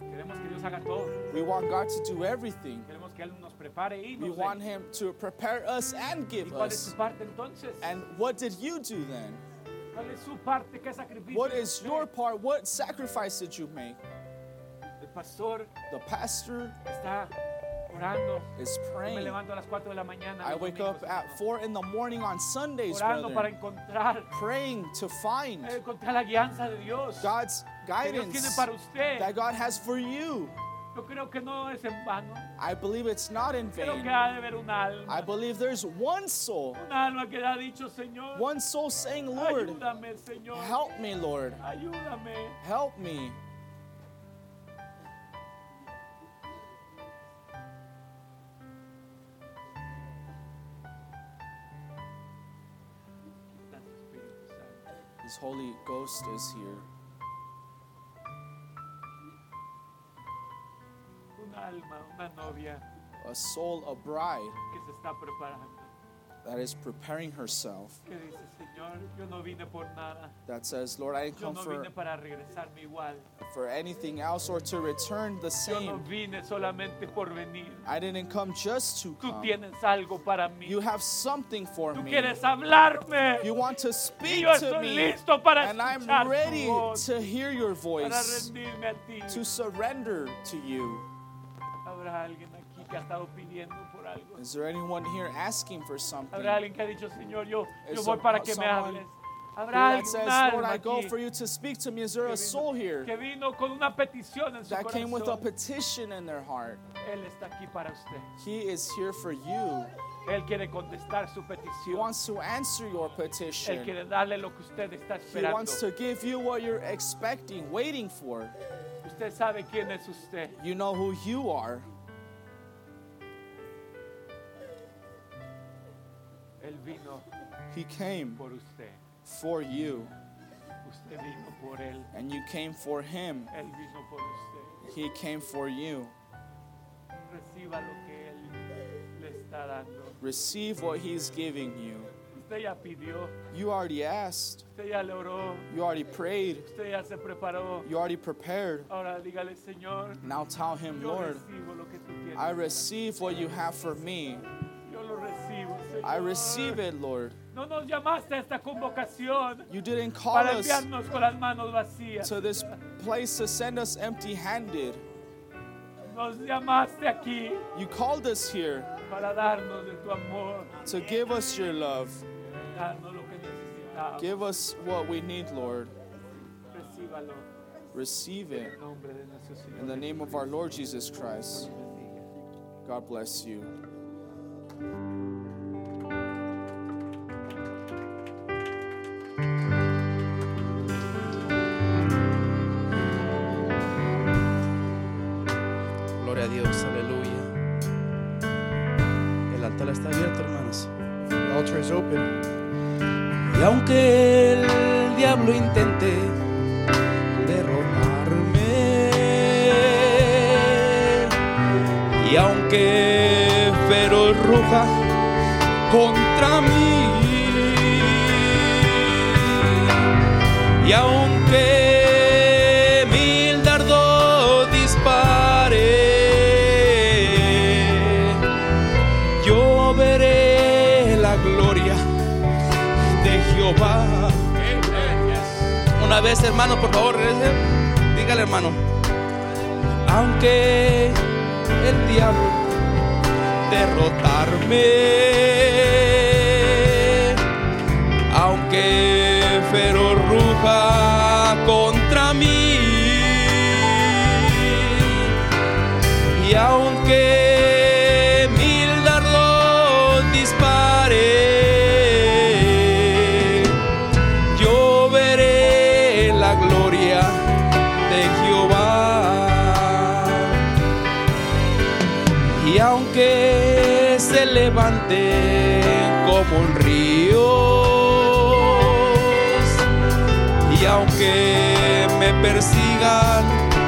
Speaker 3: Queremos que Dios haga todo.
Speaker 4: We want God to do everything.
Speaker 3: Queremos que Él nos prepare y
Speaker 4: We
Speaker 3: nos
Speaker 4: want
Speaker 3: dé.
Speaker 4: Him to prepare us and
Speaker 3: ¿Y
Speaker 4: give
Speaker 3: cuál es
Speaker 4: us.
Speaker 3: su parte entonces?
Speaker 4: And what did you do then?
Speaker 3: ¿Cuál es su parte? ¿Qué sacrificio?
Speaker 4: What is
Speaker 3: usted?
Speaker 4: your part? What sacrifice did you make?
Speaker 3: El pastor
Speaker 4: The pastor
Speaker 3: está orando.
Speaker 4: is
Speaker 3: Yo me
Speaker 4: praying.
Speaker 3: levanto a las 4 de la mañana.
Speaker 4: I
Speaker 3: los
Speaker 4: wake
Speaker 3: domingos,
Speaker 4: up at
Speaker 3: hermano,
Speaker 4: 4 in the morning on Sundays,
Speaker 3: Orando para
Speaker 4: brethren,
Speaker 3: encontrar,
Speaker 4: praying to find
Speaker 3: eh, encontrar la guianza de Dios.
Speaker 4: God's
Speaker 3: que Dios tiene
Speaker 4: guidance
Speaker 3: para usted.
Speaker 4: that God has for you.
Speaker 3: Yo creo que no es en vano.
Speaker 4: I believe it's not in
Speaker 3: Creo
Speaker 4: vain.
Speaker 3: que ha de haber un alma.
Speaker 4: I believe there's one soul,
Speaker 3: Un alma que le ha dicho, Señor,
Speaker 4: one soul saying, Lord,
Speaker 3: ayúdame, Señor.
Speaker 4: help me, Lord,
Speaker 3: Ayúdame.
Speaker 4: help me.
Speaker 3: Gracias, Espíritu Santo.
Speaker 4: His Holy Ghost is here.
Speaker 3: Un alma, una novia
Speaker 4: A soul, a bride
Speaker 3: que se está preparando.
Speaker 4: that that is preparing herself,
Speaker 3: que dice, Señor, yo no vine por nada.
Speaker 4: that says, Lord, I didn't
Speaker 3: Yo
Speaker 4: come
Speaker 3: no
Speaker 4: for,
Speaker 3: vine para regresarme igual.
Speaker 4: for anything else or to return the
Speaker 3: Yo no
Speaker 4: same.
Speaker 3: vine solamente por venir.
Speaker 4: I didn't come just to
Speaker 3: Tú
Speaker 4: come.
Speaker 3: tienes algo para mí.
Speaker 4: You have something for
Speaker 3: Tú
Speaker 4: me.
Speaker 3: quieres hablarme.
Speaker 4: You want to
Speaker 3: Y
Speaker 4: speak
Speaker 3: yo
Speaker 4: to
Speaker 3: estoy
Speaker 4: me.
Speaker 3: listo para
Speaker 4: And I'm
Speaker 3: escuchar tu
Speaker 4: ready
Speaker 3: voz,
Speaker 4: to hear
Speaker 3: para
Speaker 4: your voice,
Speaker 3: rendirme a ti.
Speaker 4: to surrender to you.
Speaker 3: Habrá alguien aquí que ha estado pidiendo por algo.
Speaker 4: Is there anyone here asking for something?
Speaker 3: Habrá alguien que ha dicho, Señor, yo,
Speaker 4: Is
Speaker 3: yo voy
Speaker 4: some-
Speaker 3: para que me
Speaker 4: someone
Speaker 3: hables. Habrá
Speaker 4: That
Speaker 3: alguien
Speaker 4: says,
Speaker 3: alma
Speaker 4: Lord, I go
Speaker 3: aquí
Speaker 4: for you to speak to me. Is
Speaker 3: que
Speaker 4: there a
Speaker 3: vino-
Speaker 4: soul here
Speaker 3: que vino con una petición en su
Speaker 4: that came with a
Speaker 3: corazón.
Speaker 4: petition in their heart?
Speaker 3: Él está aquí para usted.
Speaker 4: He is here for you.
Speaker 3: Él quiere contestar su
Speaker 4: He
Speaker 3: petición.
Speaker 4: wants to answer your
Speaker 3: Él
Speaker 4: petition.
Speaker 3: quiere darle lo que usted está
Speaker 4: He
Speaker 3: esperando.
Speaker 4: wants to give you what you're expecting, waiting for.
Speaker 3: Usted sabe quién es usted.
Speaker 4: You know who you are.
Speaker 3: Él vino
Speaker 4: He came
Speaker 3: por usted.
Speaker 4: for you,
Speaker 3: Usted vino por él.
Speaker 4: and you came for him.
Speaker 3: Él vino por usted.
Speaker 4: He came for you.
Speaker 3: Reciba lo que él le está dando.
Speaker 4: Receive what he's giving you.
Speaker 3: Usted ya pidió.
Speaker 4: You already asked.
Speaker 3: Usted ya le oró.
Speaker 4: You already prayed.
Speaker 3: Usted ya se preparó.
Speaker 4: You already prepared.
Speaker 3: Ahora dígale, Señor,
Speaker 4: Now tell him,
Speaker 3: yo
Speaker 4: Lord,
Speaker 3: recibo lo que tú
Speaker 4: I
Speaker 3: tienes.
Speaker 4: receive what you have for me.
Speaker 3: Yo lo recibo, Señor.
Speaker 4: I receive it, Lord.
Speaker 3: No nos llamaste a esta convocación
Speaker 4: You didn't call
Speaker 3: para
Speaker 4: us
Speaker 3: enviarnos con las manos vacías.
Speaker 4: to this place to send us empty handed.
Speaker 3: Nos llamaste aquí
Speaker 4: You called us here
Speaker 3: para darnos de tu amor,
Speaker 4: to give us your love.
Speaker 3: darnos lo que necesitamos.
Speaker 4: Give us what we need, Lord.
Speaker 3: Recíbalo
Speaker 4: Receive it.
Speaker 3: en nombre de nuestro Señor.
Speaker 4: In the name of our Lord Jesus Christ, God bless you.
Speaker 2: Gloria a Dios, aleluya.
Speaker 1: El altar está abierto, hermanos.
Speaker 2: The altar is open.
Speaker 1: Y aunque el diablo intente derrotarme, y aunque feroz ruja contra mí, y aunque mil dardos dispare, yo veré la gloria de Jehová. Una vez, hermano, por favor, regrese. Dígale, hermano. Aunque el diablo derrotarme, aunque feroz ruja contra mí, y aunque mil dardos dispare, yo veré la gloria de Jehová. Y aunque se levante como un río, y aunque me persigan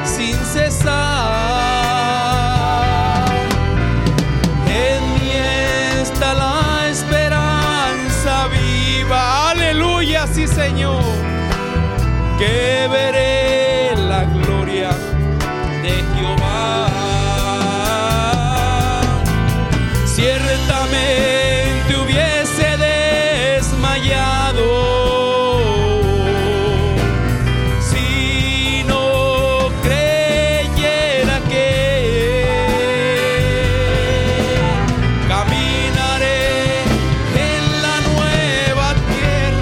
Speaker 1: sin cesar, en mí está la esperanza viva, aleluya, sí Señor, que veré la gloria de Jehová ciertamente hubiese desmayado si no creyera que caminaré en la nueva tierra.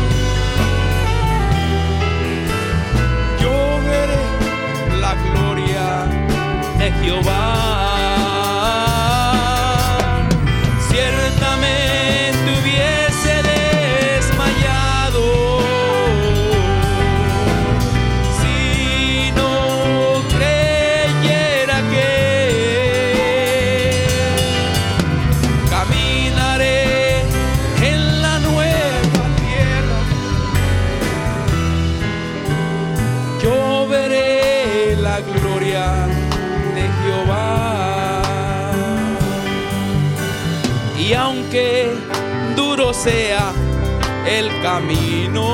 Speaker 1: Yo veré la gloria de Jehová. Ciertamente hubiese desmayado si no creyera que caminaré en la nueva tierra. yo veré la gloria de Jehová. Y aunque duro Cristo sea el camino.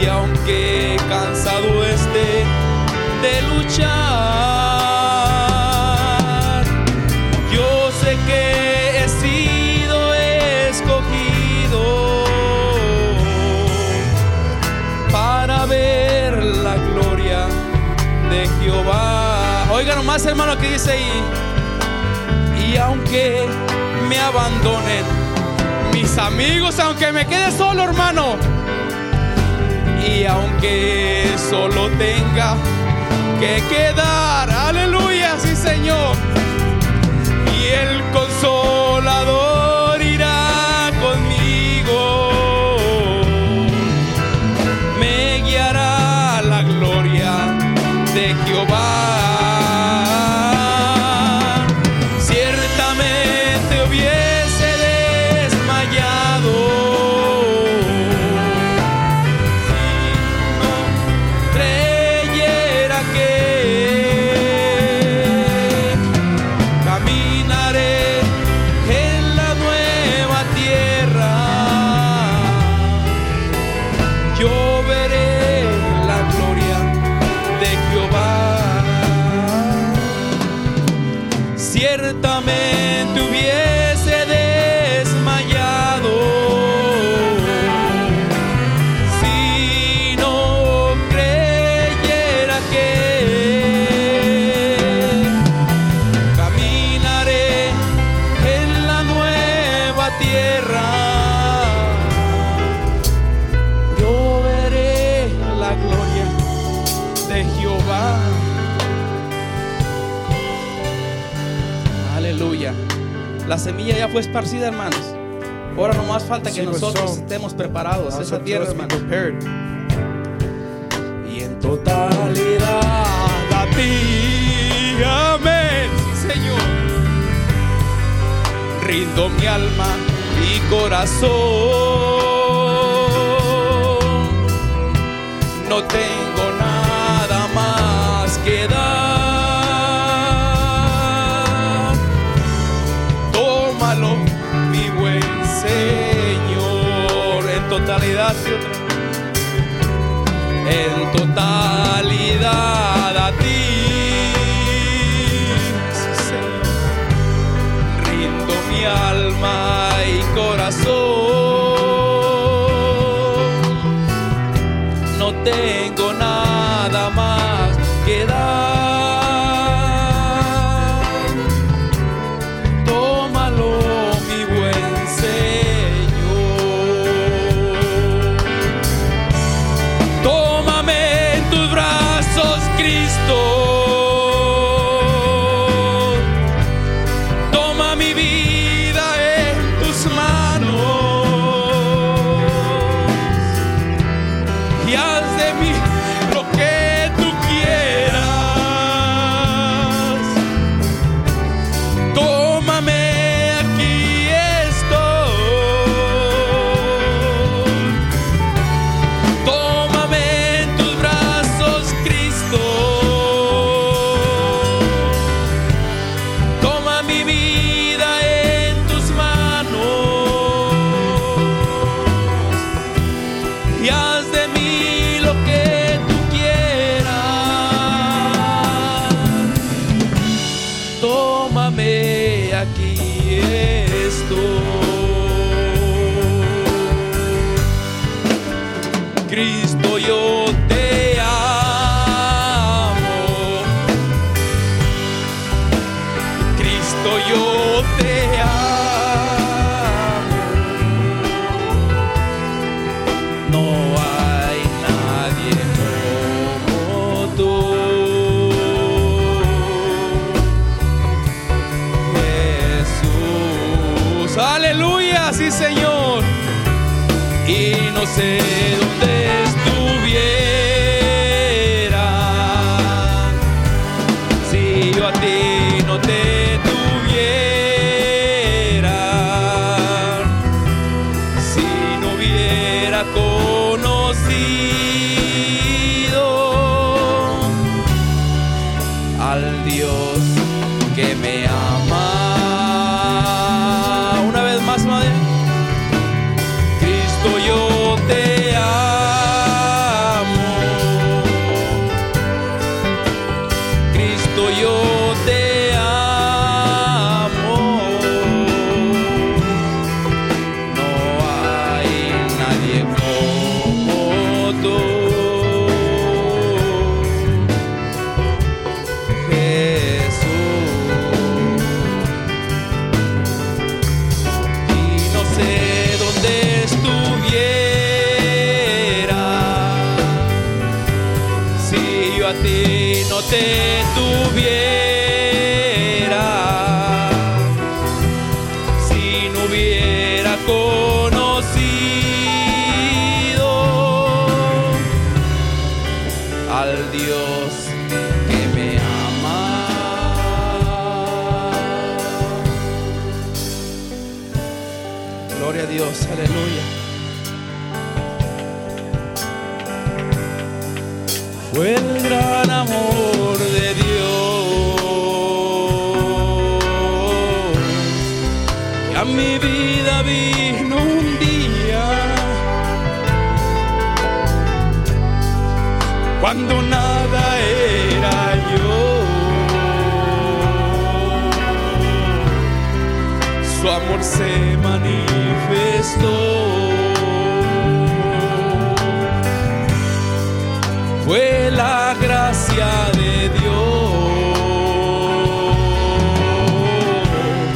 Speaker 1: Y aunque cansado esté de luchar, yo sé que he sido escogido para ver la gloria de Jehová. Oiga nomás hermano que dice ahí y aunque me abandonen mis amigos, aunque me quede solo, hermano, y aunque solo tenga que quedar, aleluya, sí, Señor, y el consolador irá conmigo me guiará a la gloria de Jehová. Ciertamente hubiese desmayado si no creyera que caminaré en la nueva tierra yo veré la gloria de Jehová. Ciertamente hubiese desmayado si no creyera que caminaré en la nueva tierra yo veré la gloria de Jehová. Aleluya. La semilla ya fue esparcida, hermanos. Ahora nomás falta que
Speaker 2: Sí, pues,
Speaker 1: nosotros
Speaker 2: son.
Speaker 1: estemos preparados.
Speaker 2: Now it's
Speaker 1: Esa
Speaker 2: up to
Speaker 1: tierra,
Speaker 2: us to be
Speaker 1: hermanos.
Speaker 2: prepared.
Speaker 1: y en totalidad a ti. Amén, sí, Señor. Rindo mi alma y corazón. No tengo nada más que dar. Tómalo, mi buen Señor, en totalidad. sí, otra vez en totalidad a ti. Sí, Señor. Rindo mi alma y corazón. No tengo nada más que dar. Tómalo, mi buen Señor. Tómame en tus brazos, Cristo. Toma mi vida en tus manos. Y haz de mí lo que tú quieras. Tómame, aquí estoy. Tómame en tus brazos, Cristo. Toma mi vida en tus manos. Y haz de mí lo que tú quieras. Tómame, aquí estoy. Cristo yo te amo. Cristo yo te amo. No hay nadie como tú. Jesús. Aleluya, sí Señor y no sé dónde estuviera si yo a ti no te tuviera si no hubiera conocido al Dios que me ama a ti no te tuviera, si no hubiera conocido al Dios que me ama. Gloria a Dios, aleluya. Fue el gran amor de Dios que a mi vida vino un día cuando nada era yo su amor se manifestó. Fue la gracia de Dios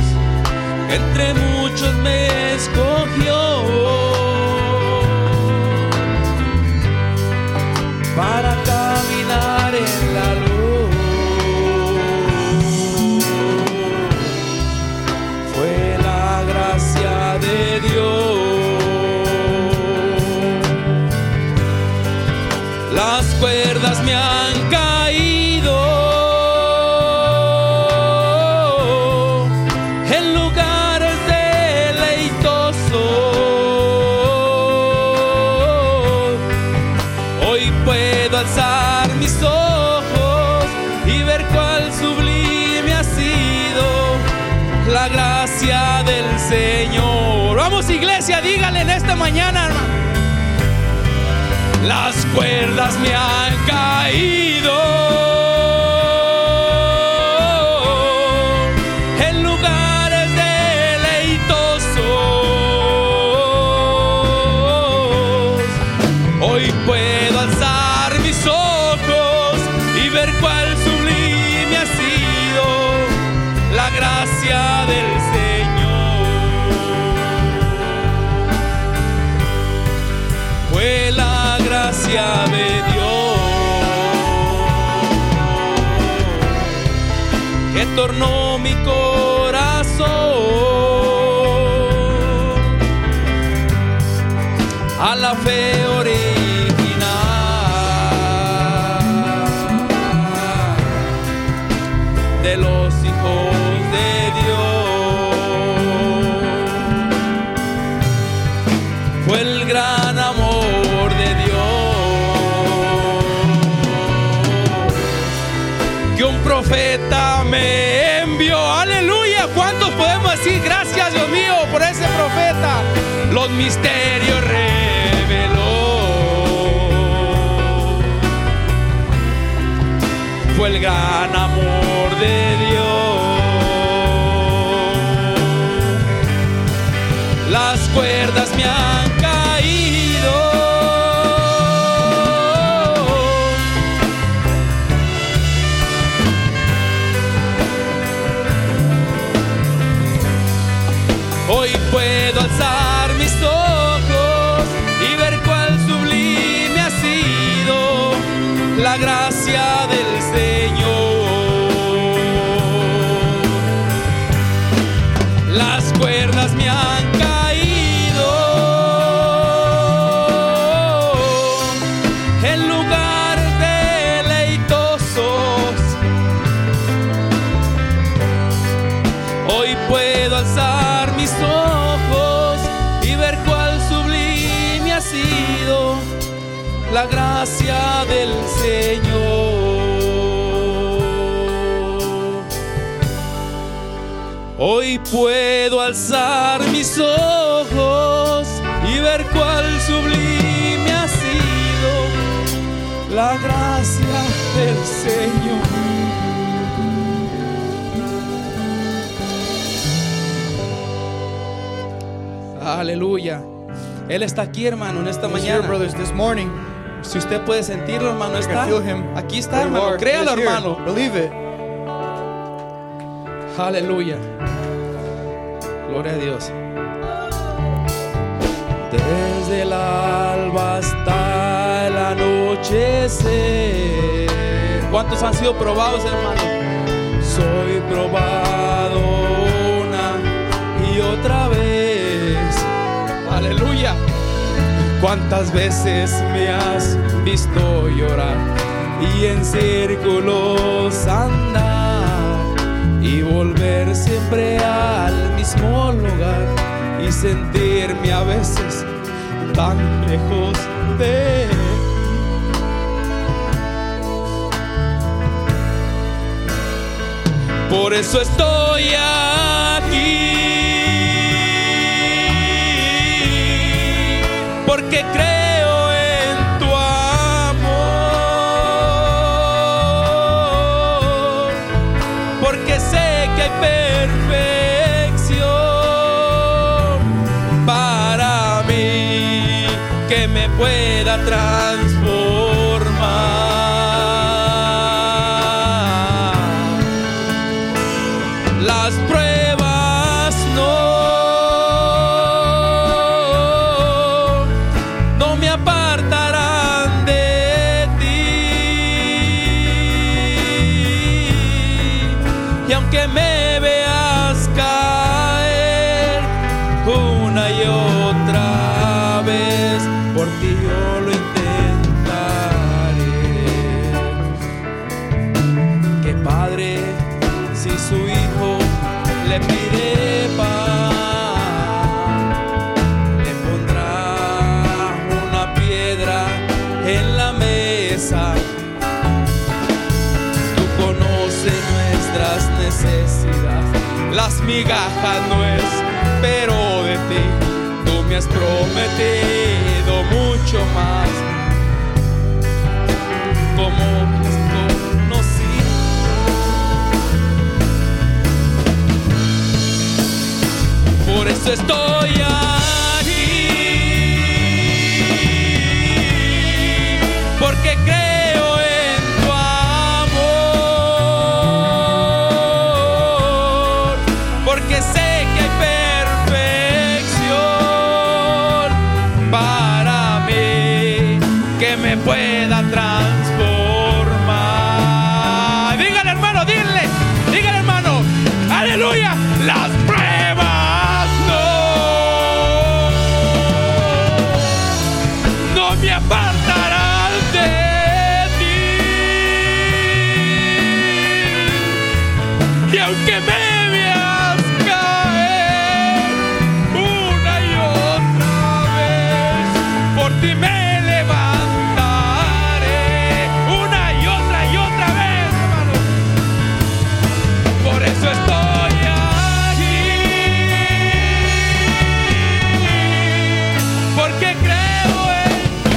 Speaker 1: que entre muchos me escogió para caminar en la luz fue la gracia de Dios. Las cuerdas me han caído. En lugares deleitosos, hoy puedo alzar mis ojos y ver cuál sublime ha sido la gracia del Señor. Vamos iglesia, dígale en esta mañana, hermano. Las cuerdas me han caído. En lugares deleitosos Hoy puedo alzar mis ojos y ver cuál sublime ha sido la gracia del Señor. Fue la gracia de Dios que tornó mi corazón a la fe original de los hijos de Dios. Fue el gran amor de Dios que un profeta me envió. Aleluya. ¿Cuántos podemos decir gracias, Dios mío, por ese profeta? Los misterios reveló. Fue el gran amor de Dios las cuerdas me han caído. Hoy puedo alzar mis ojos y ver cuál sublime ha sido la gracia del Señor las cuerdas me han caído en lugares deleitosos. Hoy puedo alzar mis ojos y ver cuál sublime ha sido la gracia del Señor. Hoy puedo alzar mis ojos y ver cuál sublime ha sido la gracia del Señor. Aleluya. Él está aquí, hermano, en esta
Speaker 2: He's here,
Speaker 1: mañana.
Speaker 2: brothers, this morning.
Speaker 1: Si usted puede sentirlo, hermano,
Speaker 2: You can
Speaker 1: está.
Speaker 2: feel him.
Speaker 1: Aquí
Speaker 2: There
Speaker 1: está,
Speaker 2: you
Speaker 1: hermano.
Speaker 2: are. He
Speaker 1: Créalo,
Speaker 2: is here.
Speaker 1: hermano.
Speaker 2: Believe it.
Speaker 1: Aleluya. Gloria a Dios. Desde el alba hasta el anochecer. ¿Cuántos han sido probados, hermanos? Soy probado una y otra vez. Aleluya. ¿Cuántas veces me has visto llorar y en círculos andar y volver siempre al mismo lugar y sentirme a veces tan lejos de Por eso estoy aquí. Porque creo en tu amor. Porque sé que hay perfección para mí que me pueda transformar. Las pruebas no, no me apartarán de ti. Y aunque me veas caer una y otra vez, por ti yo lo intentaré que padre si su hijo le pide pan le pondrá una piedra en la mesa tú conoces nuestras necesidades las migajas no espero de ti tú me has prometido mucho más como Cristo nos sirve por eso estoy aquí. Porque creo en tu amor. Porque sé que hay perfección para mí que me pueda transformar. Dígale, hermano, dile, dígale, hermano. Aleluya. Las pruebas no, no me apartarán de ti. Y aunque me veas caer una y otra vez, por ti me levantaré una y otra y otra vez, hermano. Por eso estoy aquí, porque creo en tu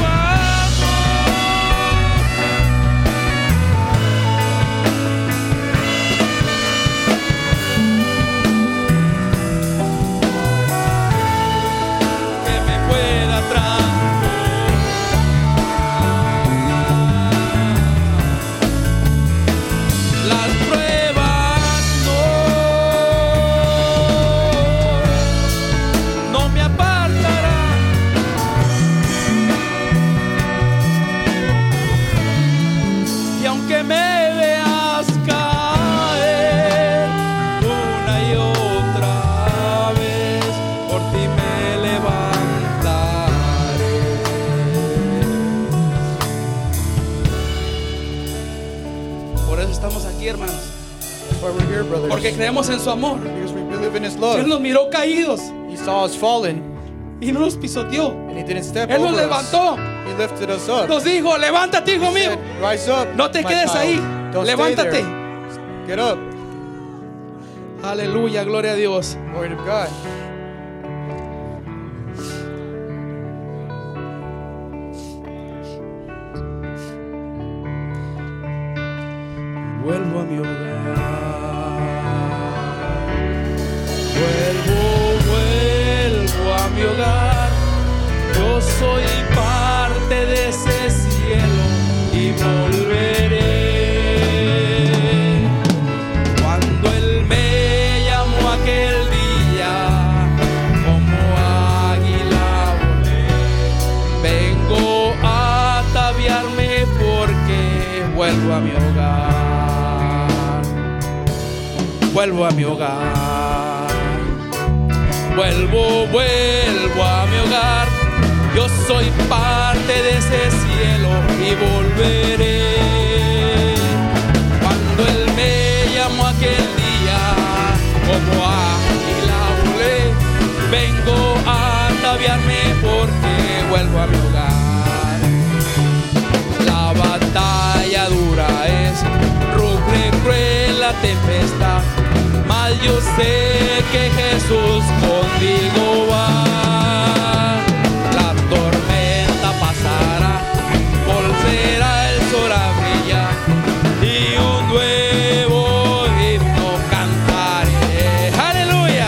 Speaker 1: amor, que me pueda transformar. Las pruebas no, no me apartarán. Y aunque me veas caer una y otra vez, por ti me levantaré. Por eso estamos aquí, hermanos.
Speaker 2: That's why we're here, brothers.
Speaker 1: Porque creemos en su amor.
Speaker 2: Because we believe in His
Speaker 1: Él
Speaker 2: love.
Speaker 1: nos miró caídos
Speaker 2: He saw us fallen,
Speaker 1: y no nos pisoteó.
Speaker 2: and He didn't step
Speaker 1: Él nos
Speaker 2: over
Speaker 1: levantó.
Speaker 2: us. He lifted us up.
Speaker 1: Nos dijo, levántate, hijo
Speaker 2: He
Speaker 1: mío.
Speaker 2: said, Rise up.
Speaker 1: No te
Speaker 2: my
Speaker 1: quedes
Speaker 2: child.
Speaker 1: ahí.
Speaker 2: Don't stay
Speaker 1: Levántate.
Speaker 2: there. Get up.
Speaker 1: Aleluya, gloria a Dios.
Speaker 2: Glory to God.
Speaker 1: Vuelvo a mi hogar. Vuelvo, vuelvo a mi hogar. Yo soy parte de ese cielo y volveré. Cuando él me llamó aquel día, como águila volé. Vengo a ataviarme porque Vuelvo a mi hogar. Vuelvo a mi hogar. Vuelvo, vuelvo a mi hogar. Yo soy parte de ese cielo y volveré. Cuando Él me llamó aquel día, como águila volé, vengo a ataviarme porque vuelvo a mi hogar. La batalla dura es, ruge cruel la tempestad, mas yo sé que Jesús contigo va. La tormenta pasará, volverá el sol a brillar y un nuevo himno cantaré. Aleluya,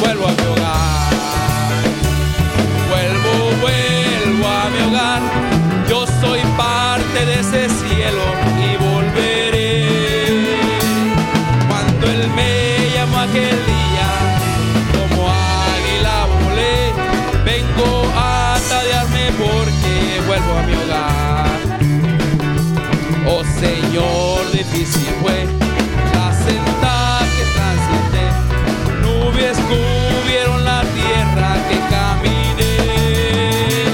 Speaker 1: vuelvo a mi hogar. Vuelvo, vuelvo a mi hogar. Yo soy parte de ese cielo y volveré. Cuando Él me llamó aquel día, como águila volé, vengo a tadearme porque vuelvo a mi hogar. Oh Señor, difícil fue la senda que transité. Nubes cubrieron la tierra que caminé.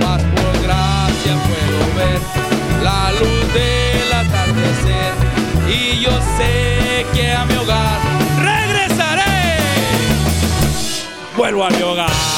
Speaker 1: Mas por gracia puedo ver la luz del atardecer. Y yo sé que a mi hogar regresaré. Vuelvo a mi hogar.